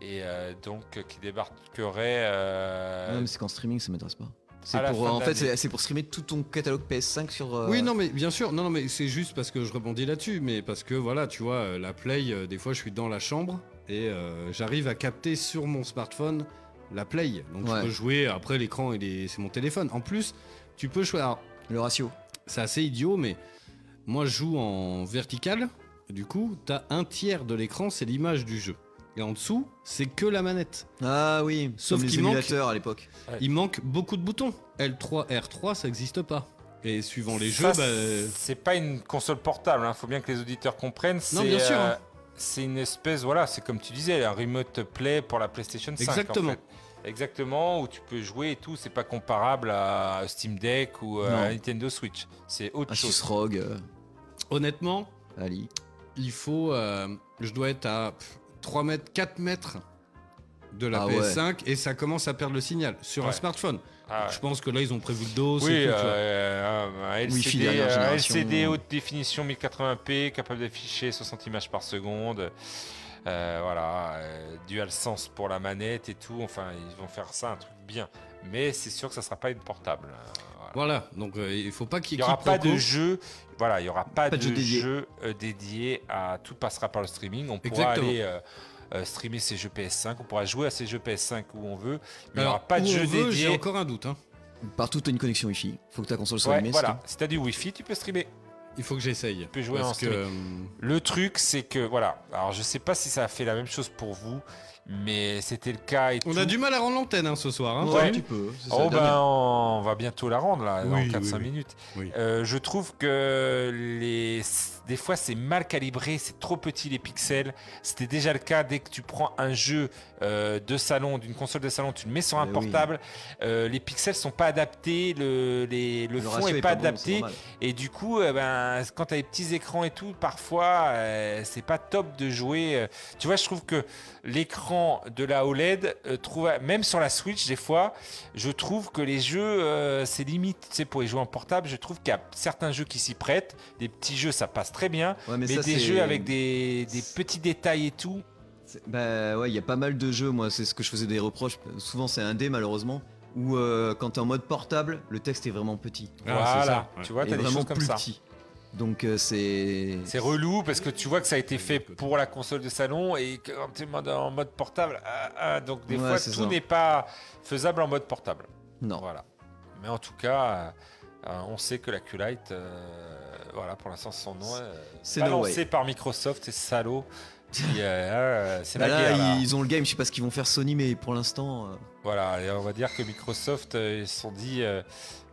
et euh, donc euh, qui débarquerait. euh, Ah, Ouais, mais c'est qu'en streaming, ça m'intéresse pas. C'est à la pour, fin en de fait, l'année. c'est c'est pour streamer tout ton catalogue PS5 sur. euh, Oui, non, mais bien sûr. Non, non, mais c'est juste parce que je rebondis là-dessus. Mais parce que voilà, tu vois, euh, la Play, euh, des fois, je suis dans la chambre et euh, j'arrive à capter sur mon smartphone la Play. Donc, Ouais. je peux jouer. Après, l'écran, il est- c'est mon téléphone. En plus, tu peux choisir. le ratio. C'est assez idiot, mais moi, je joue en vertical. Du coup, t'as un tiers de l'écran, c'est l'image du jeu. Et en dessous, c'est que la manette. Ah oui, Sauf comme les qu'il manque- émulateurs à l'époque. Il manque beaucoup de boutons. L3, R3, ça n'existe pas. Et suivant les Ça, jeux, bah, c'est pas une console portable. Il faut bien que les auditeurs comprennent. Non, C'est, euh, bien sûr, hein. c'est une espèce, voilà, c'est comme tu disais, un remote play pour la PlayStation 5. en fait. Exactement. Exactement, où tu peux jouer et tout. C'est pas comparable à Steam Deck ou euh, à Non. Nintendo Switch. C'est autre Un chose. Sysrog. honnêtement, Ali. il faut. euh, je dois être à pff, 3 mètres, 4 mètres de la Ah ouais. PS5 et ça commence à perdre le signal sur un Ouais. smartphone. Ah ouais. Je pense que là, ils ont prévu le dos. Oui, et tout, tu vois. euh, un Wi-Fi LCD, dernière euh, génération. LCD haute définition 1080p, capable d'afficher 60 images par seconde. Euh, voilà, euh, DualSense pour la manette et tout. Enfin, ils vont faire ça un truc bien. Mais c'est sûr que ça sera pas une portable. Euh, voilà. Voilà, donc euh, il faut pas qu'il Il y n'y ait aura pas quiproquo. de jeu. Voilà, il y aura pas, Pas de de, jeu dédié. jeu euh, dédié à tout passera par le streaming. On pourra Exactement. aller euh, euh, streamer ses jeux PS5. On pourra jouer à ses jeux PS5 où on veut. Mais il n'y Alors, aura pas de où on jeu veut, dédié. J'ai encore un doute. hein. Partout, t'as une connexion Wi-Fi. Faut que ta console soit Ouais, allumée. voilà. Si t'as du Wi-Fi, tu peux streamer. Il faut que j'essaye. Tu peux jouer Parce en que, streaming. euh, Le truc, c'est que voilà. Alors, je sais pas si ça a fait la même chose pour vous, mais c'était le cas. Et On a du mal à rendre l'antenne hein, ce soir. hein. Ouais. Oh, ben, on va bientôt la rendre là, Oui, dans oui, 4-5 oui. minutes. Oui. Euh, je trouve que les... des fois c'est mal calibré, c'est trop petit les pixels. C'était déjà le cas dès que tu prends un jeu euh, de salon, d'une console de salon, tu le mets sur un Mais oui. portable. euh, les pixels sont pas adaptés, le, les- le Le fond ratio est est pas pas bon, c'est adapté. normal. et du coup, euh, ben, quand t'as les petits écrans et tout, parfois euh, c'est pas top de jouer. euh. Tu vois, je trouve que l'écran de la OLED, euh, trouve, même sur la Switch, des fois, je trouve que les jeux, euh, c'est limite. Tu sais, pour les jeux en portable, je trouve qu'il y a certains jeux qui s'y prêtent. Des petits jeux, ça passe très bien. Ouais, mais mais ça, des c'est- jeux avec des, des petits détails et tout. Bah ouais, il y a pas mal de jeux, moi, c'est ce que je faisais des reproches. Souvent, c'est un dé, malheureusement. Où euh, quand t'es en mode portable, le texte est vraiment petit. Ah, Voilà, tu vois, Et t'as des vraiment choses comme plus ça. petit. Donc euh, c'est. C'est relou parce que tu vois que ça a été fait pour la console de salon et que quand tu es en mode portable, ah, ah, donc des Ouais, fois c'est tout ça. n'est pas faisable en mode portable. Non. Voilà. Mais en tout cas, euh, euh, on sait que la Q-Lite, euh, voilà, pour l'instant son nom, euh, c'est balancé Norway. par Microsoft, c'est salaud. qui, euh, euh, c'est Bah la là, guerre, là. ils- ils ont le game, je sais pas ce qu'ils vont faire Sony, mais pour l'instant. euh, Voilà, et on va dire que Microsoft, euh, ils se sont dit, euh,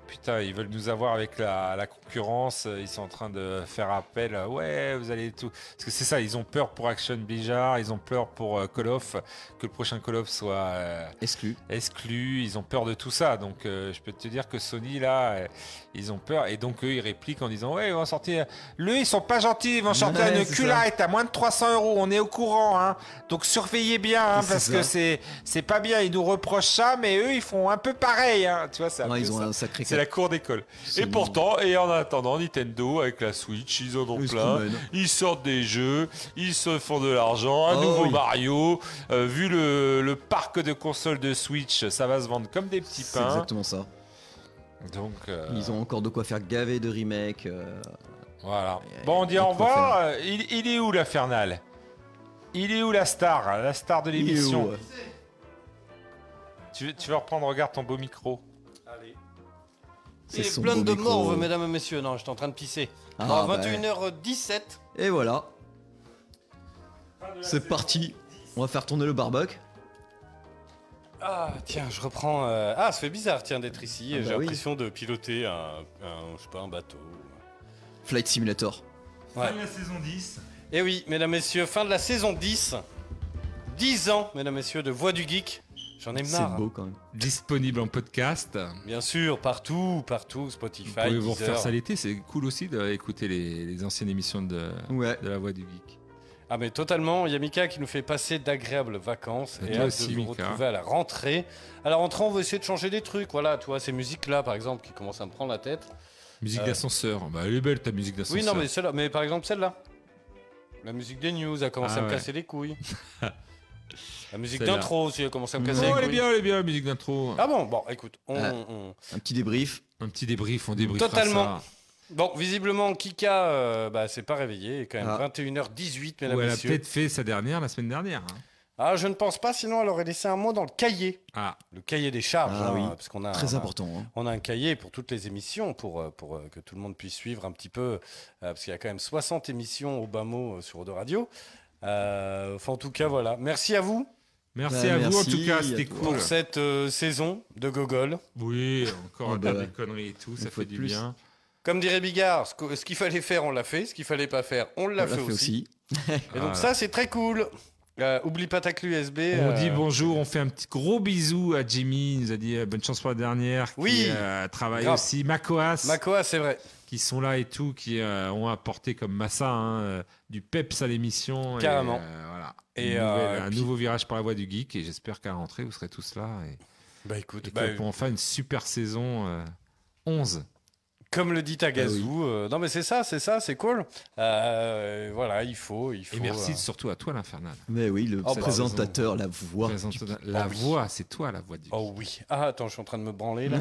Putain, ils veulent nous avoir avec la, la concurrence. Ils sont en train de faire appel. euh, Ouais, vous allez tout. Parce que c'est ça, ils ont peur pour Action Blizzard, ils ont peur pour euh, Call of, que le prochain Call of soit euh, exclu. exclu. Ils ont peur de tout ça. Donc, euh, je peux te dire que Sony, là, euh, ils ont peur. Et donc, eux, ils répliquent en disant Ouais, ils vont sortir. Lui, ils sont pas gentils, ils vont sortir Ouais, une c'est culette à moins de 300 euros. On est au courant. hein. Donc, surveillez bien, hein, C'est parce ça. que c'est c'est pas bien. Ils nous reprochent ça, mais eux, ils font un peu pareil. hein. Tu vois, Ah, c'est un Ouais, peu ils ont ça. un sacré C'est cap. la cour d'école. Et pourtant, et en attendant, Nintendo avec la Switch, ils en ont Ils se bah, plein. promènent. Ils sortent des jeux, ils se font de l'argent. Un Oh nouveau oui. Mario. Euh, vu le, le parc de consoles de Switch, ça va se vendre comme des petits C'est pains. exactement ça. Donc, euh, Ils ont encore de quoi faire gaver de remakes. euh, Voilà. Bon, on dit de au quoi revoir. Euh, Il, il est où l'infernal Il est où la star La star de Il est où, l'émission ouais. tu, tu veux reprendre Regarde ton beau micro. Allez. Il est plein de morve, mesdames et messieurs. Non, j'étais en train de pisser. Ah, Dans bah. 21h17. Et voilà. C'est parti. On va faire tourner le barbuck. Ah, tiens, je reprends. euh, Ah, ça fait bizarre, tiens, d'être ici. Ah, bah J'ai oui. l'impression de piloter un, un- je sais pas, un bateau. Flight Simulator. Ouais. la saison 10. Et Eh oui, mesdames, messieurs, fin de la saison 10. 10 ans, mesdames, messieurs, de Voix du Geek. J'en ai marre. C'est beau quand même. Disponible en podcast. Bien sûr, partout, partout, Spotify. Vous pouvez vous Deezer. refaire ça l'été, c'est cool aussi d'écouter les, les anciennes émissions de, de La Voix du Geek. Ah mais totalement, il y a Mika qui nous fait passer d'agréables vacances Et et toi hâte aussi, de nous Mika. retrouver à la rentrée. À la rentrée, on va essayer de changer des trucs, voilà, tu vois, ces musiques-là par exemple qui commencent à me prendre la tête. Musique Euh, d'ascenseur, bah, elle est belle ta musique d'ascenseur. Oui, non, mais celle-là, mais par exemple celle-là. La musique des news a commencé Ah à me ouais. casser les couilles. la musique Celle-là. d'intro aussi a commencé à me Oh, casser les elle est couilles. bien, elle est bien, la musique d'intro. Ah bon, bon, écoute, on, Ah. on- Un petit débrief. Un petit débrief, on débriefera Totalement. ça. Bon, visiblement, Kika, euh, bah, c'est pas réveillé, il est quand même Ah. 21h18, mesdames Ou elle a messieurs. peut-être fait sa dernière la semaine dernière. hein. Ah, je ne pense pas, sinon elle aurait laissé un mot dans le cahier. Ah. Le cahier des charges, Ah hein, oui, parce qu'on a très on a- important, hein. On a un cahier pour toutes les émissions, pour, euh, pour euh, que tout le monde puisse suivre un petit peu, euh, parce qu'il y a quand même 60 émissions au bas mot euh, sur de Radio. Euh, enfin, en tout cas, voilà. Merci à vous. Merci Bah, à vous, en merci tout cas, à c'était toi. cool. Pour cette euh, saison de Gogol. Oui, encore des conneries et tout, ça fait du bien. Comme dirait Bigard, ce que- ce qu'il fallait faire, on l'a fait. Ce qu'il fallait pas faire, on l'a fait, aussi. Et donc Voilà. ça, c'est très cool. Euh, oublie pas ta clé USB. Ah. On euh, dit bonjour, on fait un petit gros bisou à Jimmy, il nous a dit euh, bonne chance pour la dernière, qui Oui. euh, travaille Grave. aussi, Makoas. Makoas, ah, c'est vrai. Qui sont là et tout, qui euh, ont apporté comme Massa hein, euh, du peps à l'émission. Carrément. Et, euh, voilà. Et, Une nouvelle- euh, un puis- nouveau virage par la voie du geek et j'espère qu'à la rentrée vous serez tous là. Et, Bah écoute, et bah, qu'on pourra enfin une super saison euh, 11. Comme le dit Ah Tagazu, euh, non mais c'est ça, c'est ça, c'est cool. Euh, voilà, il faut, il faut. Et merci euh, surtout à toi l'Infernal. Mais oui, le Oh, bah, présentateur, la voix. La Oh oui. voix, c'est toi la voix du Oh oui. Ah attends, je suis en train de me branler là.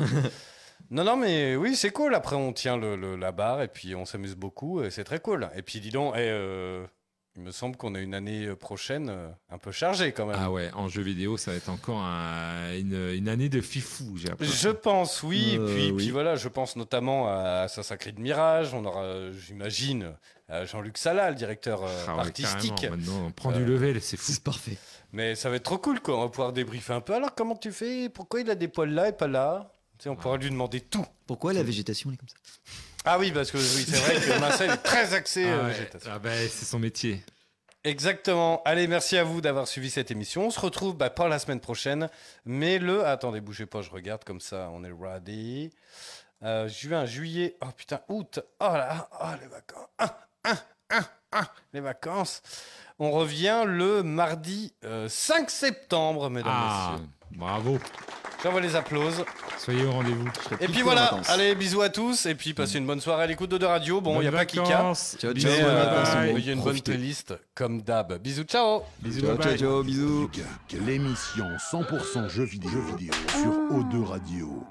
non non mais oui, c'est cool. Après on tient le, le- la barre et puis on s'amuse beaucoup et c'est très cool. Et puis dis donc, eh, euh, il me semble qu'on a une année prochaine euh, un peu chargée quand même. Ah ouais, en jeu vidéo, ça va être encore un- une, une année de fifou, j'ai Je l'impression. pense, oui. Euh, et puis, oui. puis voilà, je pense notamment à Assassin's Creed Mirage. On aura, euh, j'imagine, euh, Jean-Luc Sala, le directeur euh, Ah ouais, artistique. carrément, maintenant, on prend Euh, du level, c'est fou. C'est parfait. Mais ça va être trop cool, quoi. On va pouvoir débriefer un peu. Alors, comment tu fais Pourquoi il a des poils là et pas là Tu sais, on pourra lui demander tout. Pourquoi la végétation elle est comme ça Ah oui, parce que oui, c'est vrai que Massa il est très axé. euh, Ah ouais, végétation. ah bah, c'est son métier. Exactement. Allez, merci à vous d'avoir suivi cette émission. On se retrouve bah, pas la semaine prochaine, mais le. Attendez, bougez pas, je regarde comme ça, on est ready. Euh, juin, juillet, oh putain, août. Oh là, oh les vacances. Ah, ah, ah, ah, les vacances. On revient le mardi euh, 5 septembre, mesdames Ah, messieurs. bravo. J'envoie les applauses. Soyez au rendez-vous. Et puis voilà, allez, bisous à tous. Et puis passez une bonne soirée à l'écoute de Radio. Bon, il Bonnes n'y a pas Kika. vacances. Ciao, mais, ciao, euh, bonnes vacances, tout le Il monde. y a une bonne Profitez. playlist comme d'hab. Bisous, ciao. euh, bisous. L'émission 100% jeux vidéo, jeux vidéo sur O2 Radio.